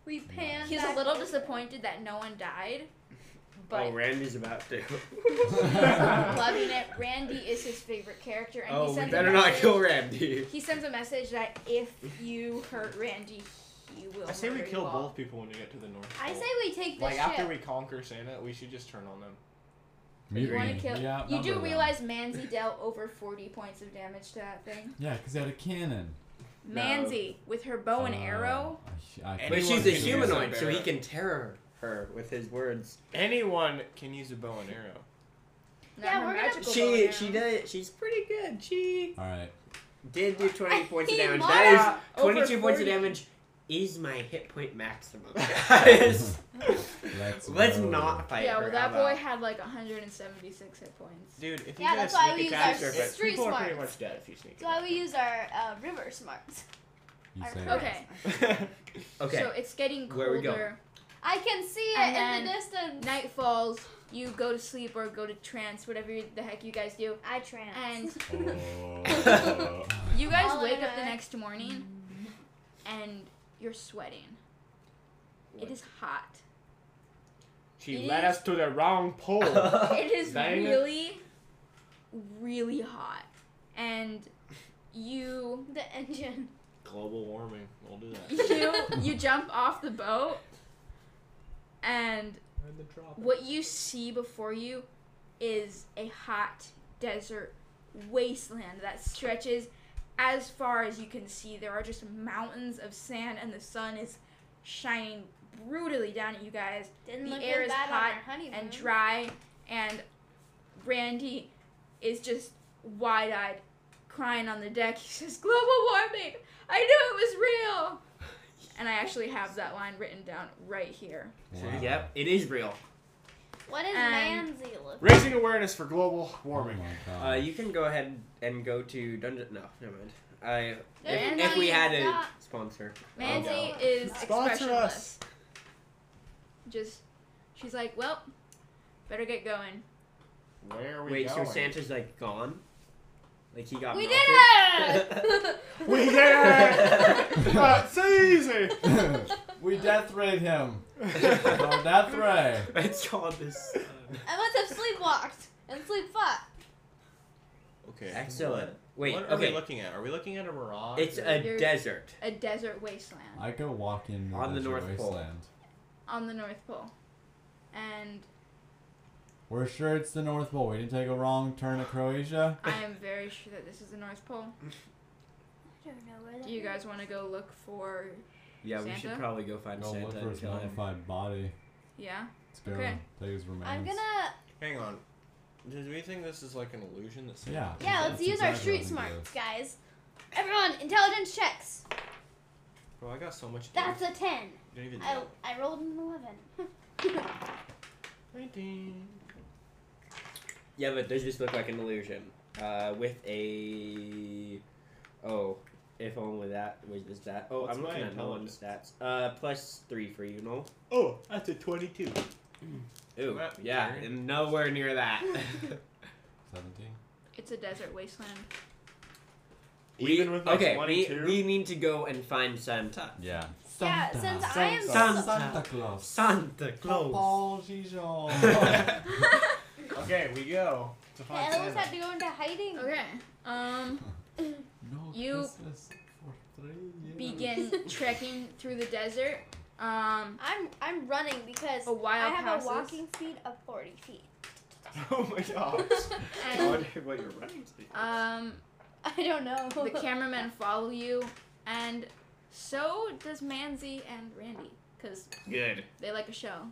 E: We pan.
C: He's a
E: back
C: little
E: over.
C: disappointed that no one died,
A: Oh,
C: but
A: Randy's about to.
C: loving it. Randy is his favorite character, and he
A: oh, we
C: sends
A: better
C: a
A: not
C: message-
A: kill Randy.
C: He sends a message that if you hurt Randy, he will.
F: I say we
C: murder
F: kill
C: you all.
F: both people when we get to the North Pole.
E: I say we take this
F: like
E: ship.
F: after we conquer Santa, we should just turn on them.
C: You want to
B: Mutiny.
C: kill?
B: We
C: you
B: outnumber
C: do
B: them.
C: realize Manzi dealt over forty points of damage to that thing.
B: Yeah, because they had a cannon.
C: Manzi with her bow and
B: Uh,
C: arrow.
B: I sh- I
A: But
F: Anyone
A: she's a
F: can use a
A: humanoid, so he
F: bear.
A: can terror her with his words.
F: Anyone can use a bow and arrow.
C: not
E: Yeah,
C: her
E: we're gonna-
C: magical bow and
A: She
C: arrow.
A: she did. She's pretty good. She
B: All right.
A: did do twenty points of
E: He
A: damage.
E: modified
A: That is
C: over
A: twenty-two points of
C: 40.
A: damage. Is my hit point maximum? Guys,
B: Let's,
A: let's
B: go.
A: not fight
C: Yeah,
A: her.
C: well that
A: how
C: boy
A: about-
C: had like 176 hit points.
F: Dude, if
E: Yeah,
F: you
E: that's
F: guys
E: why we
F: sneak
E: use
F: attack,
E: our
F: but people
E: street
F: are pretty
E: smarts.
F: much dead if you sneak
E: That's why we use our uh, river smarts.
B: You
E: our
B: say it.
C: Okay,
F: attack.
A: Okay.
C: so it's getting colder.
A: Where we go?
E: I can see it
C: And
E: in the distance.
C: Night falls. You go to sleep or go to trance, whatever you- the heck you guys do,
H: I trans.
C: and
B: Oh.
C: You guys
E: All
C: wake
E: in
C: up the
E: a-
C: next morning and you're sweating. It is hot.
F: She
C: It
F: led
C: is-
F: us to the wrong pole.
A: Oh,
C: It is
F: Dang it.
C: really, really hot. And you
E: the engine.
F: Global warming. We'll do that.
C: you you jump off the boat and
F: Find the drop.
C: what you see before you is a hot desert wasteland that stretches as far as you can see. There are just mountains of sand, and the sun is shining brutally down at you guys.
H: Didn't
C: The
H: look
C: air
H: as
C: is
H: bad
C: hot
H: on our honeymoon.
C: and
E: Mm-hmm.
C: dry, and Randy is just wide eyed, crying on the deck. He says, Global warming! I knew it was real! And I actually have that line written down right here.
B: Wow.
A: Yep, it is real.
H: What is
C: and-
H: Manzi look?
F: Raising awareness for global
B: Oh
F: warming.
B: my
A: Uh,
B: god.
A: you can go ahead and go to dungeon. No, never mind. I if,
C: There's
A: if we
E: no
A: had
E: use
A: a
E: that.
A: sponsor,
C: Manzi
A: Oh,
C: is
F: Sponsor
C: expressionless.
F: us.
C: Just, she's like, well, better get going.
F: Where are we
A: wait,
F: going?
A: so Santa's like gone? Like he got
E: We did
A: melted.
E: it!
F: We did it! Ah, so easy!
B: We death rate him. Our death ray.
A: it's called this.
E: I must have sleepwalked and sleep fought.
F: Okay.
A: Excellent.
F: What,
A: Wait,
F: what are we
A: okay.
F: looking at? Are we looking at a mirage?
A: It's
F: or-
A: a
C: You're-
A: desert.
C: A desert wasteland
B: I go walk in the,
A: On the
B: desert
A: North Pole.
B: wasteland.
C: on the North Pole. And
B: We're sure it's the North Pole. We didn't take a wrong turn to Croatia.
C: I am very sure that this is the North Pole.
H: I don't know where that
C: Do you guys want to go look for.
A: Yeah, we should
C: Santa?
A: probably go find
B: Go
A: Santa
B: look for
A: and
B: his
A: kill him.
B: mummified body.
C: Yeah?
B: Let's go
C: Okay.
B: take his remains.
E: I'm gonna.
F: Hang on. Did we think this is like an illusion that
B: Yeah.
E: Yeah, let's
B: that's
E: use our
B: exactly
E: street
B: what I'm gonna
E: smarts, guys. Everyone, intelligence checks.
F: Bro, I got so much.
H: That's a ten.
F: You don't even
H: I,
F: know.
H: I rolled an eleven.
F: Nineteen.
A: Yeah, but does this look like an illusion? Uh, with a oh, if only that was this that. Oh,
F: What's
A: I'm looking
F: my
A: at no one's stats. Uh, plus three for you, know.
F: Oh, that's a twenty-two.
A: Ooh,
F: Right,
A: yeah,
F: Gary.
A: and nowhere near that.
B: do. Seventeen.
C: It's a desert wasteland.
F: Even with my
A: okay, we,
F: 22?
A: we need to go and find Santa.
B: Yeah.
E: Yeah, since I am
A: Santa.
B: Santa Claus.
A: Santa Claus.
B: Paul Gijon.
F: Okay, we go to
E: The
F: find
E: elves
F: Santa.
E: had to go into hiding.
C: Okay. Um.
B: No
C: You
B: Christmas for three years.
C: Begin trekking through the desert. Um.
H: I'm I'm running because
C: A while
H: I have
C: passes.
H: a walking speed of forty feet.
F: Oh my god. I
C: And,
F: wonder what your running speed is.
C: um.
H: I don't know.
C: The cameramen follow you, and so does Manzi and Randy, because
F: Good.
C: they like a show.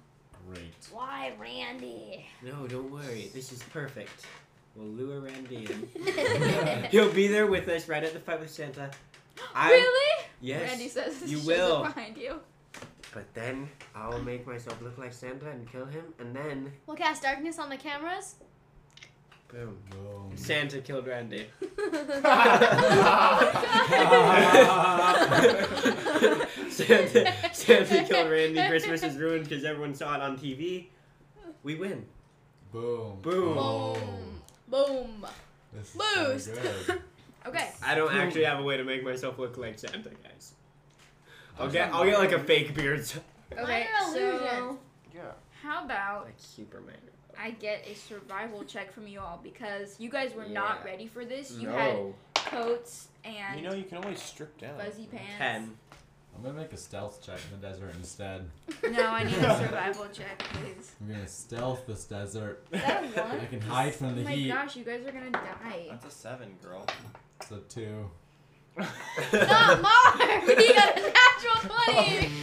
B: Great.
H: Why, Randy?
A: No, don't worry. This is perfect. We'll lure Randy in. He'll be there with us right at the fight with Santa. I-
C: really?
A: Yes.
C: Randy says
A: you
C: shows
A: will.
C: It behind you.
A: But then I'll make myself look like Santa and kill him, and then
E: We'll cast darkness on the cameras.
A: boom.
B: Boom.
A: Santa killed Randy. Santa, Santa killed Randy. Christmas is ruined because everyone saw it on TV. We win.
B: Boom.
A: Boom.
B: Oh,
C: Boom.
B: this is so
C: Boost.
B: good.
C: okay.
A: I don't actually have a way to make myself look like Santa, guys. I'll get I'll get like a fake beard, so-
C: Okay.
E: Minor
C: So
E: illusion.
F: Yeah.
C: how about
A: like Superman.
C: I get a survival check from you all because you guys were not
A: Yeah.
C: ready for this. You had
A: no.
C: coats and
F: You know you can always strip down.
C: fuzzy pants.
A: Ten.
B: I'm gonna make a stealth check in the desert instead.
C: No, I need a survival check, please.
B: I'm gonna stealth this desert.
C: That one?
B: I can hide from
C: Oh
B: the
C: my
B: heat.
C: gosh, you guys are gonna die.
F: That's a seven, girl.
B: It's a two.
E: Not Marv! He got a natural 20!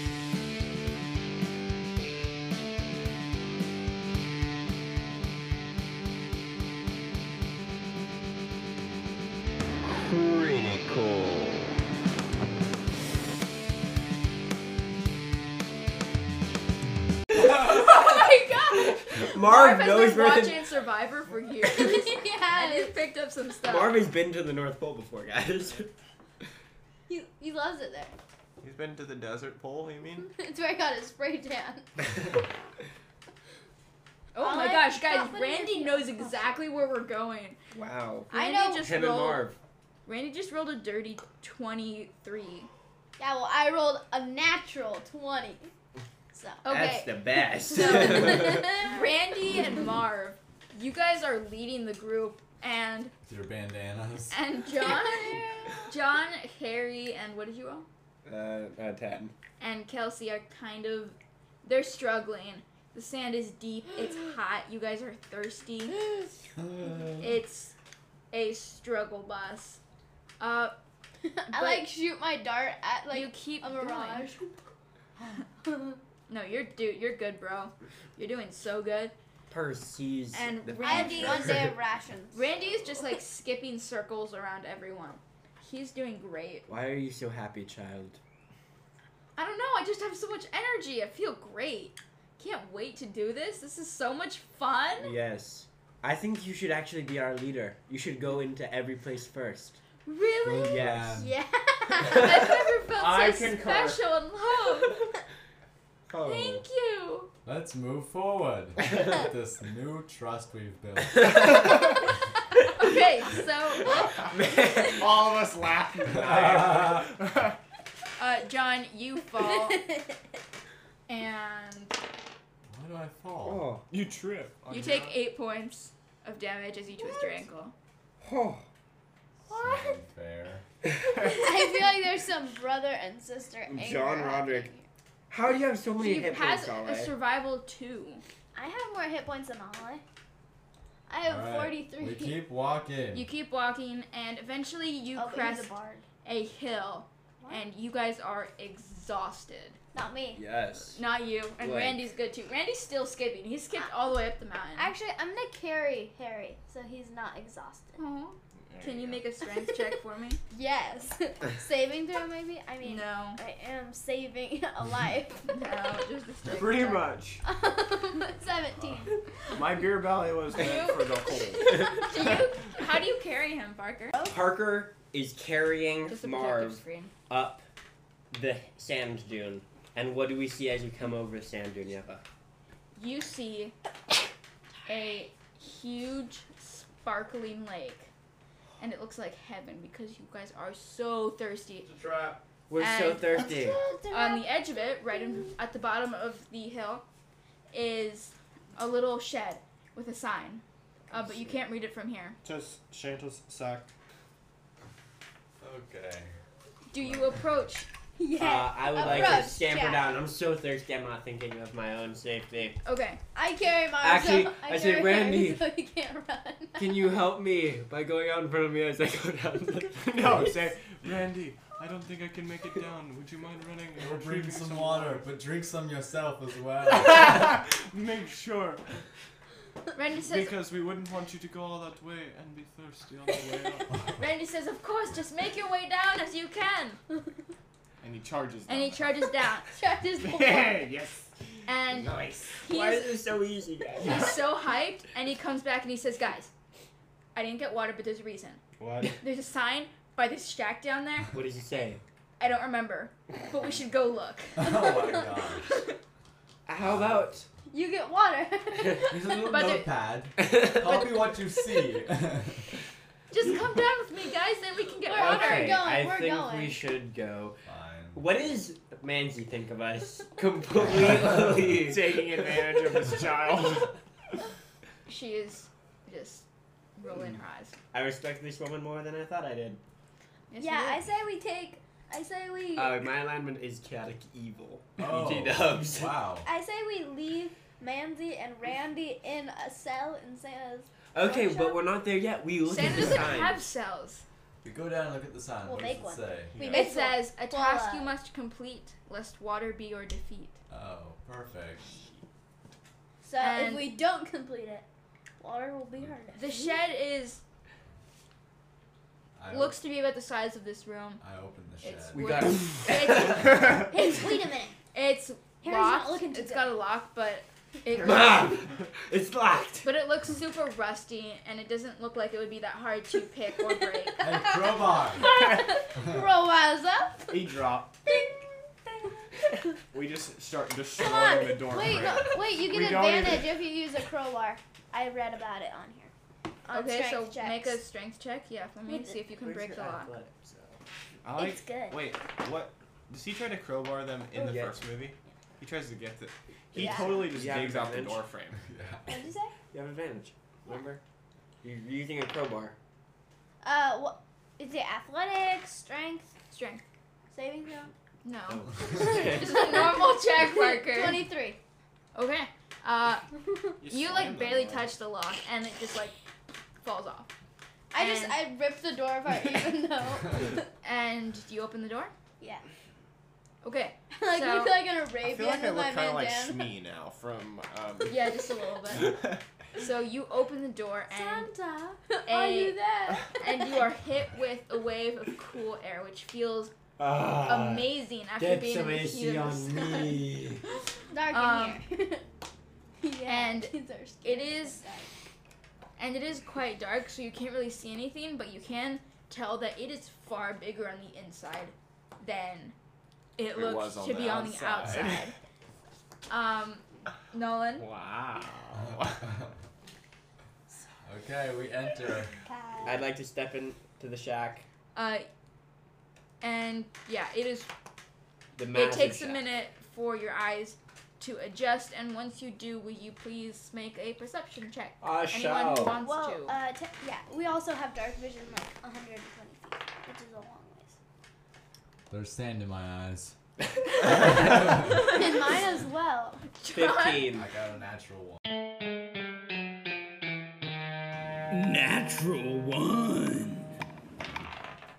C: Oh my gosh!
A: Marv
C: Marv
A: knows
C: has been
A: where the-
C: watching Survivor for years. and
E: yeah.
C: he's picked up some stuff.
A: Marv has been to the North Pole before, guys.
E: He, he loves it there.
F: He's been to the desert pole, you mean?
E: It's where I got his spray tan.
C: oh my
E: I
C: gosh, guys,
E: thought that
C: Randy
E: he-
C: knows exactly where we're going.
A: wow.
E: I
C: Randy
E: know-
C: Just
A: Him and
C: rolled,
A: Marv.
C: Randy just rolled a dirty 23.
E: Yeah, well, I rolled a natural 20. So.
A: That's
C: Okay.
A: the best.
C: So- Randy and Marv, you guys are leading the group, and
B: With your bandanas.
C: and John, John, Harry, and what did you roll?
A: uh, uh, ten.
C: and Kelsey are kind of they're struggling. The sand is deep, it's hot, you guys are thirsty. It's a struggle bus. Uh
E: I
C: But-
E: like shoot my dart at like
C: you keep
E: a mirage.
C: Going. No, you're dude, you're good, bro. You're doing so good.
A: Percy's
C: And
A: the
E: I had
C: Randy-
E: the
A: future.
E: one day of rations.
C: Randy is just like skipping circles around everyone. He's doing great.
A: Why are you so happy, child?
C: I don't know, I just have so much energy. I feel great. Can't wait to do this. This is so much fun.
A: Yes. I think you should actually be our leader. You should go into every place first.
C: Really?
B: Good
A: Yes.
B: plan.
E: Yeah.
C: I've never felt so
F: I concur.
C: special and loved.
A: Oh.
C: Thank you.
B: Let's move forward. with this new trust we've built.
A: okay,
C: Okay, so
F: All of us laughing.
C: uh, John, you fall and
B: Why do I
A: Oh.
B: fall?
G: You trip.
F: Oh,
G: on
C: you
G: your
C: take
G: own.
C: eight points of damage as you twist your ankle.
A: oh.
H: What?
B: This isn't fair.
E: I feel like there's some brother and sister. anger
A: John
E: happening
A: Roderick.
E: here.
A: How do you have so many
C: He
A: hit
C: has
A: points
C: a
A: already?
C: survival two.
H: I have more hit points than Ollie.
E: I have
B: Alright,
E: 43.
B: We keep walking.
C: You keep walking, and eventually you
H: Oh, but he's
C: crest
H: a bard.
C: a hill,
H: What?
C: and you guys are exhausted.
H: Not me.
A: yes.
C: Not you, and
A: Blank.
C: Randy's good too. Randy's still skipping. He skipped all the way up the mountain.
H: Actually, I'm gonna carry Harry, so he's not exhausted.
C: Aw.
F: There
C: Can you
F: go.
C: make a strength check for me?
E: Yes.
H: saving throw, maybe? I mean,
C: No.
H: I am saving a life.
C: No, just a strength
F: Pretty
C: check.
F: much.
H: Um, 17.
F: My beer belly was meant for the whole.
C: Do you, how do you carry him, Parker?
H: Oh.
A: Parker is carrying
C: Just a protective
A: Marv
C: screen.
A: up the sand dune. And what do we see as you come over the sand dune, Yepa?
C: You see a huge, sparkling lake. And it looks like heaven because you guys are so thirsty.
F: It's a trap.
A: We're so
C: And-
A: thirsty.
C: on the edge of it, right in, at the bottom of the hill, is a little shed with a sign. Uh, but you can't read it from here.
G: Just Chantel's sack.
B: Okay.
C: Do you approach?
A: Uh, I would like to
E: Approach,
A: scamper
E: yeah.
A: down. I'm so thirsty. I'm not thinking of my own safety.
C: Okay.
E: I carry Mars.
A: Actually,
E: so
A: I said,
E: carry
A: "Randy."
E: Harry So he can't run.
A: Can you help me by going out in front of me as I go down? the-
F: No, say
G: Randy, I don't think I can make it down. Would you mind running? and
B: We're
G: retrieving
B: drinking some water, but drink some yourself as well.
G: Make sure,
C: Randy says.
G: because we wouldn't want you to go all that way and be thirsty on the way up.
C: Randy says, "Of course, just make your way down as you can."
F: And he charges.
C: And he charges down,
E: Charges the wall.
F: yes.
C: and
F: Nice.
A: Why
C: he's
A: is this so easy, guys?
C: he's so hyped, and he comes back and he says, "Guys, I didn't get water, but there's a reason.
G: What?
C: There's a sign by this shack down there.
A: What does he say?
C: I don't remember, but we should go look."
B: oh my god.
A: How about?
E: You get water.
B: Here's a little
C: But there-
B: notepad. Copy what you see.
C: Just come down with me, guys, then we can get
E: We're
C: water.
A: okay,
E: going,
A: I
E: we're
A: think
E: going.
A: we should go.
B: Fine.
A: What does Manzi think of us? Completely
F: Taking advantage of his child.
C: She is just rolling her eyes.
A: I respect this woman more than I thought I did.
H: yeah, I say we take. I say we.
A: Uh, my alignment is chaotic evil.
B: Oh.
A: E T dubs.
B: Wow.
H: I say we leave Manzi and Randy in a cell in Santa's.
A: Okay,
H: Workshop?
A: but we're not there yet. We look
C: Santa
A: at the
C: doesn't
A: sign.
C: have cells.
B: We go down and look at the sign.
H: We'll
B: what
H: make
B: does it
H: one.
B: say?
H: We
F: Yeah.
H: make
C: It says a
H: Well,
C: task
H: uh,
C: you must complete, lest water be your defeat.
B: Oh, perfect.
H: So
C: And-
H: if we don't complete it, water will be hurt.
C: The shed is
B: I
C: looks to be about the size of this room.
B: Op- I open the shed.
C: It's
A: We
C: wood.
A: got.
C: it's,
H: Hey, wait a minute.
C: it's
H: Harry's not
C: locked.
H: looking too
C: It's
H: good.
C: got a lock, but it
A: Mom, it's locked.
C: but it looks super rusty, and it doesn't look like it would be that hard to pick or break.
B: and crowbar.
E: Roll wise up.
F: he dropped.
E: Ding, ding.
F: We just start
E: Come on.
F: destroying the dorm.
E: Wait,
F: room.
E: no, wait. You
F: We
E: get
F: don't even-
E: advantage if
H: If
E: you.
H: you use a crowbar, I read about it on here. On
C: Okay, so
H: strength
C: make a
H: checks.
C: strength check. Yeah, for me
H: Wait,
C: see if you can break the lock.
F: I like.
H: It's good.
F: Wait, what? Does he try to crowbar them in the
A: Yeah.
F: first movie? He tries to get the. He
H: Yeah.
F: totally just
A: Yeah,
F: digs out the
A: revenge.
F: door frame.
B: yeah.
H: What'd you say?
A: You have advantage. Remember, you're using a crowbar.
H: Uh, what? Is it athletics, strength,
C: Strength.
H: saving throw?
C: No.
A: Okay.
C: Just a normal check, Parker.
H: 23.
C: Okay. Uh,
F: You
C: you
F: slam
C: like
F: the
C: barely
F: door.
C: touch the lock, and it just like falls off.
E: I just
C: And-
E: I ripped the door apart even though.
C: And do you open the door?
H: Yeah.
C: Okay.
E: like
C: So-
E: look like an
F: I
E: Arabian
F: feel like I
E: with
F: look
E: my
F: kind
E: man
F: of like
E: down.
F: Shmi now from. Um,
C: Yeah, just a little bit. So you open the door, and
H: Santa,
E: Are
C: A-
E: you there?
C: and you are hit with a wave of cool air, which feels
B: Uh,
A: Ah.
C: amazing after
A: Get
C: being in
A: some
C: the heat
A: AC
C: of the
A: on
C: sun.
A: me.
H: dark
C: Um,
H: in here.
E: yeah.
C: and
E: these are
C: It
E: scary.
C: is, and it is quite dark, so you can't really see anything, but you can tell that it is far bigger on the inside than it
F: It
C: looks
F: was on
C: to
F: the
C: be on the outside.
F: outside.
C: um, Nolan,
F: wow.
B: I Okay, we enter.
A: I'd like to step into the shack.
C: Uh, and yeah, it is.
A: The
C: It
A: massive
C: takes a
A: shack.
C: minute for your eyes to adjust, and once you do, will you please make a perception check?
A: I
C: Anyone who
A: shall.
C: wants
H: Well,
C: to.
H: uh, te- yeah, we also have dark vision like 120 feet, which is a long ways.
B: There's sand in my eyes.
H: and mine as well.
A: Fifteen.
B: got a natural one.
L: Natural one.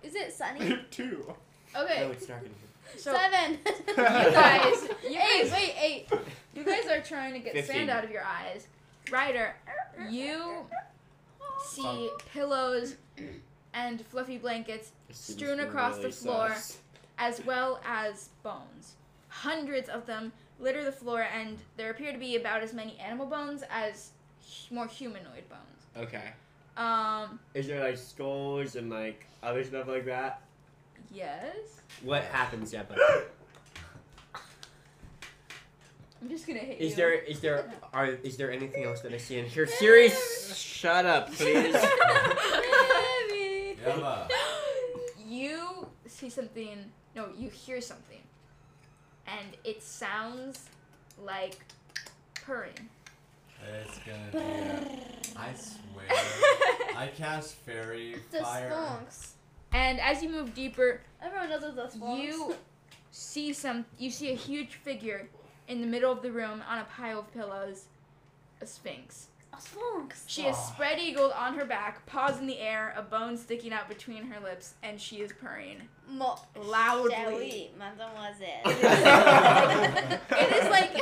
E: Is it sunny?
F: Two.
A: Oh,
E: Okay.
A: it's dark in here.
C: So
E: Seven.
C: you guys, you
E: Eight.
C: guys,
E: Wait, eight.
C: you guys are trying to get
A: Fifteen.
C: sand out of your eyes. Ryder, you see pillows and fluffy blankets Strewn across the floor. as well as bones. Hundreds of them litter the floor, and there appear to be about as many animal bones as hu- more humanoid bones.
A: Okay.
C: Um,
A: Is there like skulls and like other stuff like that?
C: yes.
A: What happens, Jeppa?
C: I'm just gonna hit
A: Is
C: you.
A: there is there are is there anything else that I see in here? Siri, shut up, please.
C: Baby.
B: Yella.
C: you see something. No, you hear something, and it sounds like purring.
B: It's gonna be. a- I swear. I cast fairy
E: The
B: fire.
E: skunks.
C: and as you move deeper,
E: Everyone knows it's the skunks.
C: You see some. You see a huge figure in the middle of the room on a pile of pillows. A sphinx.
E: A skunks.
C: She is spread eagled on her back, paws in the air, a bone sticking out between her lips, and she is purring
E: Mo-
C: loudly.
H: Mother was
C: it is like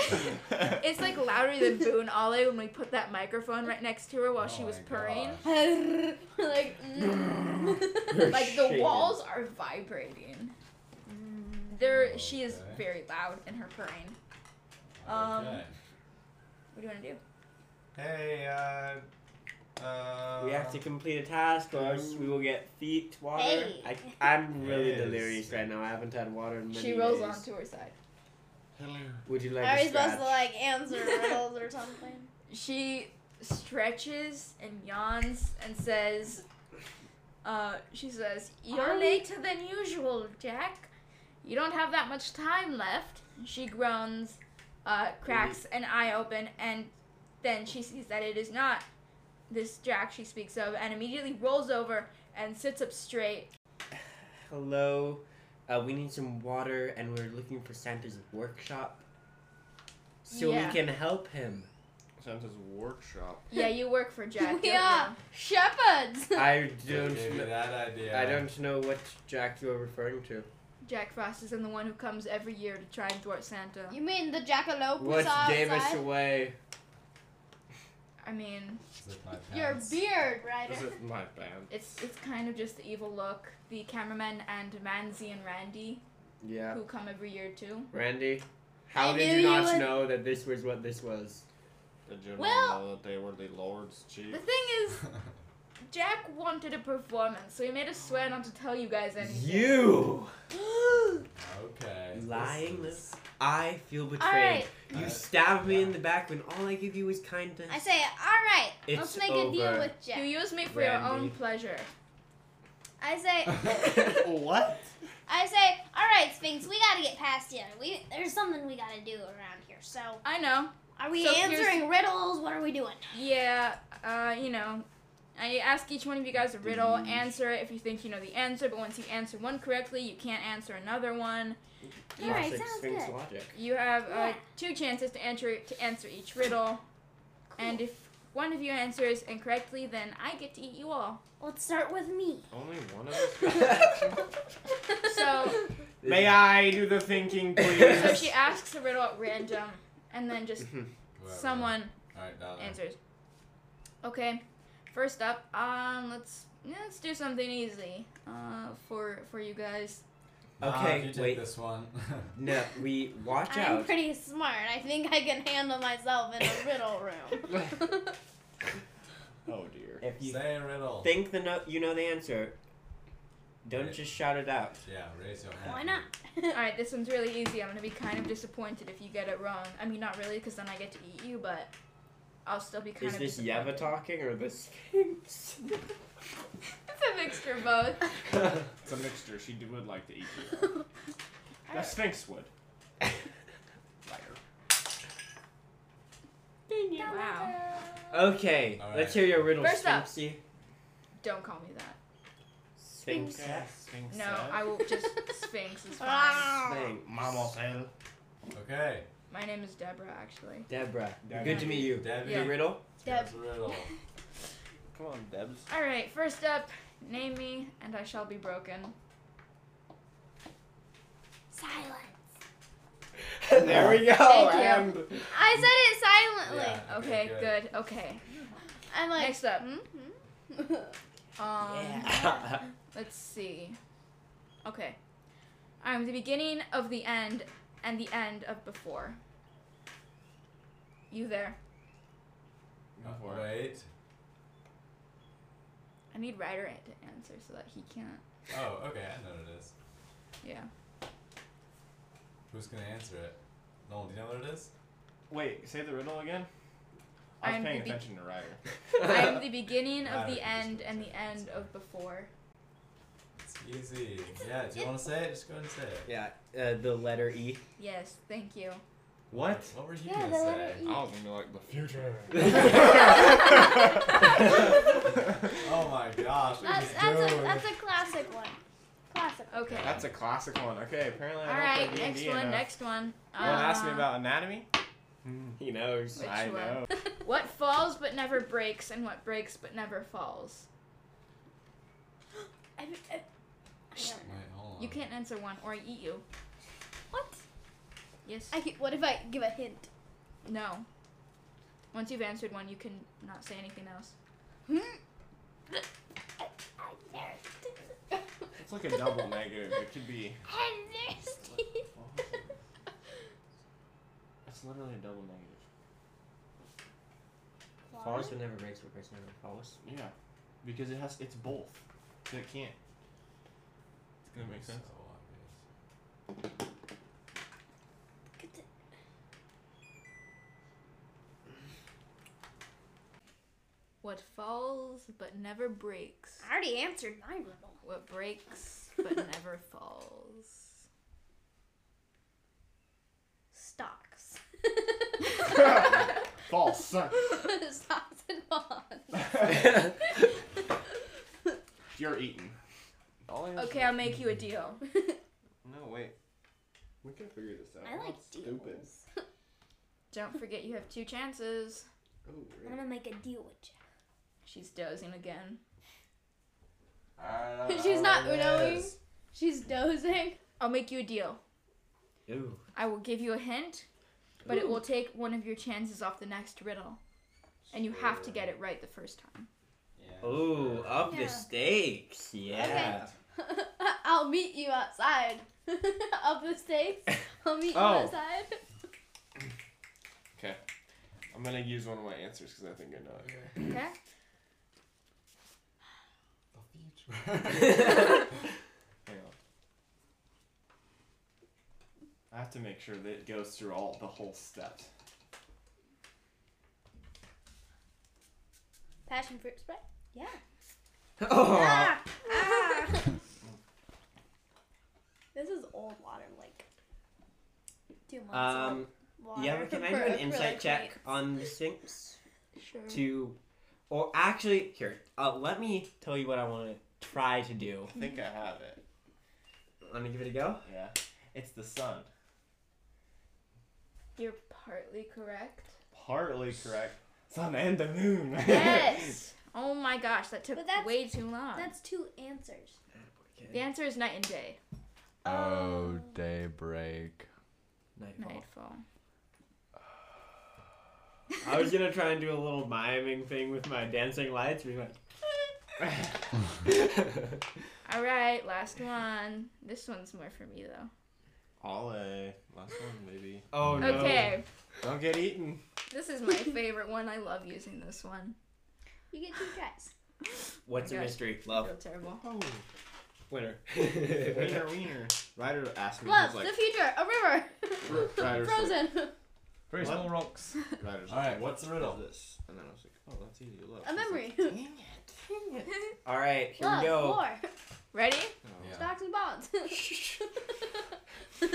C: it's like louder than Boone Ollie when we put that microphone right next to her while she
B: Oh
C: was
B: my
C: purring.
B: gosh.
E: like. mm.
C: Like the
A: Shaken.
C: walls are vibrating. There, she is
B: Okay.
C: very loud in her purring. Um,
B: Okay.
C: What do you want to do?
F: Hey, uh, uh.
A: We have to complete a task, or else we will get feet water.
H: Hey.
A: I, I'm really
B: Yes.
A: delirious right now. I haven't had water in many
C: She rolls
A: days.
C: onto her side.
A: Would you like
E: Are
A: a
E: we supposed
A: scratch?
E: to like answer riddles or something?
C: She stretches and yawns and says, uh, she says, You're
E: I-
C: later than usual, Jack. You don't have that much time left. She groans, uh, cracks an eye open, and then she sees that it is not this Jack she speaks of, and immediately rolls over and sits up straight.
A: Hello. Uh, we need some water, and we're looking for Santa's workshop, so
C: Yeah.
A: we can help him.
F: Santa's workshop.
C: Yeah, you work for Jack.
E: We
C: don't
E: are
C: you?
E: shepherds.
A: I
B: Don't
A: don't.
B: give me
A: Kn-
B: that idea.
A: I don't know what Jack you are referring to.
C: Jack Frost isn't the one who comes every year to try and thwart Santa.
E: You mean the jackalope we
A: What
E: saw
A: gave us
E: outside?
A: away?
C: I mean,
B: Zip my
E: Your
B: pants.
E: beard, Ryder.
F: This is my band.
C: It's it's kind of just the evil look. The cameraman and Manzi and Randy,
A: Yeah,
C: who come every year too.
A: Randy. How did
E: knew
A: you
E: you
A: not
E: would-
A: know that this was what this was?
G: Did you
C: Well-
G: know that they were the Lord's chief?
C: The thing is, Jack wanted a performance, so he made us swear not to tell you guys anything.
A: You
B: okay. this
A: lying.
B: is-
A: I feel betrayed.
E: Alright.
A: You
B: Uh,
A: stabbed me in
B: yeah.
A: the back when all I give you is kindness.
E: I say, all right,
A: it's
E: let's make
A: over.
E: a deal with
C: You
E: Jack.
C: use me for your own
A: Randy.
C: pleasure.
E: I say,
F: what?
H: I say, all right, Sphinx, we gotta get past you. We there's something we gotta do around here. So
C: I know.
H: are we
C: So here's-
H: answering riddles? What are we doing?
C: Yeah, uh, you know. I ask each one of you guys a riddle,
G: Douche.
C: answer it if you think you know the answer, but once you answer one correctly, you can't answer another one.
H: All right,
A: Classic
H: sounds
A: Sphinx
H: good.
A: logic.
C: You have uh,
H: Yeah.
C: two chances to answer to answer each riddle, and if one of you answers incorrectly, then I get to eat you all.
H: Let's start with me.
F: Only one of us.
C: So,
F: May I do the thinking, please?
C: so she asks a riddle at random, and then just
B: whatever.
C: someone
B: Alright, now then.
C: answers. Okay, first up, um, let's yeah, let's do something easy, uh, for for you guys.
B: Nah,
A: Okay,
B: if you take
A: wait.
B: this one.
A: No, we watch
E: I'm
A: out.
E: pretty smart. I think I can handle myself in a riddle room.
G: oh dear.
A: if you
B: Say a riddle.
A: think the no- you know the answer, don't
B: Right.
A: just shout it out.
B: yeah, raise your hand.
H: Why not?
C: All right, this one's really easy. I'm gonna be kind of disappointed if you get it wrong. I mean, not really, because then I get to eat you. But I'll still be kind
A: Is
C: of.
A: this
C: disappointed.
A: Yeva talking or the Sphinx?
C: It's a mixture of both.
F: It's a mixture. She would like to eat you. the Sphinx would.
C: Wow.
A: Okay,
B: All
A: let's
B: right.
A: hear your riddle,
C: First up.
A: Sphinxy.
C: Don't call me that.
A: Sphinx.
F: Sphinx.
C: No, I will just Sphinx is fine.
A: Sphinx.
F: Mama said.
B: Okay.
C: My name is Deborah, actually.
A: Deborah.
F: Deborah.
A: Good to meet you.
B: Debbie.
C: Yeah.
A: The riddle?
H: Deb.
B: Here's a riddle.
G: Come on, Debs.
C: All right, first up, name me and I shall be broken.
H: Silence.
F: there we go.
C: Thank
F: and
E: I said it silently.
B: Yeah,
C: Okay, good. Okay.
E: I'm like,
C: Next up.
E: hmm?
H: "Mm-hmm."
C: Um,
A: Yeah.
C: Let's see. Okay. I'm the beginning of the end and the end of before. You there?
B: Uh, wait.
C: I need Ryder to answer so that he can't.
B: Oh, okay. I know what it is.
C: Yeah.
B: Who's gonna answer it? Noel, do you know what it is?
F: Wait, say the riddle again. I was
C: I'm
F: paying
C: the be-
F: attention to Ryder.
C: I'm the beginning of
B: Ryder
C: the
B: can just
C: end
B: go
C: and the
B: check it,
C: end
B: sorry.
C: of before.
B: It's easy. Yeah. Do you want to say it? Just go ahead and say it.
A: Yeah, uh, the letter E.
C: Yes, thank you.
A: What?
B: What were you
H: Yeah,
B: gonna
H: the
B: say?
H: letter
G: I was gonna be like the future.
A: E.
B: Oh my gosh. it
H: That's,
B: was
H: that's, a,
B: Joey.
H: that's a classic one. Classic.
C: Okay.
F: That's a classic one. Okay, apparently I
C: All
F: don't
C: right,
F: play D&D
C: next one,
F: enough.
C: next one.
F: uh, You wanna ask me
C: Uh,
F: about anatomy?
A: He knows.
C: Which
F: I
C: one?
F: know.
C: What falls but never breaks, and what breaks but never falls.
H: I, I,
C: Shh.
B: Wait, hold on.
C: You can't answer one, or I eat you.
H: what?
C: Yes.
H: I, what if I give a hint?
C: no. Once you've answered one, you can not say anything else.
H: Hmm?
F: It's like a double negative. It could be.
H: I'm thirsty.
F: It's literally a double negative.
A: Follows but never breaks what breaks never follows.
F: Yeah, because it has. It's both. So it can't.
B: It's
F: That makes sense.
B: So obvious.
C: What falls but never breaks.
H: I already answered my riddle.
C: What breaks but never falls.
H: Stocks.
F: False.
H: Stocks and bonds.
F: You're eaten.
C: Okay, I'll make you a deal.
F: No wait. We can figure this out.
H: I like deals.
F: Stupid.
C: Don't forget you have two chances.
F: Oh,
H: I'm gonna make a deal with
C: She's dozing again.
B: I don't
E: She's
B: know
E: not
B: what it
E: Unoing.
B: is.
E: she's dozing.
C: I'll make you a deal.
A: Ooh.
C: I will give you a hint, but it will take one of your chances off the next riddle. And you have to get it right the first time.
B: Yeah.
A: Ooh, up
E: Yeah.
A: the stakes. Yeah.
E: I'll meet you outside. Up the stakes. I'll meet
F: Oh.
E: you outside.
F: I'm gonna use one of my answers because I think I know
B: The
C: Okay?
F: it.
B: future.
F: Hang on. I have to make sure that it goes through all the whole steps.
H: Passion fruit spread? Yeah.
A: oh.
H: This is old water, like two months
A: Um.
H: old water.
A: Yeah, can I do
H: for-
A: an
H: for,
A: insight
H: like,
A: check
H: weeks.
A: on the Sphinx?
C: Sure.
A: to or actually here uh, let me tell you what i want to try to do
F: I think I have it.
A: let me give it a go
F: Yeah. It's the sun.
C: You're partly correct.
F: Partly correct. Sun and the moon.
C: Yes! oh my gosh, that took
H: But that's-
C: way too long.
H: That's two answers.
A: Oh,
C: The answer is night and day.
I: Oh, daybreak.
A: Nightfall.
C: Nightfall.
A: i was gonna try and do a little miming thing with my dancing lights but like
C: All right, last one. This one's more for me though.
F: All a last one, baby.
A: oh no
C: Okay,
F: Don't get eaten.
C: this is my favorite one. I love using this one.
H: You get two tries.
A: what's a
C: Okay.
A: mystery
C: I
A: love
C: feel terrible.
F: Oh,
A: winner
F: wiener, wiener. Ryder asked me.
E: Love,
F: he's like,
E: the future, a river.
F: Ryder's like,
E: Frozen.
G: Very
F: What?
G: small rocks.
F: Riders.
B: All right,
F: What
B: what's the riddle?
F: is this? And then I was like, oh, that's easy. Look.
E: A memory.
A: All right, here
E: Love,
A: we go.
E: war,
C: Ready?
F: Oh,
B: Yeah.
E: stocks and bonds.
F: that's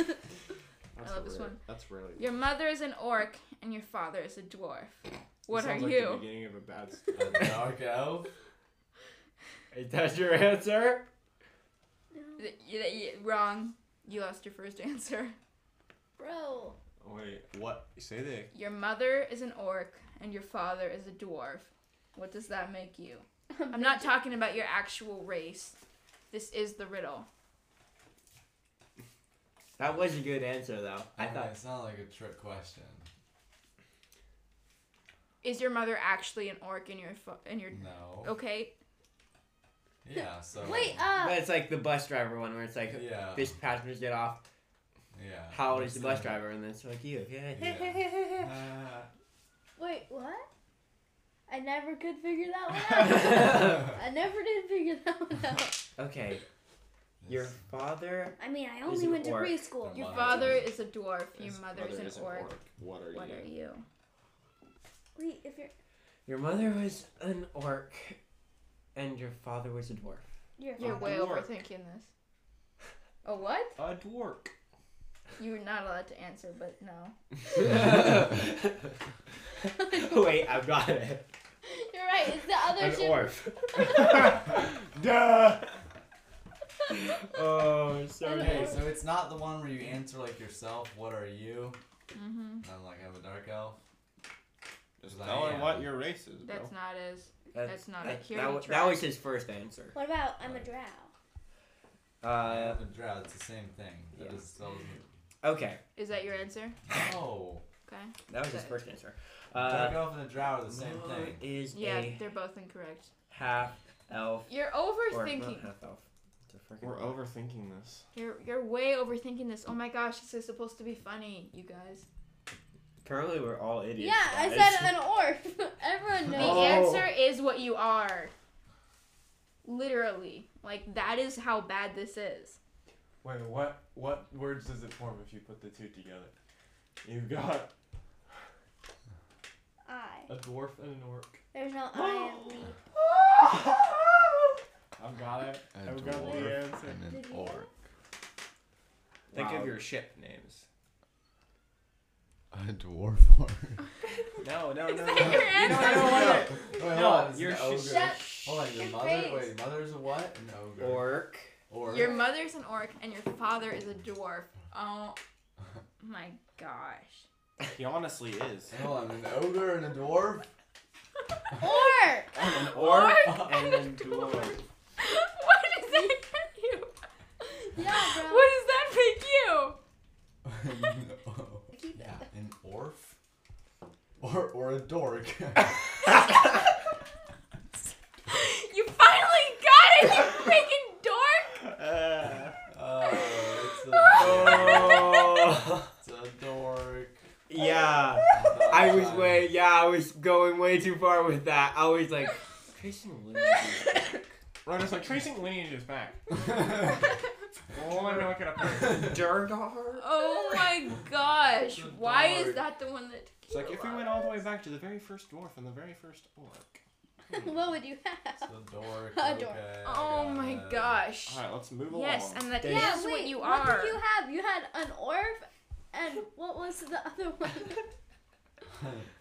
C: I love this
F: rare-
C: one.
F: That's really.
C: Your mother is an orc and your father is a dwarf. What
F: This
C: are
F: sounds like The
C: you?
F: beginning of a bad.
B: A dark elf.
F: Is that your answer?
C: Y- y- y- wrong. You lost your first answer.
E: bro.
G: Oh,
F: Wait, what? Say the.
C: Your mother is an orc and your father is a dwarf. What does that make you? I'm not talking about your actual race. This is the riddle.
A: That was a good answer though. I
B: Okay,
A: thought.
B: Oh, it's not like a trick question.
C: Is your mother actually an orc and your fa- and your
B: No.
C: Okay,
B: Yeah. So.
E: Oh. Wait, uh,
A: But it's like the bus driver one where it's like
B: Yeah.
A: this passengers get off.
B: Yeah.
A: How old is the
B: What's
A: bus driver? And then it's like you. Yeah.
B: Yeah. Uh,
E: wait, what? I never could figure that one out. I never did figure that one out.
A: okay. Your
B: this-
A: father.
E: I mean, I
A: Is
E: only
A: an
E: went to
A: orc.
E: preschool.
C: your
B: Mother
C: father
B: is-
C: is a dwarf. Your mother is an orc.
F: What are
C: What
F: you?
C: are you?
E: Wait, if you're
A: Your mother was an orc, and your father was a dwarf.
E: you're
C: You're
F: A
C: way
F: dwarf.
C: overthinking this. A what?
F: A dwarf.
C: You're not allowed to answer, but no.
A: Wait, I've got it.
E: you're right. It's the other
A: An
E: ship.
A: orf.
F: Duh.
A: Oh,
B: Okay,
A: sorry.
B: so it's not the one where you answer like yourself. What are you?
C: Mm-hmm.
B: And I'm like, I'm a dark elf.
F: Just
B: Like,
F: tell her
B: yeah.
F: what your race is, bro.
C: That's not as. That's not it.
A: that,
C: Here
A: that,
C: you
A: wa-
C: try.
A: that was his first answer.
E: What about I'm a drow?
A: Uh,
B: I'm a drow. It's the same thing. That
A: Yeah.
B: is that was
A: okay,
C: Is that your answer?
B: no.
C: Okay.
A: that was his
C: Okay.
A: first answer.
B: dark
A: Uh,
B: elf and a drow are the same
A: Lord
B: thing.
A: Is
C: Yeah,
A: a
C: they're both incorrect.
A: half elf
C: You're
A: or not
C: overthinking.
A: half elf. It's a freaking
F: We're
A: orc.
F: overthinking this.
C: You're you're way overthinking this. Oh my gosh, this is supposed to be funny, you guys.
A: Apparently, we're all idiots.
E: Yeah, I
A: guys.
E: said an orf. Everyone
C: The
E: knows.
C: answer is what you are. Literally, like that is how bad this is.
G: Wait, what? What words does it form if you put the two together? You've got
E: I.
G: a dwarf and an orc.
E: There's no I in me.
G: I've got it.
I: A
G: I've got the
I: dwarf
G: answer.
I: and an
E: uh, Did you know?
I: orc.
F: Think
A: Wow.
F: of your ship names.
I: A dwarf orc.
F: No, no, no. no.
C: Your answer.
F: No, no,
B: Wait,
F: no.
B: hold
F: no,
B: on, it's
F: your
B: an ogre.
F: ship.
E: Shut.
B: Hold on, your
E: your
B: mother.
E: face.
B: Wait, mother's a what? An ogre.
A: Orc.
B: Or
C: Your mother's an orc and your father is a dwarf. Oh my gosh.
F: He honestly is.
B: hold on, an ogre and a dwarf.
E: Or
A: An orc.
F: And then dwarf.
C: What does that make you?
E: yeah, bro.
C: What does that make you?
B: No. yeah, an orf. Or or a dork.
C: You finally got it, you freaking dork!
F: Uh,
B: oh, it's a
A: Oh.
B: dork. It's a dork.
A: yeah. I was way, yeah, I was going way too far with that. I was like, Kristen Lindsay.
F: Ron is like tracing lineages back. Oh, I'm not gonna.
A: Durgar?
C: Oh my gosh.
B: It's a
C: Why is
B: dork.
C: that the one that
F: It's like if we went all the way back to the very first dwarf and the very first orc.
E: what would you have?
B: It's a dork.
E: A
B: okay,
E: dork.
B: I
C: Oh
B: got
C: my
B: it.
C: gosh.
F: All right, let's move
C: Yes,
F: along.
C: and that is
E: Yeah, wait.
C: what you
E: what
C: are.
E: did you have? You had an orf, and what was the other one?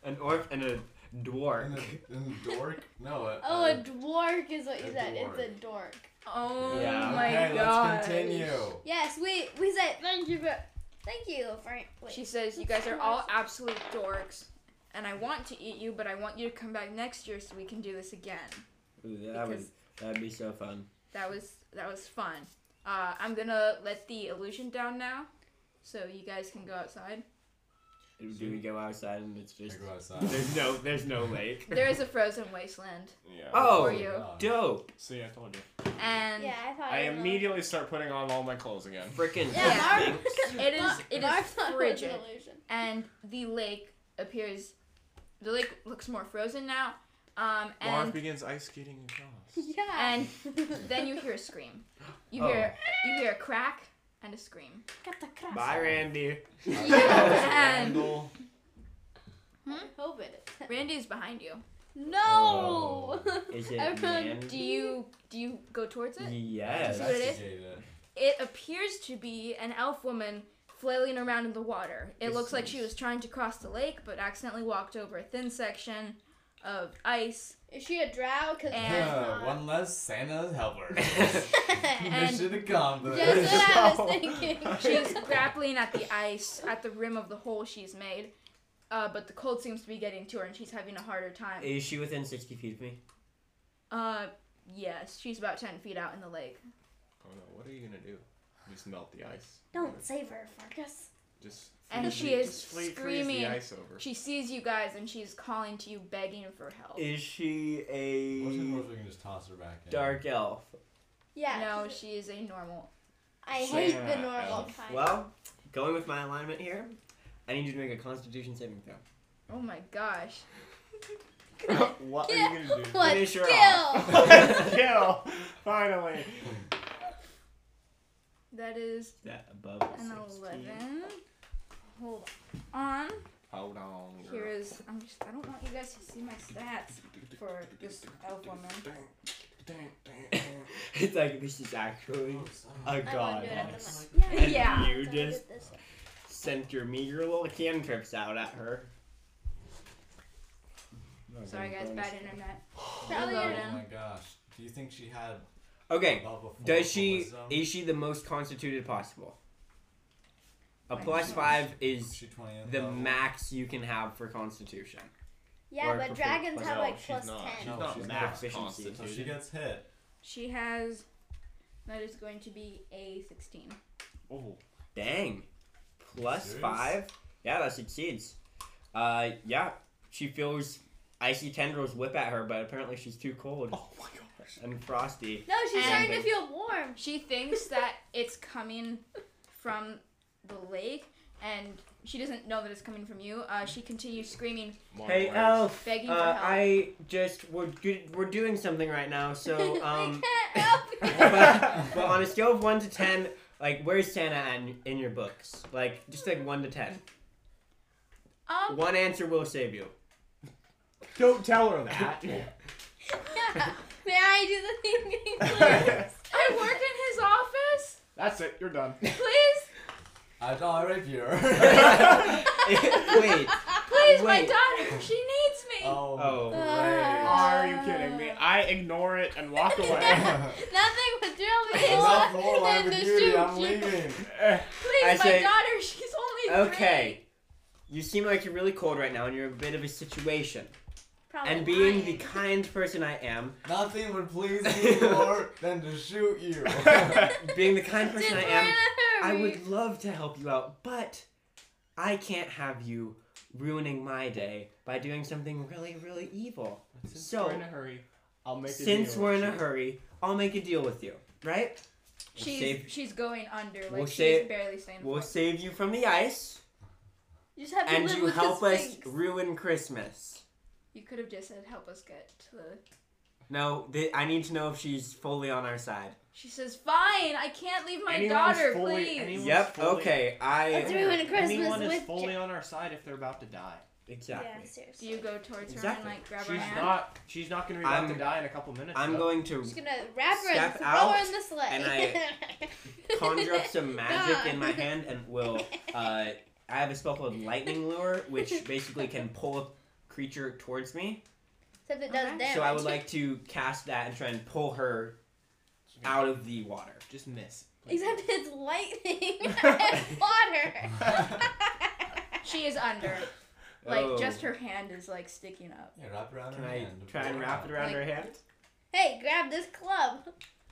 A: An orc and a
B: And
A: dwarf.
B: a, and a dork? No. A,
E: Oh,
B: a-
E: a dwarf is what you
B: a
E: said.
B: dwarf.
E: It's a dork.
C: Oh
A: Yeah.
C: my
B: okay,
C: gosh.
B: let's continue.
E: Yes, we we said thank you, but thank you, Frank. Wait.
C: She says, You guys are all absolute dorks. And I want to eat you, but I want you to come back next year so we can do this again.
A: Ooh, that
C: Because
A: would that'd be so fun.
C: that was that was fun. Uh, I'm gonna let the illusion down now, so you guys can go outside.
A: Do we go outside and it's
B: I
A: just
B: go outside.
A: there's no there's no lake.
C: There is a frozen wasteland
F: Yeah.
A: Oh.
C: for you,
B: God.
A: Dope.
F: See, I told you.
C: and
E: yeah, I thought.
F: I
E: you were-
F: immediately start putting on all my clothes again.
A: Frickin'
E: Yeah, Mark.
C: it is
E: Mark-
C: it
E: Mark
C: is
E: thought it was an
C: frigid,
E: illusion.
C: and the lake appears. The lake looks more frozen now, um,
F: Marv
C: and
F: begins ice skating across.
E: Yeah.
C: and then you hear a scream. You hear you hear a crack and a scream,
E: Got the crust.
F: Oh,
A: Bye Randy.
C: and
B: Randall.
E: I hope it is.
C: Randy's behind you.
E: No!
A: Is it
E: Everyone
A: man?
C: Do you do you go towards it?
A: Yes.
C: That's what it is.
B: Investigate it.
C: It appears to be an elf woman flailing around in the water. It looks like she was trying to cross the lake, but accidentally walked over a thin section of ice.
E: Is she a drow? Cause
C: And-
E: that's
B: Huh,
E: not-
B: one less Santa's helper.
C: And-
B: Mission accomplished.
E: That's what I was thinking.
C: She's grappling at the ice at the rim of the hole she's made, uh, but the cold seems to be getting to her, and she's having a harder time.
A: Is she within 60 feet of me?
C: Uh, yes, she's about ten feet out in the lake.
F: Oh no, what are you gonna do? Just melt the ice.
H: Don't save her, Fargus.
F: Just
C: And
F: freeze
C: she
F: the-
C: is
F: just fle- freeze
C: screaming.
F: the ice over.
C: She sees you guys, and she's calling to you, begging for help.
A: Is she
B: What's the
A: a
B: worst we can just toss her back in?
A: dark elf?
E: yeah.
C: No,
E: she's-
C: she is a normal.
H: I
E: I
H: hate.
E: hate the normal.
A: Well, going with my alignment here, I need you to make a Constitution saving throw.
C: Oh my gosh.
F: what
E: Yeah,
F: are you gonna do?
E: What
A: Finish her
E: skill?
F: Let's kill! Finally.
C: That is
A: That above is
C: an
A: 16.
C: 11. Hold on.
F: Hold on. girl.
C: Here is. I'm just. I don't want you guys to see my stats for this elf woman.
A: It's like this is actually a
H: I want to do it
A: Oh god.
H: after this.
A: And
C: Yeah.
A: you
H: So I did
A: just
H: this.
A: sent your meager little cantrips out at her.
C: Sorry guys, bad internet.
E: Probably
C: Hello.
E: your
B: Oh my gosh. Do you think she had
A: Okay.
B: above a four
A: Does
B: for
A: she
B: wisdom?
A: is she the most constituted possible? A
C: Like
A: plus
C: she-
A: five
B: Is
A: is
B: she 20th
A: the
B: level?
A: max you can have for constitution.
H: Yeah,
A: Or
H: but
A: prefer-
H: dragons
A: but
H: have
F: no,
H: like
F: she's
H: plus
F: not.
H: ten.
F: She's
B: No,
F: not
B: she's
F: max
A: not.
F: constituted.
B: So she gets hit.
C: She has. That is going to be a 16.
F: Oh,
A: Dang. Plus
B: Serious?
A: five? Yeah, that succeeds. Uh yeah. She feels icy tendrils whip at her, but apparently she's too cold. Oh my gosh. And frosty.
E: No, she's
C: And-
E: starting to feel warm.
C: She thinks that it's coming from the lake, and she doesn't know that it's coming from you. Uh, she continues screaming,
F: Mark
A: Hey
F: Wahlberg.
A: elf.
C: begging for
A: Uh,
C: help.
A: I just we're do- we're doing something right now, so um
E: we can't help you.
A: but, but on a scale of one to ten, like where's Santa at in, in your books? Like just like one to ten.
C: Um,
A: One answer will save you.
F: Don't tell her that.
E: May I do the thinking, please?
C: I work in his office.
F: That's it. You're done.
C: Please,
B: I know, I rape you.
A: Wait.
C: uh, please, my
A: Wait.
C: daughter, she needs me.
B: oh.
A: Oh.
E: Ah.
A: right.
F: Are you kidding me? I ignore it and walk away.
E: Nothing but drill me.
B: Enough whole
E: Then the
B: ambiguity,
E: shoe-
B: I'm leaving.
C: Please,
A: I
C: my
A: say-
C: daughter, she's only three.
A: Okay. You seem like you're really cold right now, and you're in a bit of a situation.
H: Probably
A: And being
H: lying.
A: the kind person I am,
B: Nothing would please me more than to shoot you.
A: being the kind person I
E: Did we're
A: am,
E: in a
A: I
E: hurry.
A: would love to help you out, but I can't have you ruining my day by doing something really, really evil. so,
F: we're in a hurry. I'll make a
A: since
F: deal
A: we're
F: with
A: in a
F: you.
A: hurry, I'll make a deal with you, right? We'll
C: She's
A: save,
C: she's going under. Like
A: We'll
C: she's
A: save-
C: barely staying.
A: we'll
C: afloat.
A: save you from the ice,
E: You just have to
A: and
E: live
A: you
E: with
A: help
E: the
A: us
E: Sphinx.
A: ruin Christmas.
C: you could have just said, "Help us get to the."
A: No, th- I need to know if she's fully on our side.
C: She says, "Fine, I can't leave my
F: Anyone's
C: daughter.
F: fully-
C: please."
F: anyone- Anyone's
A: yep.
F: fully-
A: Okay. I
H: Let's ruin Christmas
F: Anyone is
H: with
F: fully
H: Ja-
F: on our side if they're about to die.
H: Yeah,
A: exactly.
C: Do
H: seriously.
C: you go towards her and
A: Exactly.
C: like grab her
F: She's
C: hand?
F: not. She's not going to be about
A: I'm-
F: to die in a couple minutes.
A: I'm
F: though.
A: going to
E: I'm just gonna wrap her and
A: Step
E: throw
A: out,
E: her in the sleigh.
A: and conjure up some magic in my
E: God.
A: hand and will. Uh, I have a spell called Lightning Lure, which basically can pull a creature towards me.
E: Except it does
C: Okay.
E: damage.
A: So I would like to cast that and try and pull her out of the water.
F: Just miss.
E: Except it's lightning and water.
C: She is under. Like
A: Oh.
C: just her hand is like sticking up.
B: Yeah, wrap around
A: Can
B: her
A: I
B: hand.
A: try and wrap it around her hand?
E: hey, grab this club.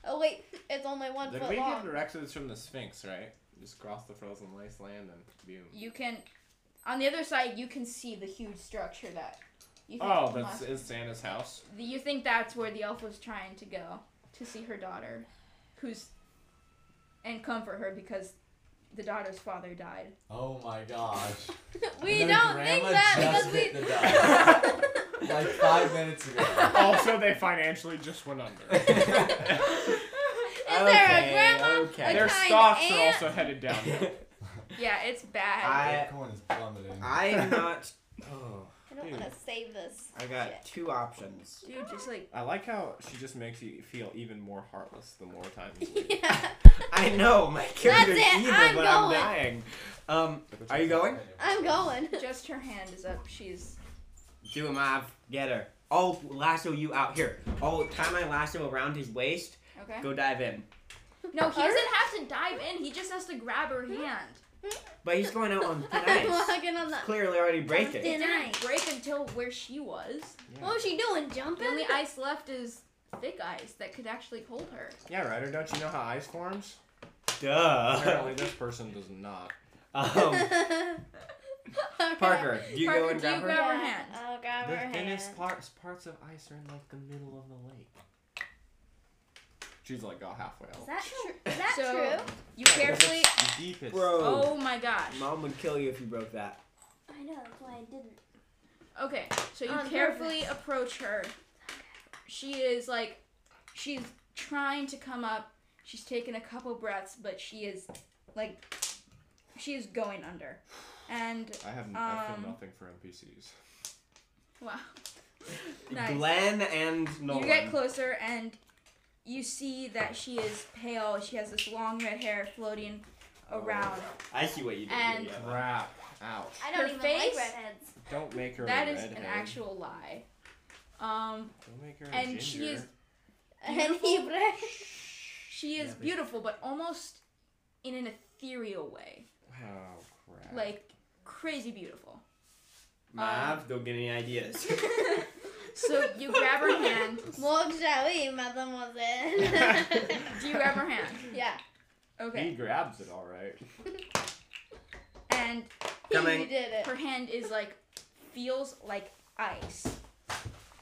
E: Oh wait, it's only one
F: Did
E: foot
F: we get
E: long.
F: directions from the Sphinx, right? Just cross the frozen ice land and boom.
C: You can, on the other side, you can see the huge structure that. You think
F: Oh, that's
C: must-
F: is Santa's house.
C: You think that's where the elf was trying to go to see her daughter, who's, and comfort her because the daughter's father died.
B: Oh my gosh.
E: we
B: And her
E: don't think
B: grandma
E: that
B: just
E: because
B: hit
E: we.
B: the dot. like five minutes ago.
F: also, they financially just went under.
E: Is there a grandma?
A: Okay.
E: A
F: Their
E: kind
F: stocks are
E: aunt?
F: also headed down.
C: Yeah, it's bad.
A: I
B: Bitcoin is plummeting.
A: I am not. Oh.
H: don't want
F: Dude.
H: to save this.
F: I got
H: shit.
F: two options.
C: Dude, just like
F: I like how she just makes you feel even more heartless the more times. you leave.
H: yeah,
F: I know my character's
H: it,
F: evil,
H: I'm
F: but I'm
H: going.
F: dying. Um, are you going?
H: I'm going.
C: just her hand is up. She's
A: Do him off. Get her. I'll lasso you out here. I'll tie my lasso around his waist.
C: okay.
A: Go dive in.
C: No, he doesn't have to dive in. He just has to grab her hand.
A: But he's going out on thin
H: I'm
A: ice.
H: walking on the.
A: Clearly already
H: Thin
A: breaking.
C: It didn't
H: ice.
C: break until where she was.
H: What was she doing?
C: The
H: Jumping?
C: only ice left is thick ice that could actually hold her.
F: Yeah, Ryder. Don't you know how ice forms?
A: Duh.
F: Apparently, this person does not.
A: Um,
H: Okay.
A: Parker, do you
C: Parker,
A: go and
C: do you
A: grab her?
C: grab- her
H: Yeah,
C: hand.
E: Oh,
H: I'll grab her
F: the thinnest
H: hand.
F: parts parts of ice are in like the middle of the lake. She's like got halfway
H: Is
F: out.
H: that true? Is that
C: So-
H: true?
C: You carefully.
F: The deepest.
A: Bro.
C: Oh my gosh.
A: Mom would kill you if you broke that.
H: I know that's why I didn't.
C: Okay, so you
H: On
C: carefully approach her. She is like, she's trying to come up. She's taken a couple breaths, but she is like, she is going under. And
F: I have. I
C: Um,
F: feel nothing for NPCs.
C: wow, nice.
A: Glenn and Nolan.
C: You get closer and you see that she is pale. She has this long red hair floating
A: Oh,
C: around.
A: I see what you did.
C: And-
A: here, yeah.
F: Crap. Ouch.
H: I don't
C: Her
H: even
C: face?
H: like redheads.
F: Don't make her.
C: That
F: a
C: is an
F: redhead.
C: actual lie. Um,
F: Don't make her a
C: and she
F: ginger.
C: is
H: And he
F: Oh,
C: she is
A: Yeah, but-
C: beautiful, but almost in an ethereal way,
F: Oh crap.
C: like crazy beautiful. um,
A: Mav, don't get any ideas.
C: So you grab her hand.
H: What shall we, mademoiselle?
C: Do you grab her hand?
H: yeah.
F: He
C: Okay.
F: grabs it all right.
C: And
H: You did it.
C: her hand is like feels like ice.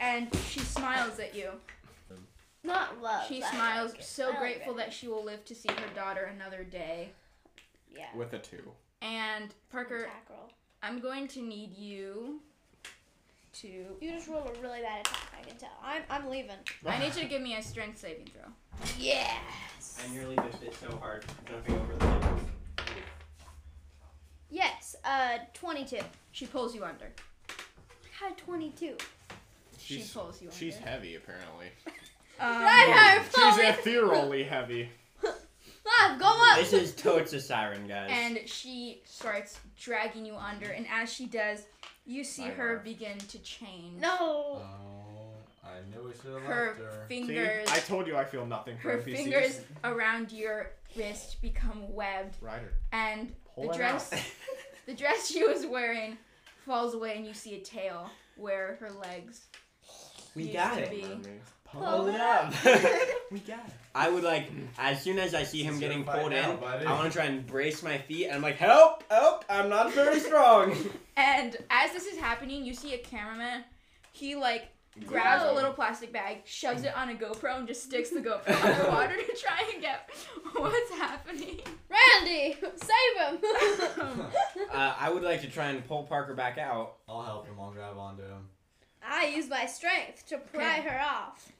C: And she smiles at you.
H: Not love.
C: She
H: I
C: smiles,
H: like it. I
C: so
H: like
C: grateful
H: it.
C: that she will live to see her daughter another day.
H: Yeah.
F: With a two.
C: And Parker,
H: Attack roll.
C: I'm going to need you to.
H: You just rolled a really bad attack. I can tell. I'm I'm leaving.
C: I need you to give me a strength saving throw.
H: Yes.
A: I nearly just did so hard, jumping over the table.
H: Yes. Uh, twenty-two.
C: She pulls you under.
H: I had twenty-two.
F: She's-
C: she pulls you under.
F: She's heavy apparently.
C: um,
H: Right,
F: She's ethereally heavy.
H: Love, go up.
A: This is totes a siren, guys.
C: and she starts dragging you under, and as she does, you see
F: My
C: her
F: word.
C: begin to change.
H: No.
B: Oh, I knew we should have
C: Her
B: left her.
F: See?
C: fingers,
F: I told you I feel nothing for
C: her
F: NPCs.
C: fingers around your wrist become webbed,
F: Ryder.
C: and
F: Pull
C: the
F: it
C: dress,
F: out.
C: the dress she was wearing, falls away, and you see a tail where her legs.
A: we
C: used
A: got
C: to
A: it.
C: be.
F: Mermaid.
A: Pull it up.
F: We got it.
A: I would like, as soon as I see him
B: It's
A: getting
B: your fight
A: pulled
B: now,
A: in,
B: buddy.
A: I want to try and brace my feet, and I'm like, help, help, I'm not very strong.
C: And as this is happening, you see a cameraman. He like grabs a little plastic bag, shoves it on a GoPro, and just sticks the GoPro underwater to try and get what's happening.
H: Randy, save him.
A: uh, I would like to try and pull Parker back out.
B: I'll help him. I'll grab onto him.
H: I use my strength to pry her off.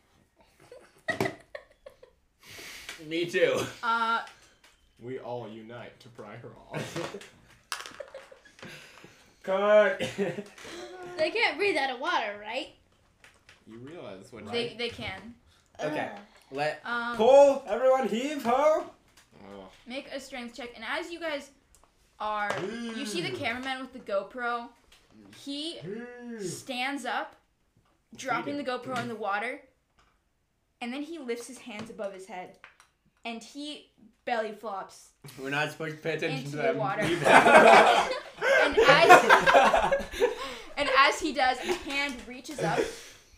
A: Me too.
C: Uh,
F: We all unite to pry her off.
A: Cut.
H: They can't breathe out of water, right?
F: you realize what
C: they they can.
A: Okay.
H: Ugh.
A: Let
C: Um,
A: pull everyone heave ho.
F: Oh,
C: make a strength check, and as you guys are, you see the cameraman with the GoPro. He stands up, dropping the GoPro in the water, and then he lifts his hands above his head, and he belly flops
A: We're not supposed to pay attention
C: into
A: to
C: the
A: them.
C: water.
A: Leave
C: and as and as he does, a hand reaches up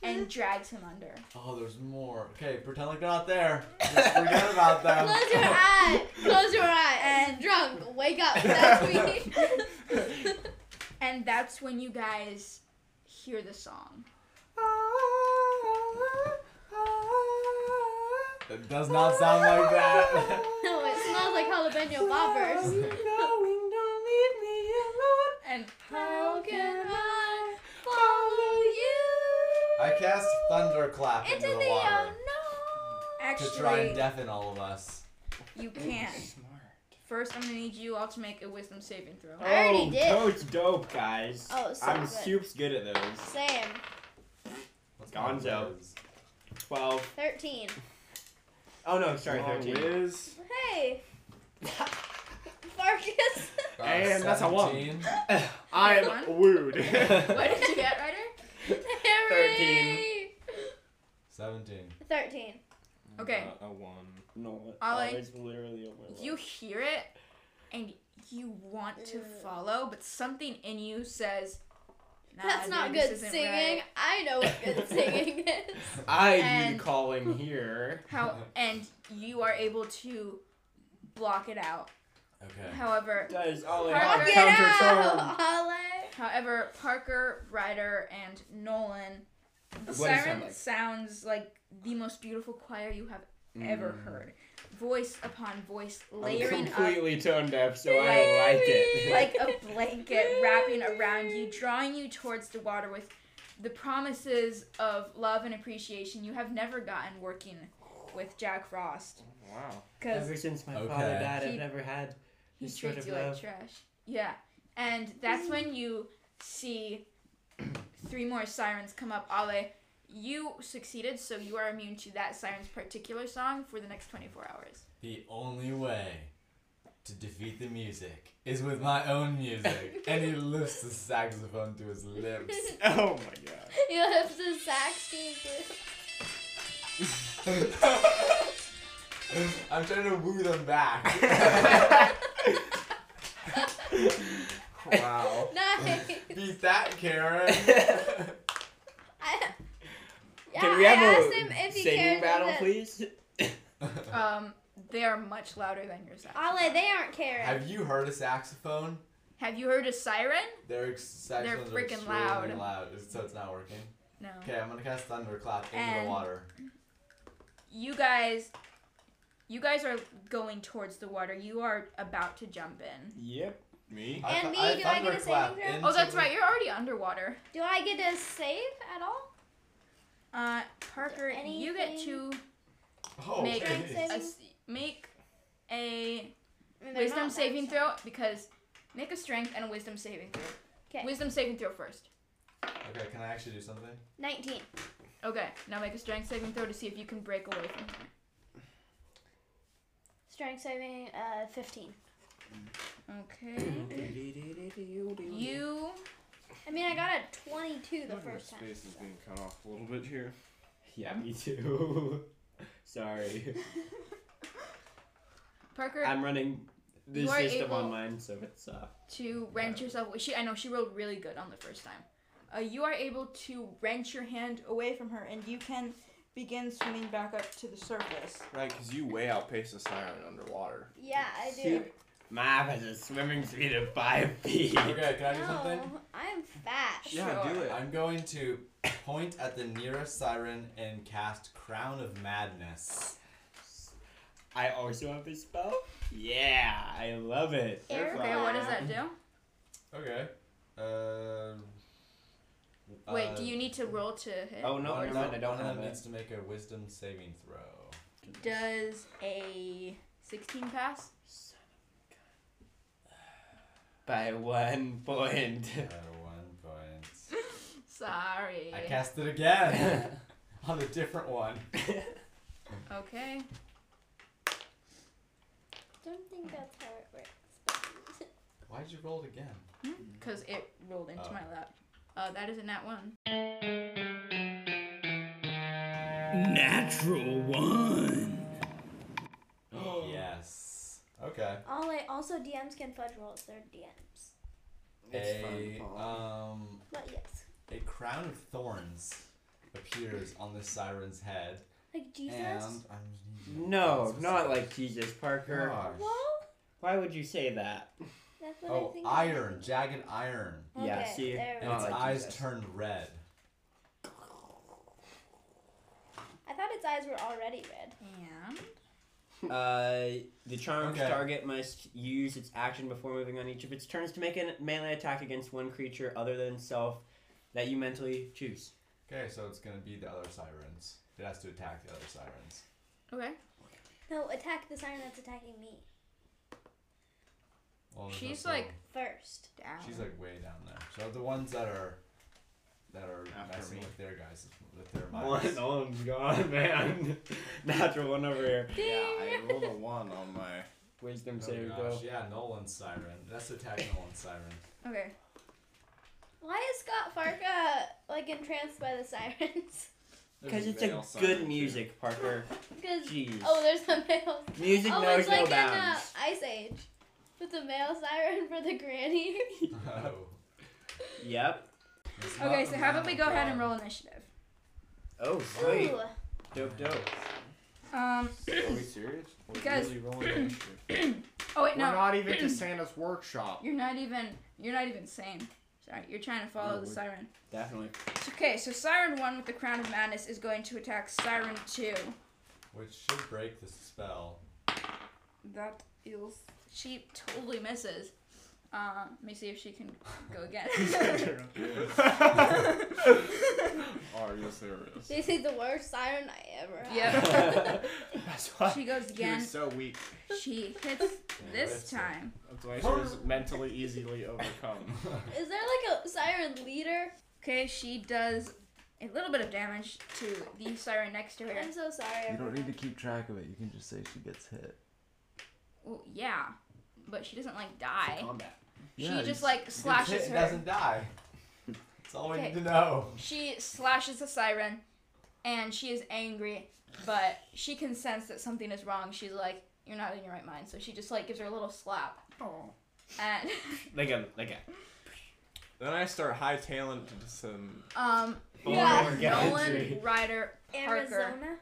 C: and drags him under.
B: Oh, there's more. Okay, pretend like they're not there. Just forget about them.
H: Close your eye. Close your eye. And drunk, wake up. That's me.
C: And that's when you guys hear the song.
B: It does not sound like that. Oh
H: no, it smells like jalapeno poppers.
C: And
H: How can I follow
B: I cast thunderclap
H: you
B: into,
H: into the
B: the
E: um,
B: water
H: unknown?
B: to try and
C: actually,
B: deafen all of us.
C: you can't.
F: smart.
C: First, I'm gonna need you all to make a wisdom saving throw.
E: I already
A: oh,
E: did.
A: Coach Dope, guys.
H: Oh, so
A: I'm
H: good.
A: Soup's good at those.
H: Same.
B: That's my
A: Gonzo.
B: whiz.
A: 12.
H: 13.
A: Oh, no, sorry,
G: Long
A: 13.
G: Whiz.
H: Hey. Farkas.
B: Uh,
F: And that's a one.
B: 17.
F: I
C: One?
F: am
C: What
F: wooed.
C: did you get, Ryder?
A: Harry!
B: 17.
H: 13.
C: Okay.
F: Uh,
G: Not a one.
A: No,
C: Ollie,
A: it's literally over.
C: You hear it, and you want to follow, but something in you says, nah,
E: That's not
C: dude, this
E: good
C: isn't
E: singing.
C: right."
E: I know what good singing is.
A: I need
C: And-
A: to call him here.
C: How and you are able to block it out.
B: Okay.
C: However,
A: Does Ollie
C: Parker-
A: have
C: Get
A: counter charm?
E: Ole.
C: However, Parker, Ryder, and Nolan, the
A: does it
C: siren
A: sound like?
C: sounds like the most beautiful choir you have ever
A: Mm.
C: heard. Voice upon voice,
A: I'm
C: layering up
A: completely tone deaf, so I like it.
C: like a blanket wrapping around you, drawing you towards the water with the promises of love and appreciation you have never gotten working with Jack Frost.
F: wow.
C: Because
A: since my
B: Okay. father died,
C: I've He-
A: never had
C: he treats you like trash. Yeah. And that's when you see three more sirens come up. Ale, you succeeded, so you are immune to that siren's particular song for the next 24 hours.
B: The only way to defeat the music is with my own music. and he lifts the saxophone to his lips.
F: Oh my god.
E: He lifts his sax to
B: I'm trying to woo them back.
F: Wow.
E: Nice.
B: Beat that, Karen.
E: I, yeah,
A: Can we
E: I
A: have a
E: asked him if he
A: singing
E: cared
A: battle,
E: about it.
A: please?
C: Um, they are much louder than your saxophone.
H: Ale, they aren't caring.
B: Have you heard a saxophone?
C: Have you heard a siren?
B: Their ex- saxophones
C: freaking
B: are extremely
C: loud.
B: Is- So it's not working.
C: No.
B: Okay, I'm gonna cast thunderclap into
C: And-
B: the water.
C: You guys, you guys are going towards the water. You are about to jump in.
A: Yep.
F: Me?
B: I
H: And
B: thu-
H: me, do I get a
B: thunderclap
H: saving throw?
B: into
C: Oh, that's
B: the-
C: right. You're already underwater.
H: Do I get to save at all?
C: Uh, Parker, you get to
B: Oh,
C: make
H: Strength
B: okay.
C: a,
H: saving?
C: s- make a
H: I mean, they're
C: wisdom
H: not
C: saving
H: bad,
C: throw because make a strength and a wisdom saving throw.
H: 'Kay.
C: Wisdom saving throw first.
B: Okay, can I actually do something?
H: so- 19.
C: Okay. Now make a strength saving throw to see if you can break away from
H: Strength saving, uh, 15.
C: him. Okay. you
H: I mean, I got a 22 the
F: Your
H: first time.
F: space is being cut off a little bit here.
A: Yeah, me too. Sorry.
C: Parker
A: I'm running the
C: You are
A: system
C: able-
A: online, so it's uh.
C: to wrench yourself. She, I know she rolled really good on the first time. Uh, you are able to wrench your hand away from her, and you can begin swimming back up to the surface.
F: Right, because you way outpace the siren underwater.
H: Yeah, I do.
A: Soup. Map has a swimming speed of five feet.
B: Okay, can I do something?
H: No, I'm fat.
F: Yeah, do it.
B: I'm going to point at the nearest siren and cast Crown of Madness.
A: I also have this spell. Yeah, I love it.
H: Air
C: Okay, what does that do?
B: Okay. Uh,
C: Wait, do you need to roll to hit?
A: Uh, Oh no, never
B: one of
A: mind. I
B: them-
A: don't
B: uh, one of
A: have
B: them
A: it.
B: needs to make a Wisdom saving throw.
C: Does a 16 pass?
A: By one point.
B: Uh, one point.
C: Sorry.
B: I cast it again on a different one.
C: Okay.
H: don't think that's how it works.
B: Why'd you roll it again?
C: Because it rolled into
B: Oh.
C: my lap. Uh, that is a nat one.
A: Natural one.
B: yes. Okay.
H: Ale, also DMs can fudge rolls. They're DMs.
F: It's
B: a
F: fun.
B: um
H: But yes.
B: a crown of thorns appears on the siren's head,
H: Like Jesus?
B: and I'm
A: No, not like Jesus Parker.
B: Gosh.
H: Well,
A: Why would you say that?
H: that's what I
B: Oh,
H: think.
B: iron, jagged iron.
H: Okay,
A: Yeah, see?
H: there we
B: And
H: go.
B: its
A: Oh,
B: eyes
A: Jesus.
B: turned red.
H: I thought its eyes were already red.
C: And
A: Uh, the charmed
B: Okay.
A: target must use its action before moving on each of its turns to make a melee attack against one creature other than self that you mentally choose.
B: Okay, so it's gonna be the other sirens. It has to attack the other sirens.
C: okay.
H: No, attack the siren that's attacking me.
B: Well, there's
C: She's
B: that little-
C: like-
E: First.
C: Down.
B: She's like way down there. So the ones that are that are
F: After
B: messing
F: me.
B: with their guys with their
A: One,
B: minds.
A: all of them's gone, Oh, man. Natural one over here.
F: Yeah, I rolled a one on my.
A: Wisdom
B: Oh
A: save
B: gosh,
A: go.
B: yeah, Nolan's siren. That's attack Nolan's siren.
C: Okay.
E: Why is Scott Farka like entranced by the sirens?
A: Because it's
F: Veil
A: a good
F: siren,
A: music, Parker.
E: Because
A: Jeez.
E: oh, there's a male.
A: music
E: Oh,
A: knows
E: it's like
A: no
E: in uh,
A: bounds.
E: Ice Age, with the male siren for the granny.
B: Oh.
A: Yep.
B: It's
C: Okay,
B: not
C: so how about we go ahead and
B: round.
C: roll initiative?
A: Oh,
E: Ooh,
A: Dope, dope.
C: Um.
F: Are we serious? We're
C: Because-
F: really rolling initiative.
C: Oh wait,
F: We're
C: no.
F: not even to Santa's workshop.
C: You're not even. You're not even sane. Sorry, you're trying to follow the siren.
F: Definitely.
C: Okay, so Siren 1 with the Crown of Madness is going to attack Siren 2.
B: Which should break the spell.
C: That is. She totally misses. Uh, let me see if she can go again.
F: Are you Oh, serious?
E: this is the worst siren I ever had.
C: yep.
F: That's why
C: She goes
F: she
C: again.
F: was so weak.
C: She hits this
B: lifts it.
C: time.
F: That's why she was mentally easily overcome.
E: Is there like a siren leader?
C: Okay, she does a little bit of damage to the Siren next to her.
E: I'm so sorry.
M: You don't
E: everyone.
M: need to keep track of it. You can just say she gets hit.
C: Well, yeah, but she doesn't like die.
F: Combat.
M: Yeah,
C: she just
M: it's-
C: like slashes
B: It's hit, it
C: her.
B: doesn't die. That's all we
C: Okay.
B: need to know.
C: She slashes the siren, and she is angry, but she can sense that something is wrong. She's like, "You're not in your right mind," so she just like gives her a little slap. And
A: Like a, like a.
F: Then I start hightailing to some.
C: um,
E: Yeah.
C: Nolan Ryder Parker,
E: Arizona.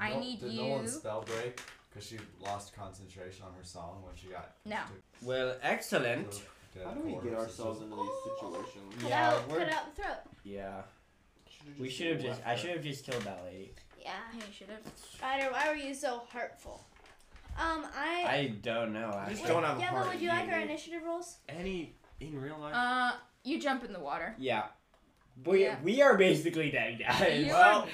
C: I
B: Nope,
C: need
B: did
C: you.
B: Nolan's spell break? Because she lost concentration on her song when she got.
C: No.
A: Well, excellent.
F: How do we get ourselves into these situations?
E: Cut
A: Yeah,
E: out,
A: we're-
E: cut out the throat.
A: Yeah. We should have just. I should have just killed that lady.
E: Yeah.
C: Hey, you should have.
E: Ryder, why were you so hurtful? Um, I.
A: I don't know.
F: I just
A: Actually.
F: don't have a
E: yeah,
F: heart.
E: but would you
F: You
E: like our
F: need
E: initiative rolls?
F: Any in real life?
C: Uh, you jump in the water.
A: Yeah. We
C: Yeah.
A: we are basically dead, guys.
C: You
B: Well,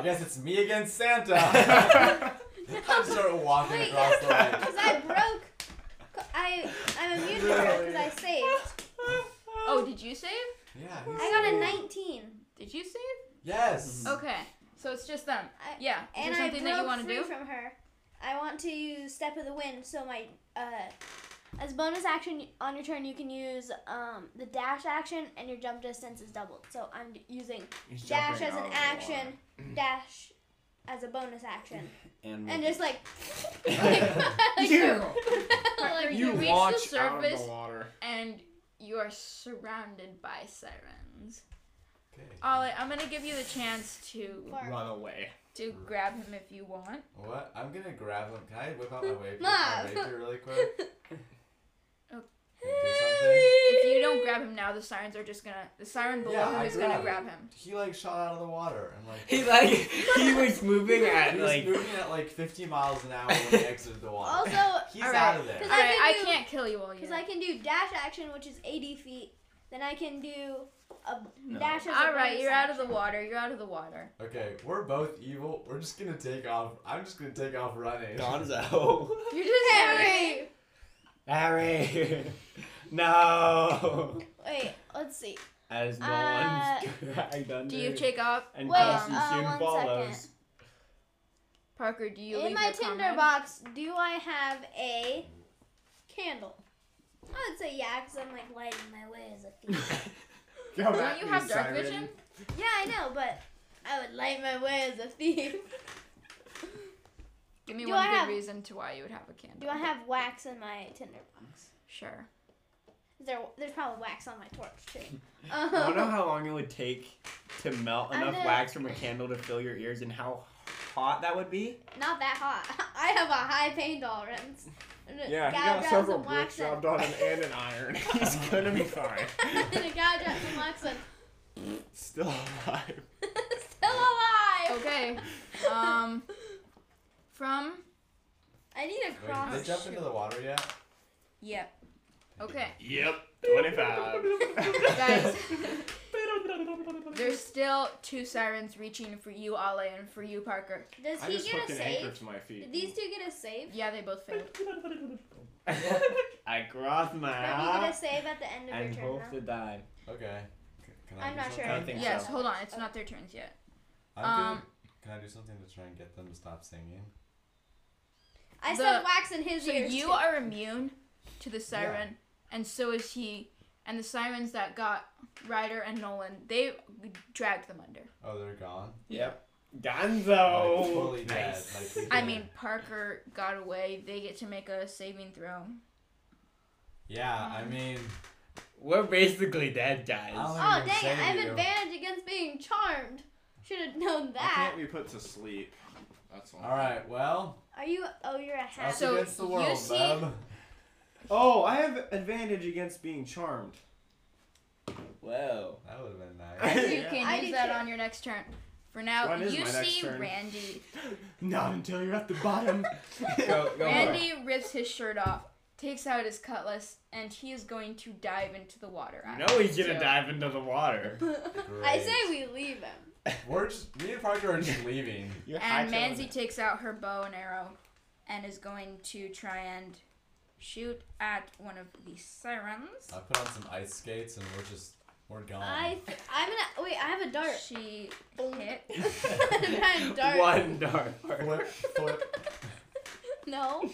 B: I guess it's me against Santa. I just started walking
E: Wait,
B: across the lake.
E: Because I broke. I I'm immune to it because I saved.
C: Oh, did you save?
B: Yeah.
E: I got a 19,
C: Did you save?
B: Yes.
C: Okay, so it's just them.
E: I-
C: yeah. Is
E: and
C: there
E: I
C: something that you
E: broke
C: want to
E: free
C: do?
E: from her. I want to use Step of the Wind, so my uh, as bonus action on your turn, you can use um the dash action, and your jump distance is doubled. So I'm d- using
F: He's
E: dash
F: jumping
E: as
F: out
E: an
F: of the
E: action, dash as a bonus action,
A: And,
E: and just like.
C: you. like,
F: water. You
C: reach
F: launch
C: the
F: out of
C: surface
F: the water.
C: and you are surrounded by sirens.
B: Okay.
C: Ollie, I'm gonna give you the chance to
E: Fart.
F: Run away.
C: to grab him if you want.
B: What? I'm gonna grab him. Can I whip out my rapier, my
E: Mom.
B: rapier really quick?
C: Oh.
B: Can I do something?
C: If you don't grab him now, the sirens are just gonna the siren below
B: Yeah,
C: him
B: I
C: is gonna
B: grab
C: grab him.
B: He like shot out of the water and like.
A: he like he was moving at
B: He was
A: like.
B: moving at like 50 miles an hour when he exited the water.
E: also,
B: He's
C: All right.
B: out of there.
E: Cause I
C: Alright, I
E: can do-
C: can't kill you all yet.
E: Because I can do dash action, which is 80 feet. Then I can do a dash as a
C: all right,
E: bonus
C: you're out of the
E: action.
C: water. You're out of the water.
B: Okay, we're both evil. We're just gonna take off. I'm just gonna take off running.
A: Gonzo.
C: You're just
E: Harry!
A: Harry. no.
E: Wait, let's see.
A: As no
E: Uh,
A: one's dragged under.
C: Do you take off,
A: And
E: Wait,
A: Kelsey
E: uh,
A: soon
E: one
A: follows.
E: second.
C: Parker? Do you
E: In
C: leave
E: my
C: your
E: Tinder
C: comment?
E: box, do I have a candle? I would say yeah, because I'm like lighting my way as a thief.
F: Come
C: Don't
F: at
C: you
F: me,
C: have dark
F: siren.
C: vision?
E: yeah, I know, but I would light my way as a thief.
C: Give me
E: Do
C: one
E: I
C: good
E: have-
C: reason to why you would have a candle.
E: Do I have wax in my Tinder box?
C: Sure.
E: Is there, there's probably wax on my torch too.
A: I
F: Oh,
A: don't know
E: Um,
A: how long it would take to melt
E: I'm
A: enough
E: gonna-
A: wax from a candle to fill your ears and how hot that would be.
E: not that hot. I have a high pain tolerance.
F: Yeah,
E: Gotta
F: he got
E: grab
F: several
E: some wax
F: bricks
E: in.
F: shoved on him and an iron. He's gonna be fine.
E: and a guy dropped some wax on.
F: Still alive.
E: Still alive!
C: Okay. Um. From.
E: I need a
B: Wait,
E: cross.
B: did they jump into the water yet?
C: Yep. Okay.
F: Yep. 25.
C: Guys, There's still two sirens reaching for you, Ale, and for you, Parker.
E: Does
F: I
E: he
F: just
E: get
F: hooked
E: a
F: an anchor
E: save?
F: to my feet.
E: Did these two get a save?
C: Yeah, they both failed.
F: I cross my
H: Maybe you get a
F: eyes
H: save at the end of your
F: and
H: turn.
F: hope to die.
B: Okay. C- Can I
H: I'm
B: do
H: not
B: something?
H: sure. I
F: think
C: Yes,
F: so.
C: hold on. It's not their turns yet.
B: I'm gonna-
C: Um,
B: can I do something to try and get them to stop singing?
H: now. I
C: The-
H: said wax in his
C: So
H: ears.
C: you
H: too.
C: are immune to the siren, and so is he. And the sirens that got Ryder and Nolan, they dragged them under.
B: Oh, they're gone.
F: Yep.
B: like,
F: Gonzo.
B: fully Oh, dead. Like, we
C: I
B: did.
C: mean, Parker got away. They get to make a saving throw.
B: Yeah, I mean,
A: We're basically dead, guys.
B: I'll
E: Oh
B: even
E: dang
B: save
E: it! I have
B: you.
E: advantage against being charmed. Should have known
F: Why
E: that.
F: can't we put to sleep? That's all.
B: All right, well,
H: Are you? Oh, you're a half.
B: us
C: So
B: against the
C: you
B: world,
C: see-
B: bub.
F: Oh, I have advantage against being charmed. Whoa.
B: That would have been nice.
C: So you
F: Yeah.
C: can
H: I
C: use
H: do
C: that
H: too.
C: on your next turn. For now,
F: When is
C: you
F: my next
C: see
F: turn?
C: Randy.
F: Not until you're at the bottom. go, go
C: Randy rips his shirt off, takes out his cutlass, and he is going to dive into the water.
A: No,
C: after
A: he's
C: this,
A: gonna
C: so-
A: dive into the water.
E: I say we leave him.
B: We're just, me and Parker are just leaving.
F: You're
C: And
F: hightailing
C: Manzi
F: it.
C: takes out her bow and arrow and is going to try and shoot at one of the sirens.
B: I put on some ice skates and we're just, we're gone.
E: I th- I'm gonna wait. I have a dart.
C: She
E: Boom.
C: hit.
E: I'm trying to dart.
F: One dart.
B: Flip, flip.
E: No.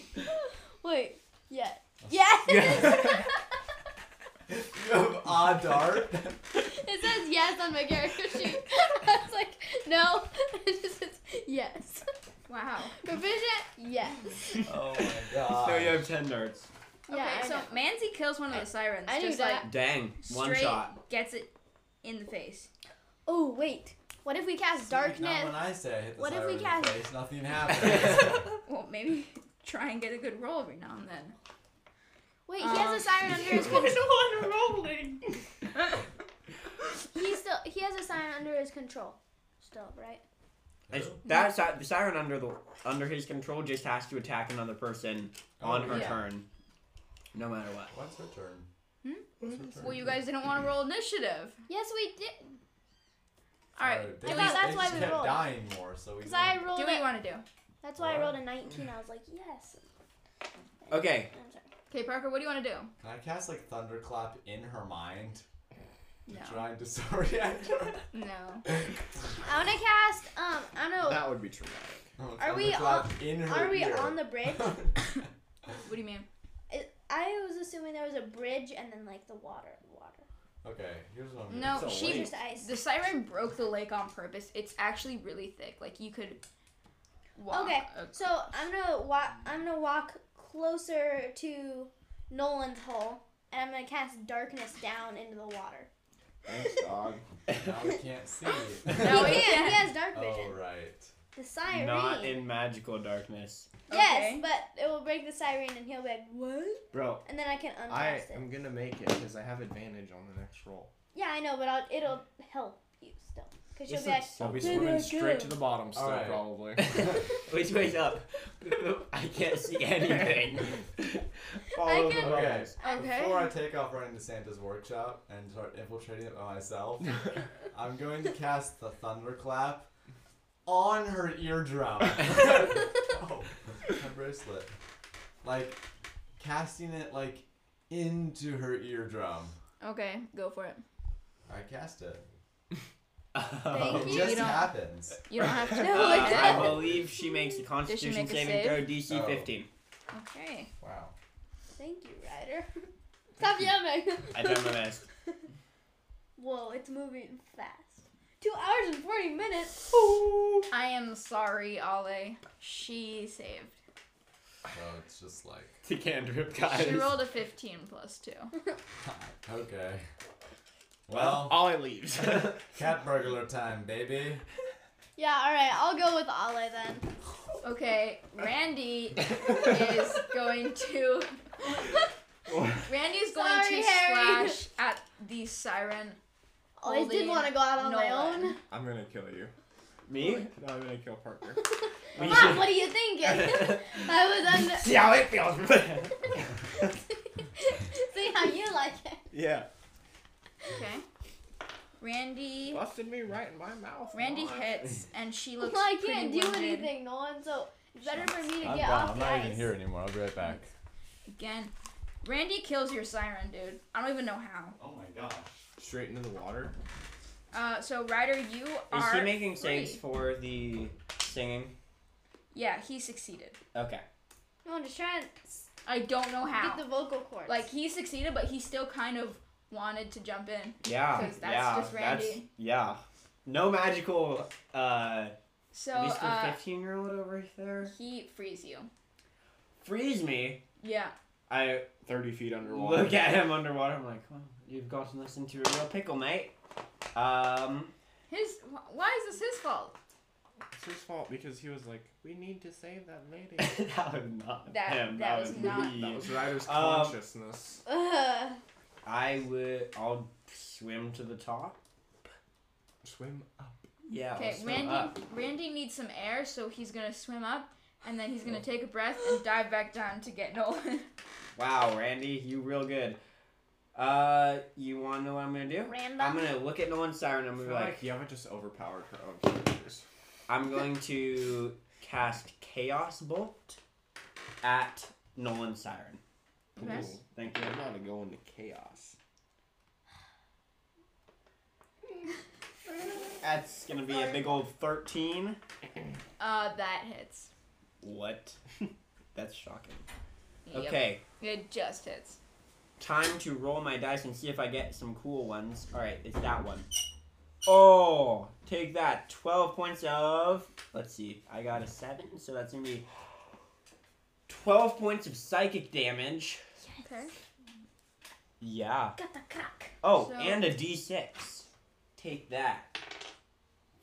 E: Wait. Yeah.
B: Yes.
E: Yes.
B: You have a dart.
E: It says yes on my character sheet. I was like, no. It just says yes.
C: Wow.
E: Proficient? Yes.
B: Oh my god.
F: So you have ten darts.
E: Yeah,
C: okay,
E: I
C: so
E: know.
C: Manzi kills one of the sirens.
E: I knew
C: just
E: that.
F: Dang.
C: like straight gets it in the face.
E: Oh, wait. What if we cast
B: Not
E: darkness?
B: when I say I hit the
E: What if
B: siren
E: we
B: in the
E: cast-
B: face, nothing happens.
C: Well, maybe try and get a good roll every now and then.
E: Wait,
C: Um,
E: he has a siren under his control.
A: rolling.
H: He still. He has a sign under his control. Still, right?
F: that si- the siren under the under his control just has to attack another person
B: Oh,
F: on her
C: Yeah.
F: turn, no matter what.
B: What's her turn?
C: Hmm?
B: What's her turn?
C: Well, you guys didn't want to roll initiative.
E: Yes, we did.
C: All right.
B: Sorry,
C: Do
B: They
C: we,
H: I thought
B: just-
H: that's
B: they
H: why
B: just
H: we
B: kept
H: rolled.
B: dying more, so we.
H: Cause I rolled.
C: do we
H: a-
C: want to do?
H: That's why I rolled a 19. I was like, yes.
F: Okay.
H: I'm sorry.
C: Okay, Parker, what do you want to do?
B: Can I cast like thunderclap in her mind to
C: No.
B: try and disorient her?
C: No.
H: I wanna cast. Um, I don't know.
F: That would be traumatic.
H: Are we
B: Thunderclap in her
H: Are we
B: ear.
H: on the bridge?
C: What do you mean?
H: It- I was assuming there was a bridge and then like the water, water.
B: okay, here's what I'm
C: No,
B: gonna do.
C: she
H: Just ice.
C: The siren broke the lake on purpose. It's actually really thick. Like you could walk. Uh,
H: Okay,
C: ac-
H: So I'm gonna walk. I'm gonna walk closer to Nolan's hole, and I'm gonna cast darkness down into the water.
F: Thanks, dog.
B: now we can't see.
C: No,
H: he
C: it
H: can. He
C: can't.
H: has dark
B: oh
H: vision.
B: right.
H: The siren.
F: Not in magical darkness,
H: yes,
C: Okay.
H: but it will break the siren, and he'll be like, "What?"
F: bro.
H: And then I can uncast
F: I
H: it.
F: am gonna make it because I have advantage on the next roll.
H: Yeah, I know, but I'll, it'll help you still, because you'll
A: This
H: be like,
A: looks
F: I'll
A: so
F: be
A: cool.
F: swimming straight to the bottom
B: still,
F: still,
B: Alright.
F: probably.
A: Which way's up? I can't see anything.
F: Follow
E: I
F: the
E: can-
B: Okay.
F: bubbles.
C: Okay.
B: Before I take off running to Santa's workshop and start infiltrating it by myself, I'm going to cast the thunderclap on her eardrum. oh, my bracelet. Like casting it like into her eardrum.
C: Okay, go for it.
B: I cast it.
C: Thank
B: It
C: you.
B: just
C: don't-
B: happens.
C: You don't have to.
E: No,
F: Um, Uh,
E: it's
F: I
E: not.
F: believe she makes a Constitution
C: make a
F: saving
C: save?
F: throw DC
B: Oh.
F: 15.
C: Okay.
B: Wow.
H: "Thank you, Ryder."
E: Stop yelling.
F: I done my best.
H: Whoa, it's moving fast. Two hours and forty minutes.
C: I am sorry, Ale. She saved.
B: So it's just like
F: To cantrip
C: She rolled a 15 plus 2.
B: okay. Well,
F: Well, Ollie leaves.
B: cat burglar time, baby.
E: Yeah, alright, I'll go with Ale then.
C: Okay, Randy is going to. Randy is going
E: Sorry,
C: to
E: Harry.
C: slash at the siren.
E: I did
C: holding
E: want to go out on my
C: Nolan.
E: own.
F: I'm gonna kill you. Me? No, I'm gonna kill Parker.
E: Mom, what are you thinking? I was under.
F: See how it feels.
E: See how you like it.
F: yeah.
C: Okay. Randy.
F: Busted me right in my mouth.
C: Randy
F: Come on.
C: hits, and she looks.
E: well, I
C: pretty
E: can't do
C: wounded.
E: anything, Nolan. So it's better for me to
B: I'm
E: get
B: gone.
E: off
B: I'm
E: the
B: not
E: ice.
B: even here anymore. I'll be right back.
C: Again, Randy kills your siren, dude. I don't even know how.
F: Oh my gosh. Straight into the water.
C: Uh, so Ryder, you
A: Is
C: are.
A: he making
C: free.
A: saves for the singing?
C: Yeah, he succeeded.
A: Okay.
E: No, I'm just trying to s-
C: I don't know how.
E: get the vocal cords.
C: Like he succeeded, but he still kind of wanted to jump in.
A: Yeah.
C: 'Cause that's
A: yeah.
C: just
A: That's
C: Randy.
A: yeah. No magical. Uh,
C: So
A: at least for
C: uh,
A: fifteen-year-old over there.
C: he frees you.
A: Freeze me.
C: Yeah.
A: I
F: 30 feet underwater.
A: look at him underwater. I'm like, well, you've gotten us into a real pickle, mate. Um.
C: His. wh- Why is this his fault?
F: It's his fault because he was like, we need to save that lady.
A: that was not
C: That-
A: him.
C: that was
A: was
C: not-
A: me.
F: that was Ryder's
A: Um,
F: consciousness.
E: Ugh.
A: I would. I'll swim to the top.
F: Swim up.
A: Yeah. I'll
C: Okay,
A: swim
C: Randy.
A: up.
C: Randy needs some air, so he's gonna swim up, and then he's
A: Oh.
C: gonna take a breath and dive back down to get Nolan.
A: Wow, Randy, you real good. Uh, you want to know what I'm gonna do?
H: Random.
A: I'm gonna look at Nolan Siren. and I'm
F: I
A: gonna
F: feel
A: be
F: like
A: like,
F: you haven't just overpowered her own characters.
A: I'm going to cast Chaos Bolt at Nolan Siren.
C: Okay.
F: Ooh,
A: Thank you.
F: I'm gonna go into chaos.
A: That's gonna be a big old thirteen.
C: uh, that hits.
A: What? That's shocking.
C: Yep.
A: Okay,
C: It just hits.
A: time to roll my dice and see if I get some cool ones. All right, it's that one. Oh, take that. Twelve points of. Let's see. I got a seven, so that's gonna be twelve points of psychic damage.
C: Okay.
A: Yeah.
H: Got the crack.
A: Oh,
C: So-
A: and a d6. Take that.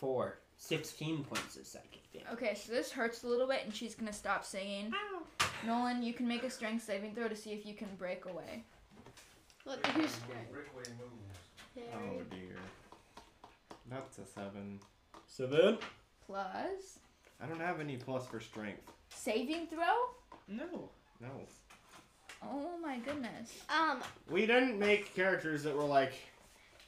A: Four. 16 points of psychic damage.
C: Okay, so this hurts a little bit, and she's gonna stop singing. Nolan, you can make a strength saving throw to see if you can break away.
E: Look, here's strength.
F: Oh dear. That's a seven.
A: Seven.
C: Plus
F: I don't have any plus for strength.
C: saving throw.
F: No. No.
C: Oh my goodness.
H: Um,
F: We didn't make characters that were like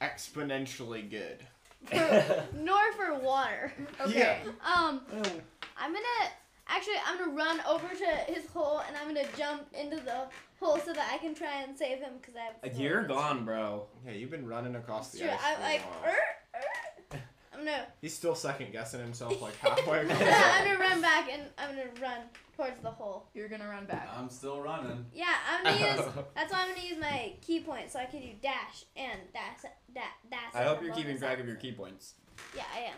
F: exponentially good.
E: For, nor for water.
C: Okay.
E: Um,
F: Oh.
E: I'm gonna actually I'm gonna run over to his hole and I'm gonna jump into the hole so that I can try and save him because I have.
A: A year gone, bro.
F: Yeah, you've been running across the
E: Sure,
F: ice.
E: I'm
F: for a
E: like,
F: while.
E: er, er. I'm gonna
F: He's still second guessing himself like halfway. across the
E: I'm
F: ice.
E: gonna run back and I'm gonna run towards the hole.
C: You're gonna run back.
B: I'm still running.
E: Yeah, I'm gonna use. That's why I'm gonna use my key point so I can do dash and dash dash dash.
A: I hope
E: and
A: you're keeping
E: bonus
A: track of your
E: action.
A: key points.
E: Yeah, I am.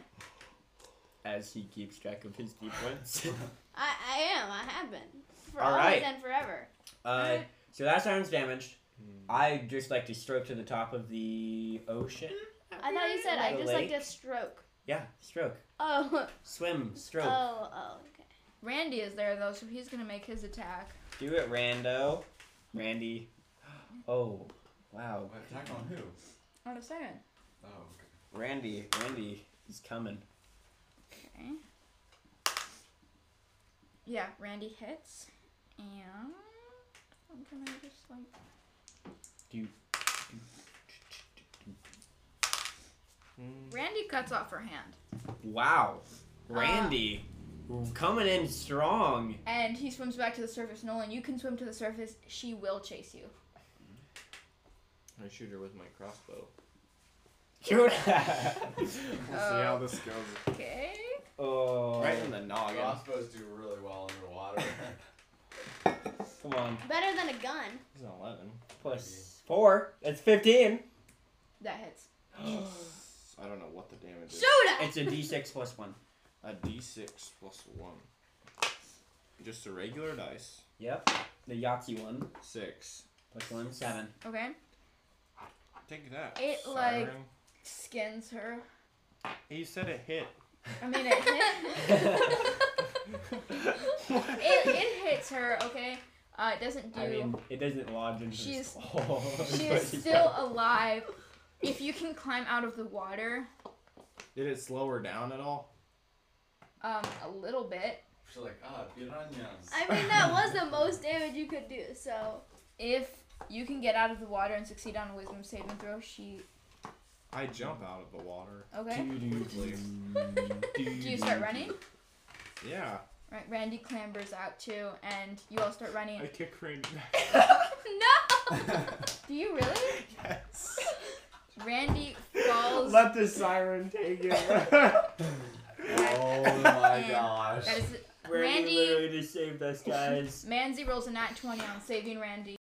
A: As he keeps track of his key points.
E: I, I am. I have been for
A: All
E: always
A: right.
E: and forever.
A: uh, so that's Iron's damaged. I just like to stroke to the top of the ocean.
C: Mm-hmm.
E: I thought you said I
A: The
E: just
A: lake?
E: like to stroke.
A: Yeah, stroke.
E: Oh,
A: Swim,
E: oh,
A: stroke.
C: Uh,
E: oh. Okay.
C: Randy is there though, so he's gonna make his attack.
A: Do it, Rando. Randy. Oh, wow.
B: Wait, attack on who?
C: On a siren.
B: Oh,
A: Randy, Randy is coming.
C: Okay. Yeah, Randy hits, and I'm gonna just like Randy cuts off her hand,
A: Wow. Ah. Randy coming in strong.
C: and he swims back to the surface. Nolan, you can swim to the surface. She will chase you.
F: I shoot her with my crossbow. We'll see how
C: Oh.
F: this goes.
C: Okay.
A: oh.
F: Right in the noggin.
B: Crossbows do really well underwater.
A: Come on.
E: Better than a gun.
F: It's an eleven.
A: Plus four. That's 15.
C: That hits.
F: I don't know what the damage is.
E: Shoot
A: It's a d6 plus one.
F: A d6 plus one. Just a regular dice.
A: Yep. The Yahtzee one.
F: Six.
A: Plus one, seven.
C: Okay.
F: Take that.
C: It, like- Skins her.
F: You said it hit.
C: I mean, it hits. it, it hits her. Okay. Uh, it doesn't do.
A: I mean, it doesn't lodge into
C: She's-
A: the skull.
C: she
A: but
C: is still alive. If you can climb out of the water,
F: Did it slow her down at all?
C: um, a little bit.
B: She's like, ah, piranhas.
E: I mean, that was the most damage you could do. So
C: If you can get out of the water and succeed on a wisdom saving throw, she
F: I jump out of the water.
C: Okay.
F: Usually.
C: Do you start running?
F: Yeah.
C: Right. Randy clambers out too, and you all start running.
F: I kick Randy.
C: no. Do you really?
F: yes.
C: Randy falls.
F: Let the siren take him.
B: Oh my
C: And
B: gosh.
C: That is
A: Randy
C: Randy.
A: literally just saved us, guys.
C: Manzi rolls a nat 20 on saving Randy.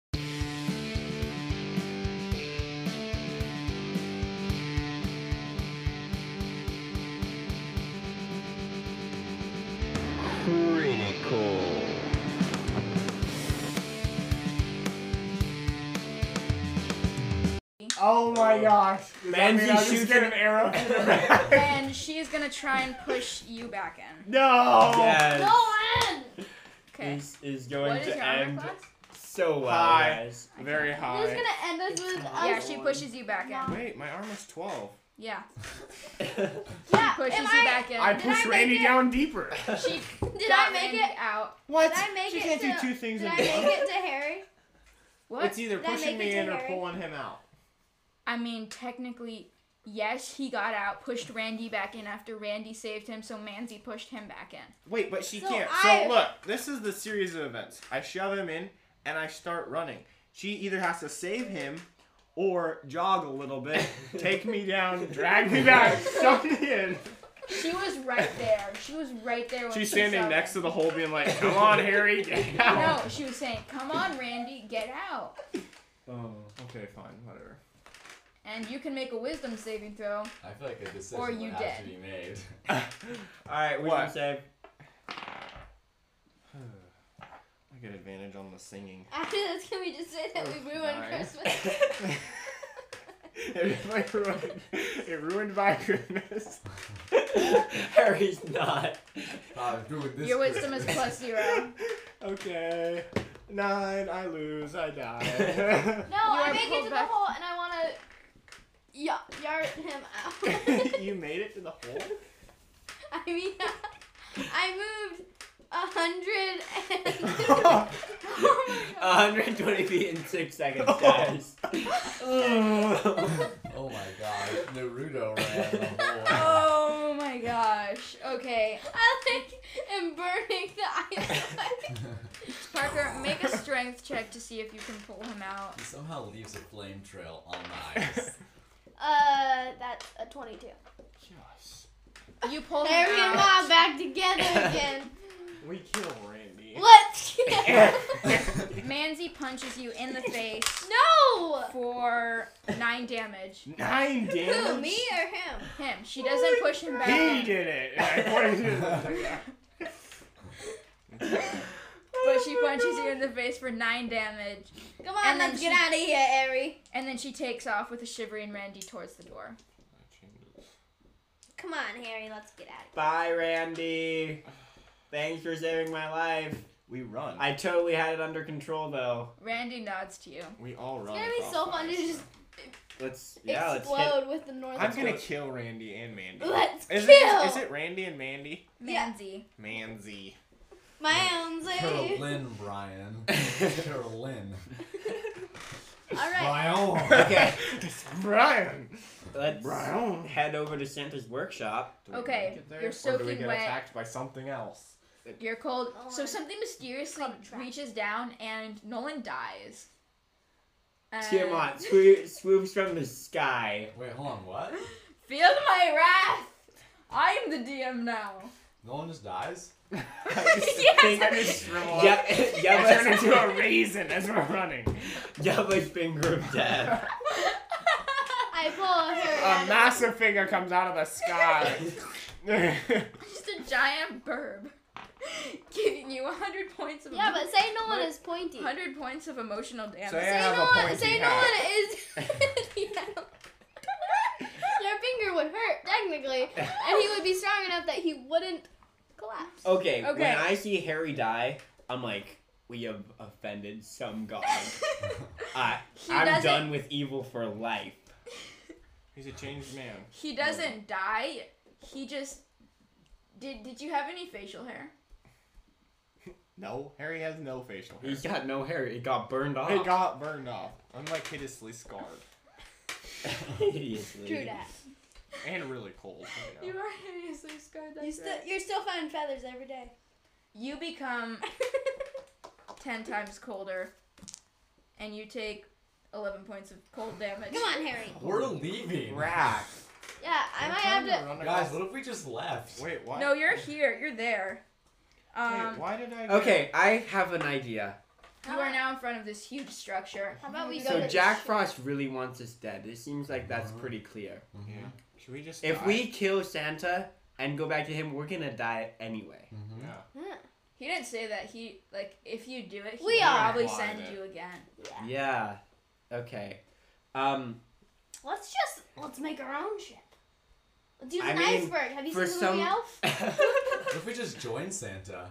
F: oh my gosh. Does that
A: Manzi
F: mean I'll just
A: shoots
F: get
A: him-
F: arrow to the back?
C: And she's gonna try and push you back in.
F: No.
A: Yes.
E: Go in!
C: Okay.
A: This is going
C: What is
A: to
C: your armor
A: end
C: class?
A: so well,
F: Hi.
A: guys.
F: Very
E: Who's
F: high.
E: gonna end us with
C: Yeah,
E: us?
C: she pushes you back in.
F: Wait, my arm is 12.
C: Yeah.
E: Yeah,
C: Pushes
E: am
C: you
E: I,
C: back in.
F: I
E: Did
F: push
E: I make
F: Randy
E: it?
F: down deeper.
C: She
E: Did
C: got
E: I make
C: Randy
E: it?
C: out.
F: What?
E: Did I make
F: she
E: it
F: can't
E: to-
F: do two things
E: Did
F: at
E: I
F: once.
E: make it to Harry?
C: What?
F: It's either
E: Did I
F: pushing
E: make it
F: me
E: to
F: in or
E: Harry?
F: pulling him out.
C: I mean, technically, yes, he got out, pushed Randy back in after Randy saved him, so Manzi pushed him back in.
F: Wait, but she
E: So
F: can't.
E: I-
F: So look, this is the series of events. I shove him in and I start running. She either has to save him or jog a little bit, take me down, drag me back, shove me in.
C: She was right there. She was right there. When
F: She's
C: she
F: standing
C: saw
F: next
C: him.
F: to the hole being like, come on, Harry, get out.
C: No, she was saying, "Come on, Randy, get out!"
A: Oh.
F: Okay, fine, whatever.
C: And you can make a Wisdom saving throw.
B: I feel like a decision
C: Or
B: or
C: you
B: you has to
C: dead.
B: be made.
F: Alright,
A: What?
F: what?
A: Save.
F: I get advantage on the singing.
E: After this, can we just say that we ruined
F: Nine.
E: Christmas?
F: it, like ruined, it ruined my Christmas.
A: Harry's not.
B: Ah, dude, this
C: Your
B: quick.
C: Wisdom is plus zero.
F: Okay. Nine, I lose, I die.
E: No,
C: You
E: I
C: are
E: make it
C: pulled
E: to
C: back.
E: the hole and I wanna y- yard him out.
F: you made it to the hole?
E: I mean, I moved a hundred and. oh my god.
A: 120 feet in six seconds, guys.
B: Oh my god, Naruto ran the whole.
C: Oh my gosh. Okay,
E: I like am burning the ice away.
C: Oh. Parker, make a Strength check to see if you can pull him out.
B: He somehow leaves a flame trail on the ice.
H: Uh, that's a 22.
F: Yes.
C: You pull him
E: Harry and
C: out.
E: Mom back together again.
F: We kill Randy.
E: Let's get
C: Manzi punches you in the face
E: No!
C: for nine damage.
F: Nine damage?
E: Who, me or him?
C: Him. She doesn't push him back.
F: He
C: in.
F: did it. And I pointed it.
C: But she punches you in the face for nine damage,
E: Oh, Come on,
C: And then
E: let's
C: she-
E: get out of here, Harry.
C: and then she takes off with a shivering Randy towards the door.
E: Come on, Harry, let's get out
A: Bye, Randy. Thanks for saving my life.
F: We run.
A: I totally had it under control, though.
C: Randy nods to you.
F: we all run.
E: of here. It's gonna be so fun to just
A: Let's yeah, let's hit.
E: explode with the northern.
F: I'm gonna kill Randy and Mandy.
E: Let's
F: Is
E: kill!
F: it, is it Randy and Mandy?
E: Yeah.
C: Manzi.
F: Manzi.
E: My own lady.
B: Carolyn Brian. Carolyn.
E: Alright.
B: Brian.
A: Okay,
F: Brian.
A: let's
F: Brian.
A: head over to Santa's workshop.
F: Do we
C: Okay,
F: make it there,
C: you're
F: Or do we
C: soaking
F: get
C: wet.
F: attacked by something else?
C: You're cold.
E: Oh,
C: so
E: I-
C: something mysteriously
E: Called a trap.
C: reaches down, and Nolan dies. And
A: Tiamat swoo- swoops from the sky.
B: Wait, hold on, what?
C: Feel my wrath. I'm the DM now.
B: No one just dies?
F: I
C: yes.
F: just shrivel up.
A: Yep,
F: I turn
A: Yubba's,
F: into a raisin as we're running.
A: Yubba's finger of death.
E: I pull her.
F: A massive figure comes out of the sky.
C: Just a giant burb, giving you 100 points of
E: Yeah, but say no one is pointy.
C: 100 points of emotional damage.
F: So I
E: Say
F: have
E: no
F: a
E: one.
F: pointy
E: Say no
F: hat.
E: one is. Your finger would hurt technically, and he would be strong enough that he wouldn't collapse.
A: Okay,
C: Okay.
A: when I see Harry die, I'm like, we have offended some god. I,
C: He
A: I'm
C: doesn't-
A: done with evil for life.
F: He's a changed man.
C: He doesn't die. He just did. Did you have any facial hair?
F: No, Harry has no facial hair.
A: He's got no hair. It got burned off.
F: It got burned off. I'm like hideously scarred.
A: Hideously.
H: True that.
F: and really cold. You
C: You
F: know.
C: are hideously scarred. That's
H: You still,
C: right.
H: you're still finding feathers every day.
C: You become 10 times colder, and you take 11 points of cold damage.
H: Come on, Harry.
B: We're leaving.
F: Rack.
H: Yeah, I might have to.
B: Guys, what if we just left?
F: Wait, what?
C: No, you're here. You're there. Um,
F: Wait, why did I?
A: Okay, I have an idea.
C: you are now in front of this huge structure.
H: How about we go
A: So
H: to
A: Jack Frost really wants us dead. It seems like that's pretty clear.
B: Mm-hmm,
F: Yeah. Should we just?
A: If
F: die?
A: we kill Santa and go back to him, we're gonna die anyway.
B: Mm-hmm.
F: Yeah.
H: Huh.
C: He didn't say that. He like if you do it, he
H: We
C: will
H: are.
C: probably
F: Why
C: send
F: then?
C: you again.
A: Yeah. Okay. Um,
H: Let's just let's make our own ship. Let's use
A: I
H: an
A: mean,
H: iceberg. Have you
A: for
H: seen the
A: some-
H: movie Elf?
B: What if we just join Santa?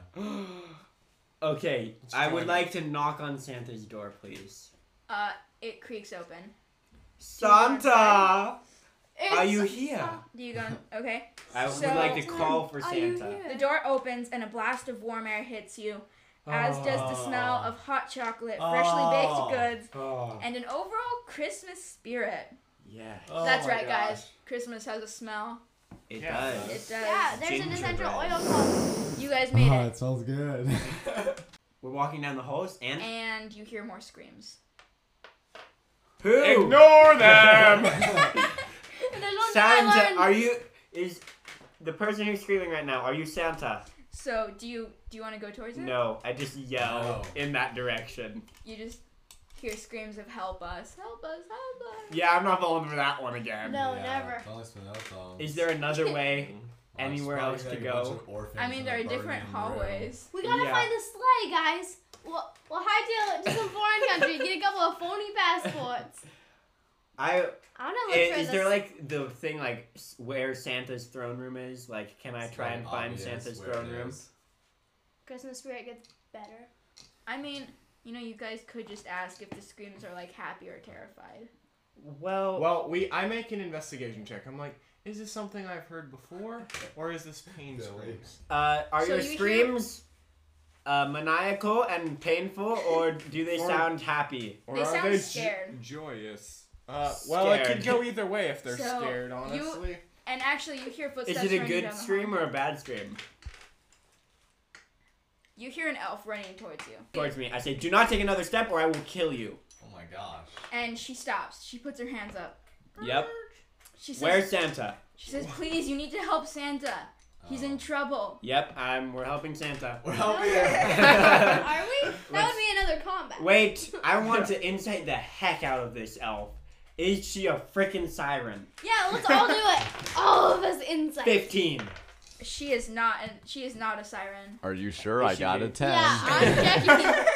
A: okay. I
F: try
A: would
F: it.
A: like to knock on Santa's door, please.
C: Uh, it creaks open.
A: Santa,
H: It's,
A: are you here?
C: Do you go? Okay.
A: I would
C: So-
A: like to call for
H: Are you
A: Santa.
H: here?
C: The door opens and a blast of warm air hits you, as does the smell
F: Oh.
C: of hot chocolate, freshly
B: Oh.
C: baked goods,
B: Oh.
C: and an overall Christmas spirit.
A: Yeah,
C: That's
F: Oh
B: my
C: right,
B: gosh.
C: guys. Christmas has a smell.
A: it
F: Yeah.
A: does.
C: It does.
H: Yeah, there's an essential
A: Gingerbread.
H: oil called.
C: You guys made
B: Oh,
C: Ah, it.
B: it smells good.
A: We're walking down the halls and,
C: And you hear more screams.
A: who?
F: Ignore
A: Um.
F: them.
H: There's one thing I
A: Santa,
H: learned.
A: are you? Is the person who's screaming right now? Are you Santa?
C: So do you do you want to go towards it?
A: No, I just yell
B: No.
A: in that direction.
C: You just hear screams of help us, help us, help us.
A: Yeah, I'm not falling for that one again.
H: No,
B: Yeah,
H: never.
B: don't listen to that song.
A: Is there another
B: Mm-hmm.
A: way?
B: Well, it's
A: anywhere
B: probably
A: else to
B: like a bunch
A: go?
B: of orphans
C: I mean,
B: in
C: there
B: a
C: are different
B: burning room.
C: hallways.
H: We gotta
A: Yeah.
H: find the sleigh, guys. We'll, we'll hightail it to some foreign country, get a couple of phony passports.
A: I eh,
H: I'm gonna look
A: is,
H: for
A: is
H: this.
A: there like the thing like s- where Santa's throne room is? Like, can I
B: It's
A: try
B: like
A: and find
B: obvious
A: Santa's
B: where
A: throne
B: it
A: room?
B: is.
H: Christmas spirit gets better.
C: I mean, you know, you guys could just ask if the screams are like happy or terrified.
A: Well,
F: well, we. I make an investigation check. I'm like, is this something I've heard before, or is this pain
B: Billy.
F: screams?
A: uh, are
C: So
A: your
C: you hear-
A: screams uh, maniacal and painful, or do they
F: Or-
A: sound happy?
F: Or
C: They
F: are
C: sound
F: they
C: scared.
F: J- joyous. Uh, well, it could
A: Scared.
F: go either way if they're
C: So,
F: scared.
C: you-
F: Honestly.
C: And actually, you hear footsteps.
A: Is it a
C: running
A: good
C: down the
A: scream
C: hall.
A: or a bad scream?
C: You hear an elf running towards you,
A: Towards me, I say, "Do not take another step, or I will kill you."
B: Oh my gosh.
C: and she stops. She puts her hands up.
A: Yep.
C: She says,
A: Where's Santa?
C: she says, please, you need to help Santa. He's in trouble.
A: Yep, um, we're helping Santa.
B: Oh. We're helping him.
H: Are we? That would be another combat.
A: Wait, I want to insight the heck out of this elf. Is she a freaking siren?
H: Yeah, let's all do it. All of us inside.
A: 15.
C: She is not, an, she is not a siren.
I: Are you sure
A: Yes,
I: I
A: you
I: got
A: do.
I: a 10?
H: Yeah, I'm Jackie.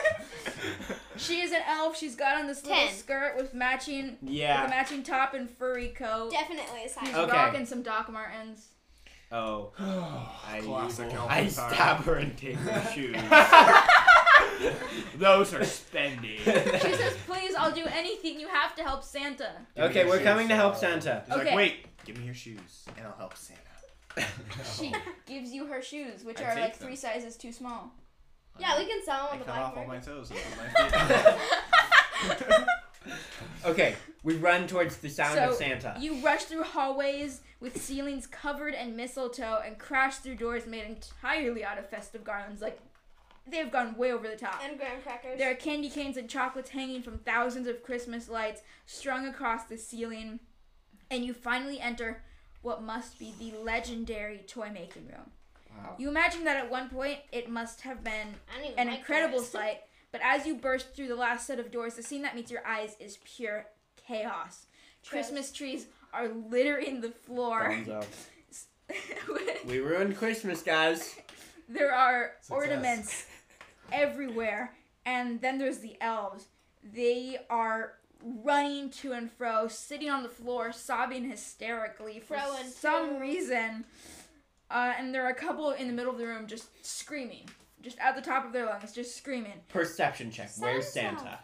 C: She is an elf. She's got on this little
H: Ten.
C: skirt with matching, with a
A: Yeah.
C: matching top and furry coat.
H: Definitely a
C: She's
H: siren.
A: Okay.
C: rocking some Doc Martens.
A: Oh. I,
F: Classic elf
A: I
F: attire.
A: stab her and take her shoes. Those are spendy.
C: She says, "Please, I'll do anything. You have to help Santa."
A: okay, we're coming to help Santa.
F: He's
C: Okay.
F: like, wait.
D: Give me your shoes, and I'll help Santa.
C: She gives you her shoes, which
F: Oh. I
C: are
F: take
C: like
F: them.
C: three sizes too small.
H: Yeah, we can
F: I
H: sell them on the
F: cut off
H: black
F: all my
H: market.
F: toes and put my feet.
A: Okay, we run towards the sound of
C: So,
A: Santa.
C: You rush through hallways with ceilings covered in mistletoe and crash through doors made entirely out of festive garlands. Like they've gone way over the top.
H: And graham crackers.
C: There are candy canes and chocolates hanging from thousands of Christmas lights strung across the ceiling, and you finally enter what must be the legendary toy making room.
F: Wow.
C: You imagine that at one point it must have been
H: I don't even
C: an
H: like
C: incredible
H: those.
C: sight, but as you burst through the last set of doors, the scene that meets your eyes is pure chaos. Christmas trees are littering the floor.
A: Thumbs up. We ruined Christmas, guys.
C: there are
B: Success.
C: ornaments everywhere, and then there's the elves. They are running to and fro, sitting on the floor, sobbing hysterically for
H: Fro and
C: some
H: to.
C: reason. Uh, and there are a couple in the middle of the room just screaming, just at the top of their lungs, just screaming.
A: Perception check. Where's
H: Santa.
A: Santa?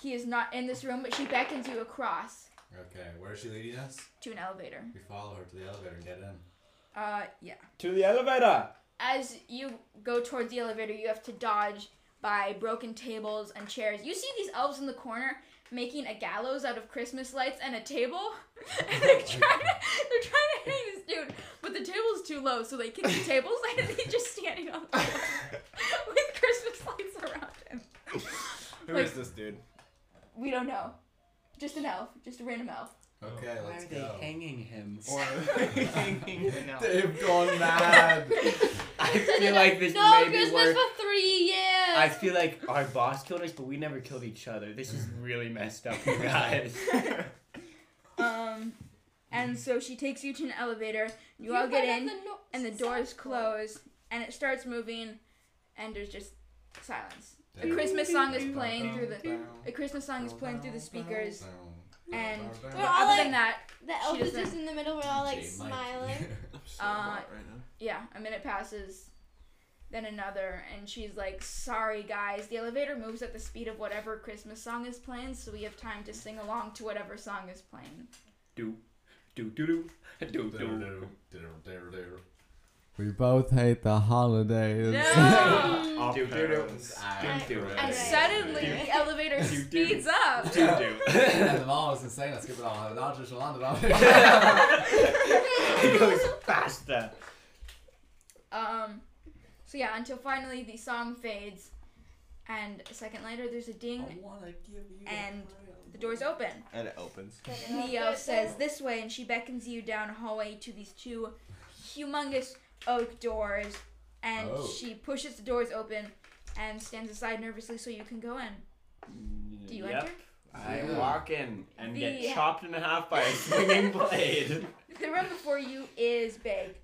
C: He is not in this room, but she beckons you across
B: okay, where is she leading us?
C: to an elevator.
B: We follow her to the elevator and get in.
C: Uh, yeah.
A: To the elevator.
C: As you go towards the elevator, you have to dodge by broken tables and chairs. You see these elves in the corner making a gallows out of Christmas lights and a table. and they're trying to, they're trying to hang this dude, but the table's too low, so they kick the table side and he's just standing on the floor with Christmas lights around him.
F: Who is
C: Like-
F: this dude?
C: We don't know. Just an elf. Just a random elf.
F: Oh.
B: Okay,
D: Why
B: let's
D: are they
B: go.
D: hanging him?
F: Or hanging him out.
B: They've gone mad.
A: I feel like this
E: No
A: may be
E: Christmas
A: worth.
E: for three years.
A: I feel like our boss killed us, but we never killed each other. This is really messed up, you guys.
C: Um, and so she takes you to an elevator. You, all get in, and the door is closed, and it starts moving, and there's just silence. A Christmas song is playing through the. A Christmas song is playing through the speakers, and
E: We're all
C: other
E: like,
C: than that,
E: the elf is
C: doesn't-
E: just in the middle. We're all like smiling.
C: uh, yeah, a minute passes, then another, and she's like, "Sorry, guys, the elevator moves at the speed of whatever Christmas song is playing, so we have time to sing along to whatever song is playing."
A: Do do do do do.
B: We both hate the holidays.
C: No.
F: Off
A: Do, do, do.
F: parents.
E: I-
A: Do do.
E: I
C: And
E: Right.
C: suddenly the elevator speeds up.
A: Do do.
B: and the mom was insane. I skip it all. And I'll just land it all.
A: It goes faster.
C: Um, so yeah, until finally the song fades, and a second later there's a ding, and the door's open.
F: And it opens.
C: And the elf says this way, and she beckons you down a hallway to these two humongous oak doors, and
B: Oh.
C: she pushes the doors open and stands aside nervously so you can go in. Do you
F: Yep.
C: enter?
F: I
B: Yeah.
F: walk in and
C: The-
F: get chopped in half by a swinging blade.
C: The room before you is big.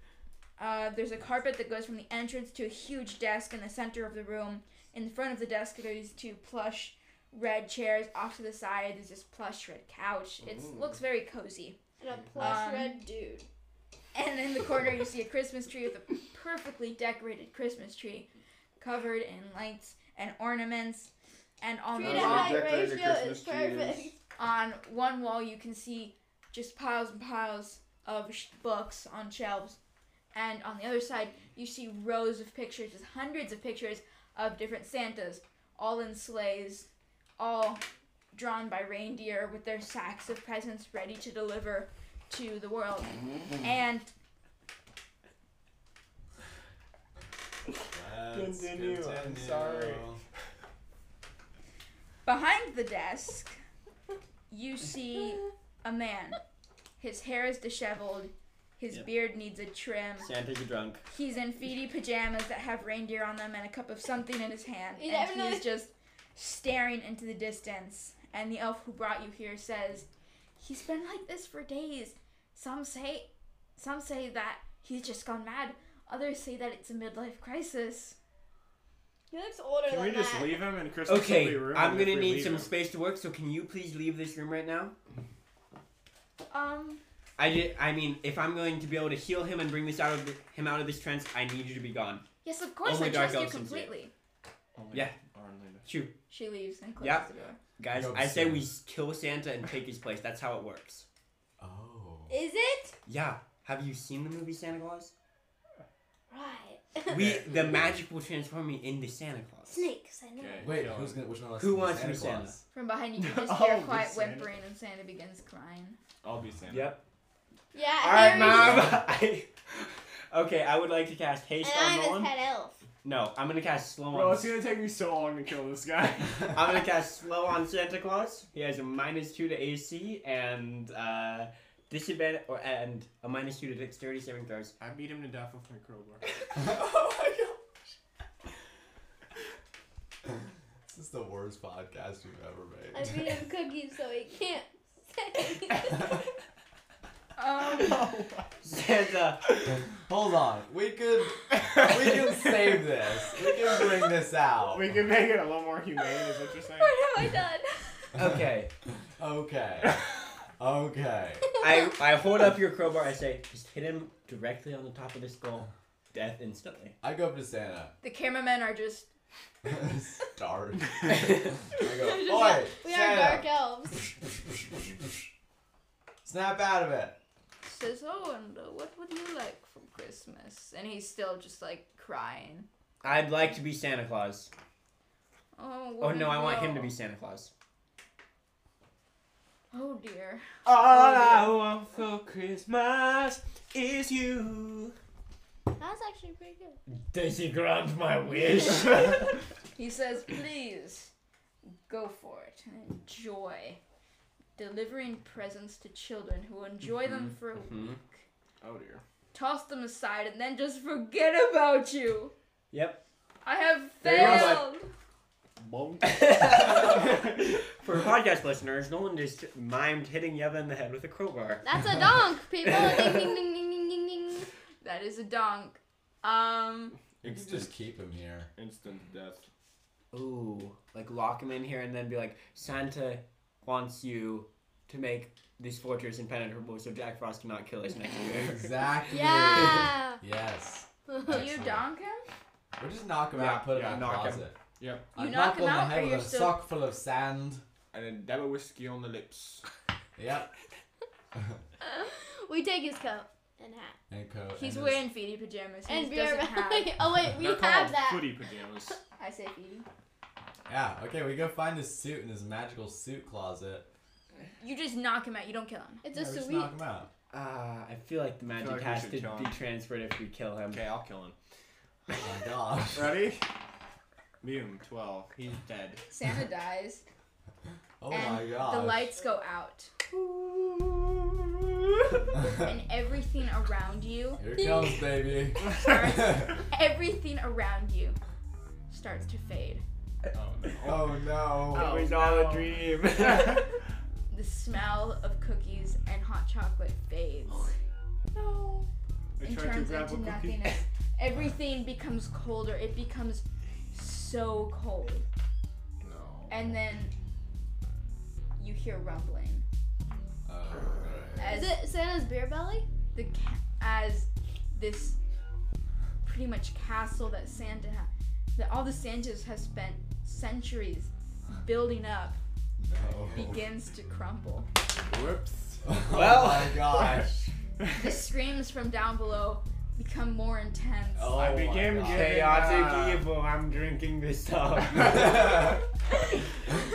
C: Uh, there's a carpet that goes from the entrance to a huge desk in the center of the room. In front of the desk, there's two plush red chairs. Off to the side, there's this plush red couch. It looks very cozy.
E: And a plush
C: Um,
E: red dude.
C: And in the corner, you see a Christmas tree with a perfectly decorated Christmas tree covered in lights and ornaments. And on,
E: Three
C: the
E: to
C: wall,
E: height
G: decorated
E: ratio is
G: Christmas tree is-
E: perfect.
C: on one wall, you can see just piles and piles of sh- books on shelves. And on the other side, you see rows of pictures, just hundreds of pictures of different Santas, all in sleighs, all drawn by reindeer with their sacks of presents ready to deliver to the world. And
F: Continue, I'm sorry.
C: Behind the desk, you see a man. His hair is disheveled. His
A: Yep.
C: beard needs a trim.
A: Santa's a drunk.
C: He's in feety pajamas that have reindeer on them and a cup of something in his hand.
E: You never
C: and
E: know.
C: he's just staring into the distance. And the elf who brought you here says, He's been like this for days. Some say, some say that he's just gone mad. Others say that it's a midlife crisis.
E: He looks older
F: Can
E: than
F: we just
E: that.
F: leave him in Christmas
A: Okay,
F: will be ruined
A: I'm
F: if
A: gonna
F: we
A: need
F: leave
A: some
F: him?
A: space to work. So can you please leave this room right now?
C: Um,
A: I did, I mean, if I'm going to be able to heal him and bring this out of the, him out of this trance, I need you to be gone.
C: yes, of course,
A: Only
C: I
A: dark
C: trust you
A: elves can see it.
C: completely.
F: Oh
A: Yeah. Shoo.
C: She leaves and closes
A: Yeah.
C: the door.
A: Guys,
B: You're
A: I say we
B: obsessed.
A: kill Santa and take his place. That's how it works.
B: Oh.
E: Is it?
A: Yeah. Have you seen the movie Santa Claus?
E: Right.
A: We the magic will transform me into Santa Claus.
E: Snakes, I know.
G: Okay.
B: Wait,
G: John.
B: who's gonna? Which one of us?
A: Who
B: is
A: wants to be
B: Santa? Claus?
C: From behind you, you just
F: Oh,
C: hear a
F: the
C: quiet
F: Santa.
C: whimpering, and Santa begins crying.
G: I'll be Santa.
A: Yep.
E: Yeah.
A: All right,
E: there he is.
A: Mom. I, okay, I would like to cast
E: And
A: haste on
E: I'm his
A: Nolan.
E: pet elf.
A: No, I'm gonna cast slow
F: Bro,
A: on.
F: it's gonna take me so long to kill this guy.
A: I'm gonna cast slow on Santa Claus. He has a minus two to AC and uh, disadvantage, or and a minus two to dexterity saving throws.
F: I beat him to death with my crowbar.
B: This is the worst podcast we've ever made.
E: I feed him cookies so he can't say anything.
C: Um,
A: Santa,
B: Hold on, we could we can save this. We can bring this out.
F: we can make it a little more humane, is what you're saying?
E: what have I done?
A: okay.
B: Okay. Okay.
A: I, I hold up your crowbar. I say, just hit him directly on the top of the skull. Death instantly.
B: I go up to Santa.
C: the cameramen are just
B: Start. I
E: I'm just
B: go.
E: like,
B: Oi,
E: we are dark
B: Santa.
E: elves.
B: Snap out of it.
C: says, "Oh, and uh, what would you like from Christmas?" And he's still just like crying.
A: I'd like to be Santa Claus.
C: Oh,
A: Oh
C: what
A: no,
C: do
A: I
C: you
A: want him to be
C: know?"
A: Santa Claus.
C: Oh dear.
G: All
C: I
G: want for Christmas is you.
H: That's actually pretty good.
A: Does he grant my wish?
C: He says, please go for it and enjoy delivering presents to children who enjoy them for a
A: Mhm.
C: week.
F: Oh dear.
C: Toss them aside and then just forget about you.
A: Yep.
C: I have
A: There you go.
C: failed.
A: For podcast listeners, Nolan just mimed hitting Yeva in the head with a crowbar.
E: That's a donk, people. ding, ding, ding, ding, ding, ding, ding.
C: That is a donk. Um,
B: You can just keep him here.
F: Instant death.
A: Ooh, like lock him in here and then be like, Santa wants you to make this fortress impenetrable so Jack Frost cannot kill us next year.
B: Exactly.
E: Yeah.
B: Yes.
C: do you
B: Excellent.
C: donk him?
B: We just knock him
F: Yeah,
B: out, put him
F: yeah,
B: in the
F: knock him.
B: closet.
F: Yep.
C: You
B: I
C: knock him
B: on
C: out,
B: the head
C: or
B: with
C: you're
B: a
C: still-
B: sock full of sand.
F: And then dab a whiskey on the lips.
B: Yep.
H: We take his coat and hat.
B: And coat.
C: He's
B: and his-
C: wearing feety pajamas. He
H: And
C: doesn't
H: beer.
C: have.
H: oh wait, we
F: They're
H: have
F: called
H: that.
F: Footy pajamas.
C: I say feety.
B: Yeah. Okay. We go find his suit in his magical suit closet.
C: You just knock him out. You don't kill him.
H: It's
B: Yeah,
H: a
B: we just
H: sweet.
B: knock him out.
A: Ah, I feel like the magic
F: like we
A: has
F: should
A: to
F: kill
A: be
F: him.
A: transferred if we kill him.
F: Okay, I'll kill him.
B: Oh my gosh.
F: Ready? Boom, 12. He's dead.
C: Santa dies,
B: Oh
C: and
B: my gosh.
C: the lights go out, and everything around you,
B: Here it comes, baby.
C: everything around you, starts to fade.
F: Oh no.
B: oh no.
A: it was all a dream.
C: The smell of cookies and hot chocolate fades.
B: Oh.
C: No.
F: I
C: And
F: tried to
C: turns
F: grab a
C: into
F: cookie.
C: nothingness. Everything becomes colder. It becomes so cold.
F: No.
C: And then you hear rumbling
B: Oh, right.
C: as
H: Is it Santa's beer belly?
C: the ca- as this pretty much castle that Santa ha- that all the Santas have spent centuries building up
F: Oh.
B: No.
C: begins to crumble.
F: Whoops.
B: Well. Oh my gosh.
C: The screams from down below become more intense.
B: Oh
F: I
B: my
F: became
B: gosh.
F: gay.
A: Chaotic evil, I'm drinking this up.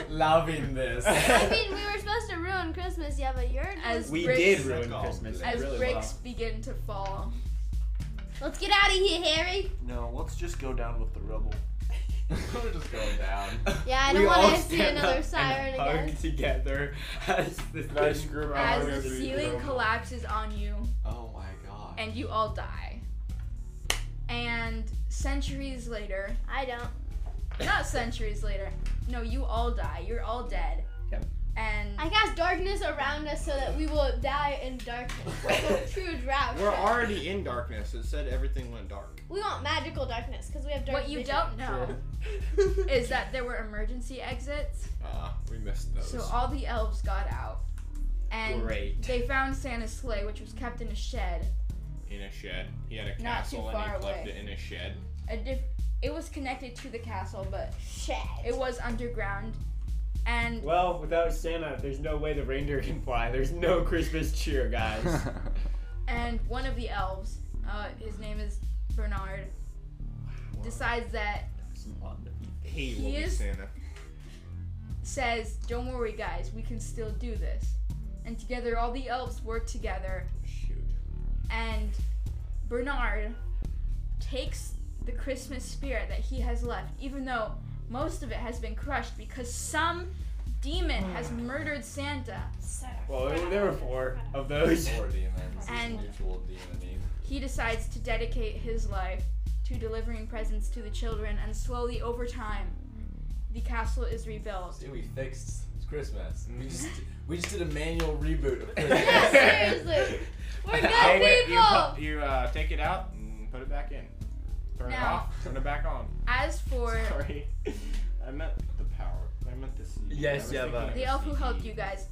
B: Loving this.
H: I mean, we were supposed to ruin Christmas, yeah, but you're.
C: As
A: we
C: bricks,
A: did ruin
B: Oh,
A: Christmas.
C: as
A: really
C: bricks begin to fall.
H: Let's get out of here, Harry.
D: No, let's just go down with the rubble.
B: We're just going down.
H: Yeah, I
A: We
H: don't
A: all
H: want to see
A: stand up
H: another
A: and
H: siren
A: hug
H: again.
A: together as the
F: Nice
A: thing-
F: group.
C: As
F: I'm
C: the
F: gonna be
C: ceiling
F: thrilled.
C: collapses on you
B: Oh my gosh.
C: and you all die. And centuries later,
H: I don't.
C: not centuries later, no, you all die. You're all dead.
A: Yep.
C: And
H: I cast darkness around us so that we will die in darkness, like a true draft.
F: We're already in darkness. It said everything went dark.
H: We want magical darkness because we have dark.
C: What you
H: vision.
C: don't know is that there were emergency exits,
F: Ah, we missed those.
C: so uh, all the elves got out, and
A: Great.
C: they found Santa's sleigh, which was kept in a shed.
F: in a shed. He had a
C: too
F: castle and he
C: far
F: left
C: away.
F: it in a shed.
C: A diff- it was connected to the castle, but
H: Shit.
C: it was underground, and
A: Well, without Santa, there's no way the reindeer can fly. There's no Christmas cheer, guys.
C: and one of the elves, uh, his name is Bernard, decides that
F: He,
C: He
F: will be
C: is-
F: Santa.
C: says, "Don't worry, guys, we can still do this." And together, all the elves work together
F: Shoot.
C: and Bernard takes the Christmas spirit that he has left, even though most of it has been crushed because some demon has murdered Santa.
A: well, there- there were four of those.
B: Poor demons.
C: And-
B: Mutual demoning.
C: He decides to dedicate his life to delivering presents to the children, and slowly over time, the castle is rebuilt.
B: See, we fixed Christmas. We just we just did a manual reboot of Christmas.
H: Yeah, seriously. We're
F: Oh,
H: good
F: wait, you,
H: people.
F: pu- you uh, take it out and put it back in. Turn it
C: Now-
F: off. Turn it back on.
C: As for
F: Sorry. I meant the power. I meant the CD.
A: Yes,
F: I was
A: yeah,
F: thinking
A: but-
F: of
C: the
F: a
C: elf who
F: CD.
C: helped you guys,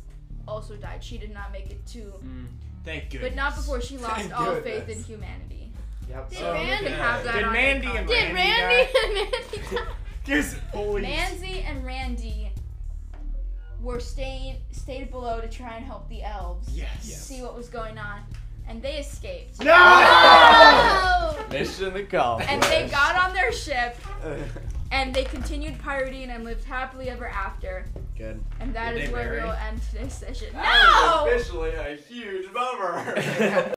C: also died. She did not make it too,
A: Mm,
F: Thank you.
C: but not before she lost
B: Thank
C: all faith in
B: goodness.
C: humanity.
F: Yep.
H: Did
A: Um,
F: so-
C: You
H: Randy?
C: can have that
F: Did
C: on your
F: Mandy and
C: card.
H: Did Randy and Mandy die?
F: Yes, holy.
C: Manzi and Randy were staying stayed below to try and help the elves
F: Yes.
C: see what was going on, and they escaped.
F: No!
H: Oh!
B: Mission accomplished.
C: And they got on their ship, And they continued pirating and lived happily ever after.
A: Good.
C: And that
A: Did
C: is
A: they
C: where
A: marry?
B: Oh,
C: we'll end today's session.
B: That
C: no!
B: was officially a huge bummer.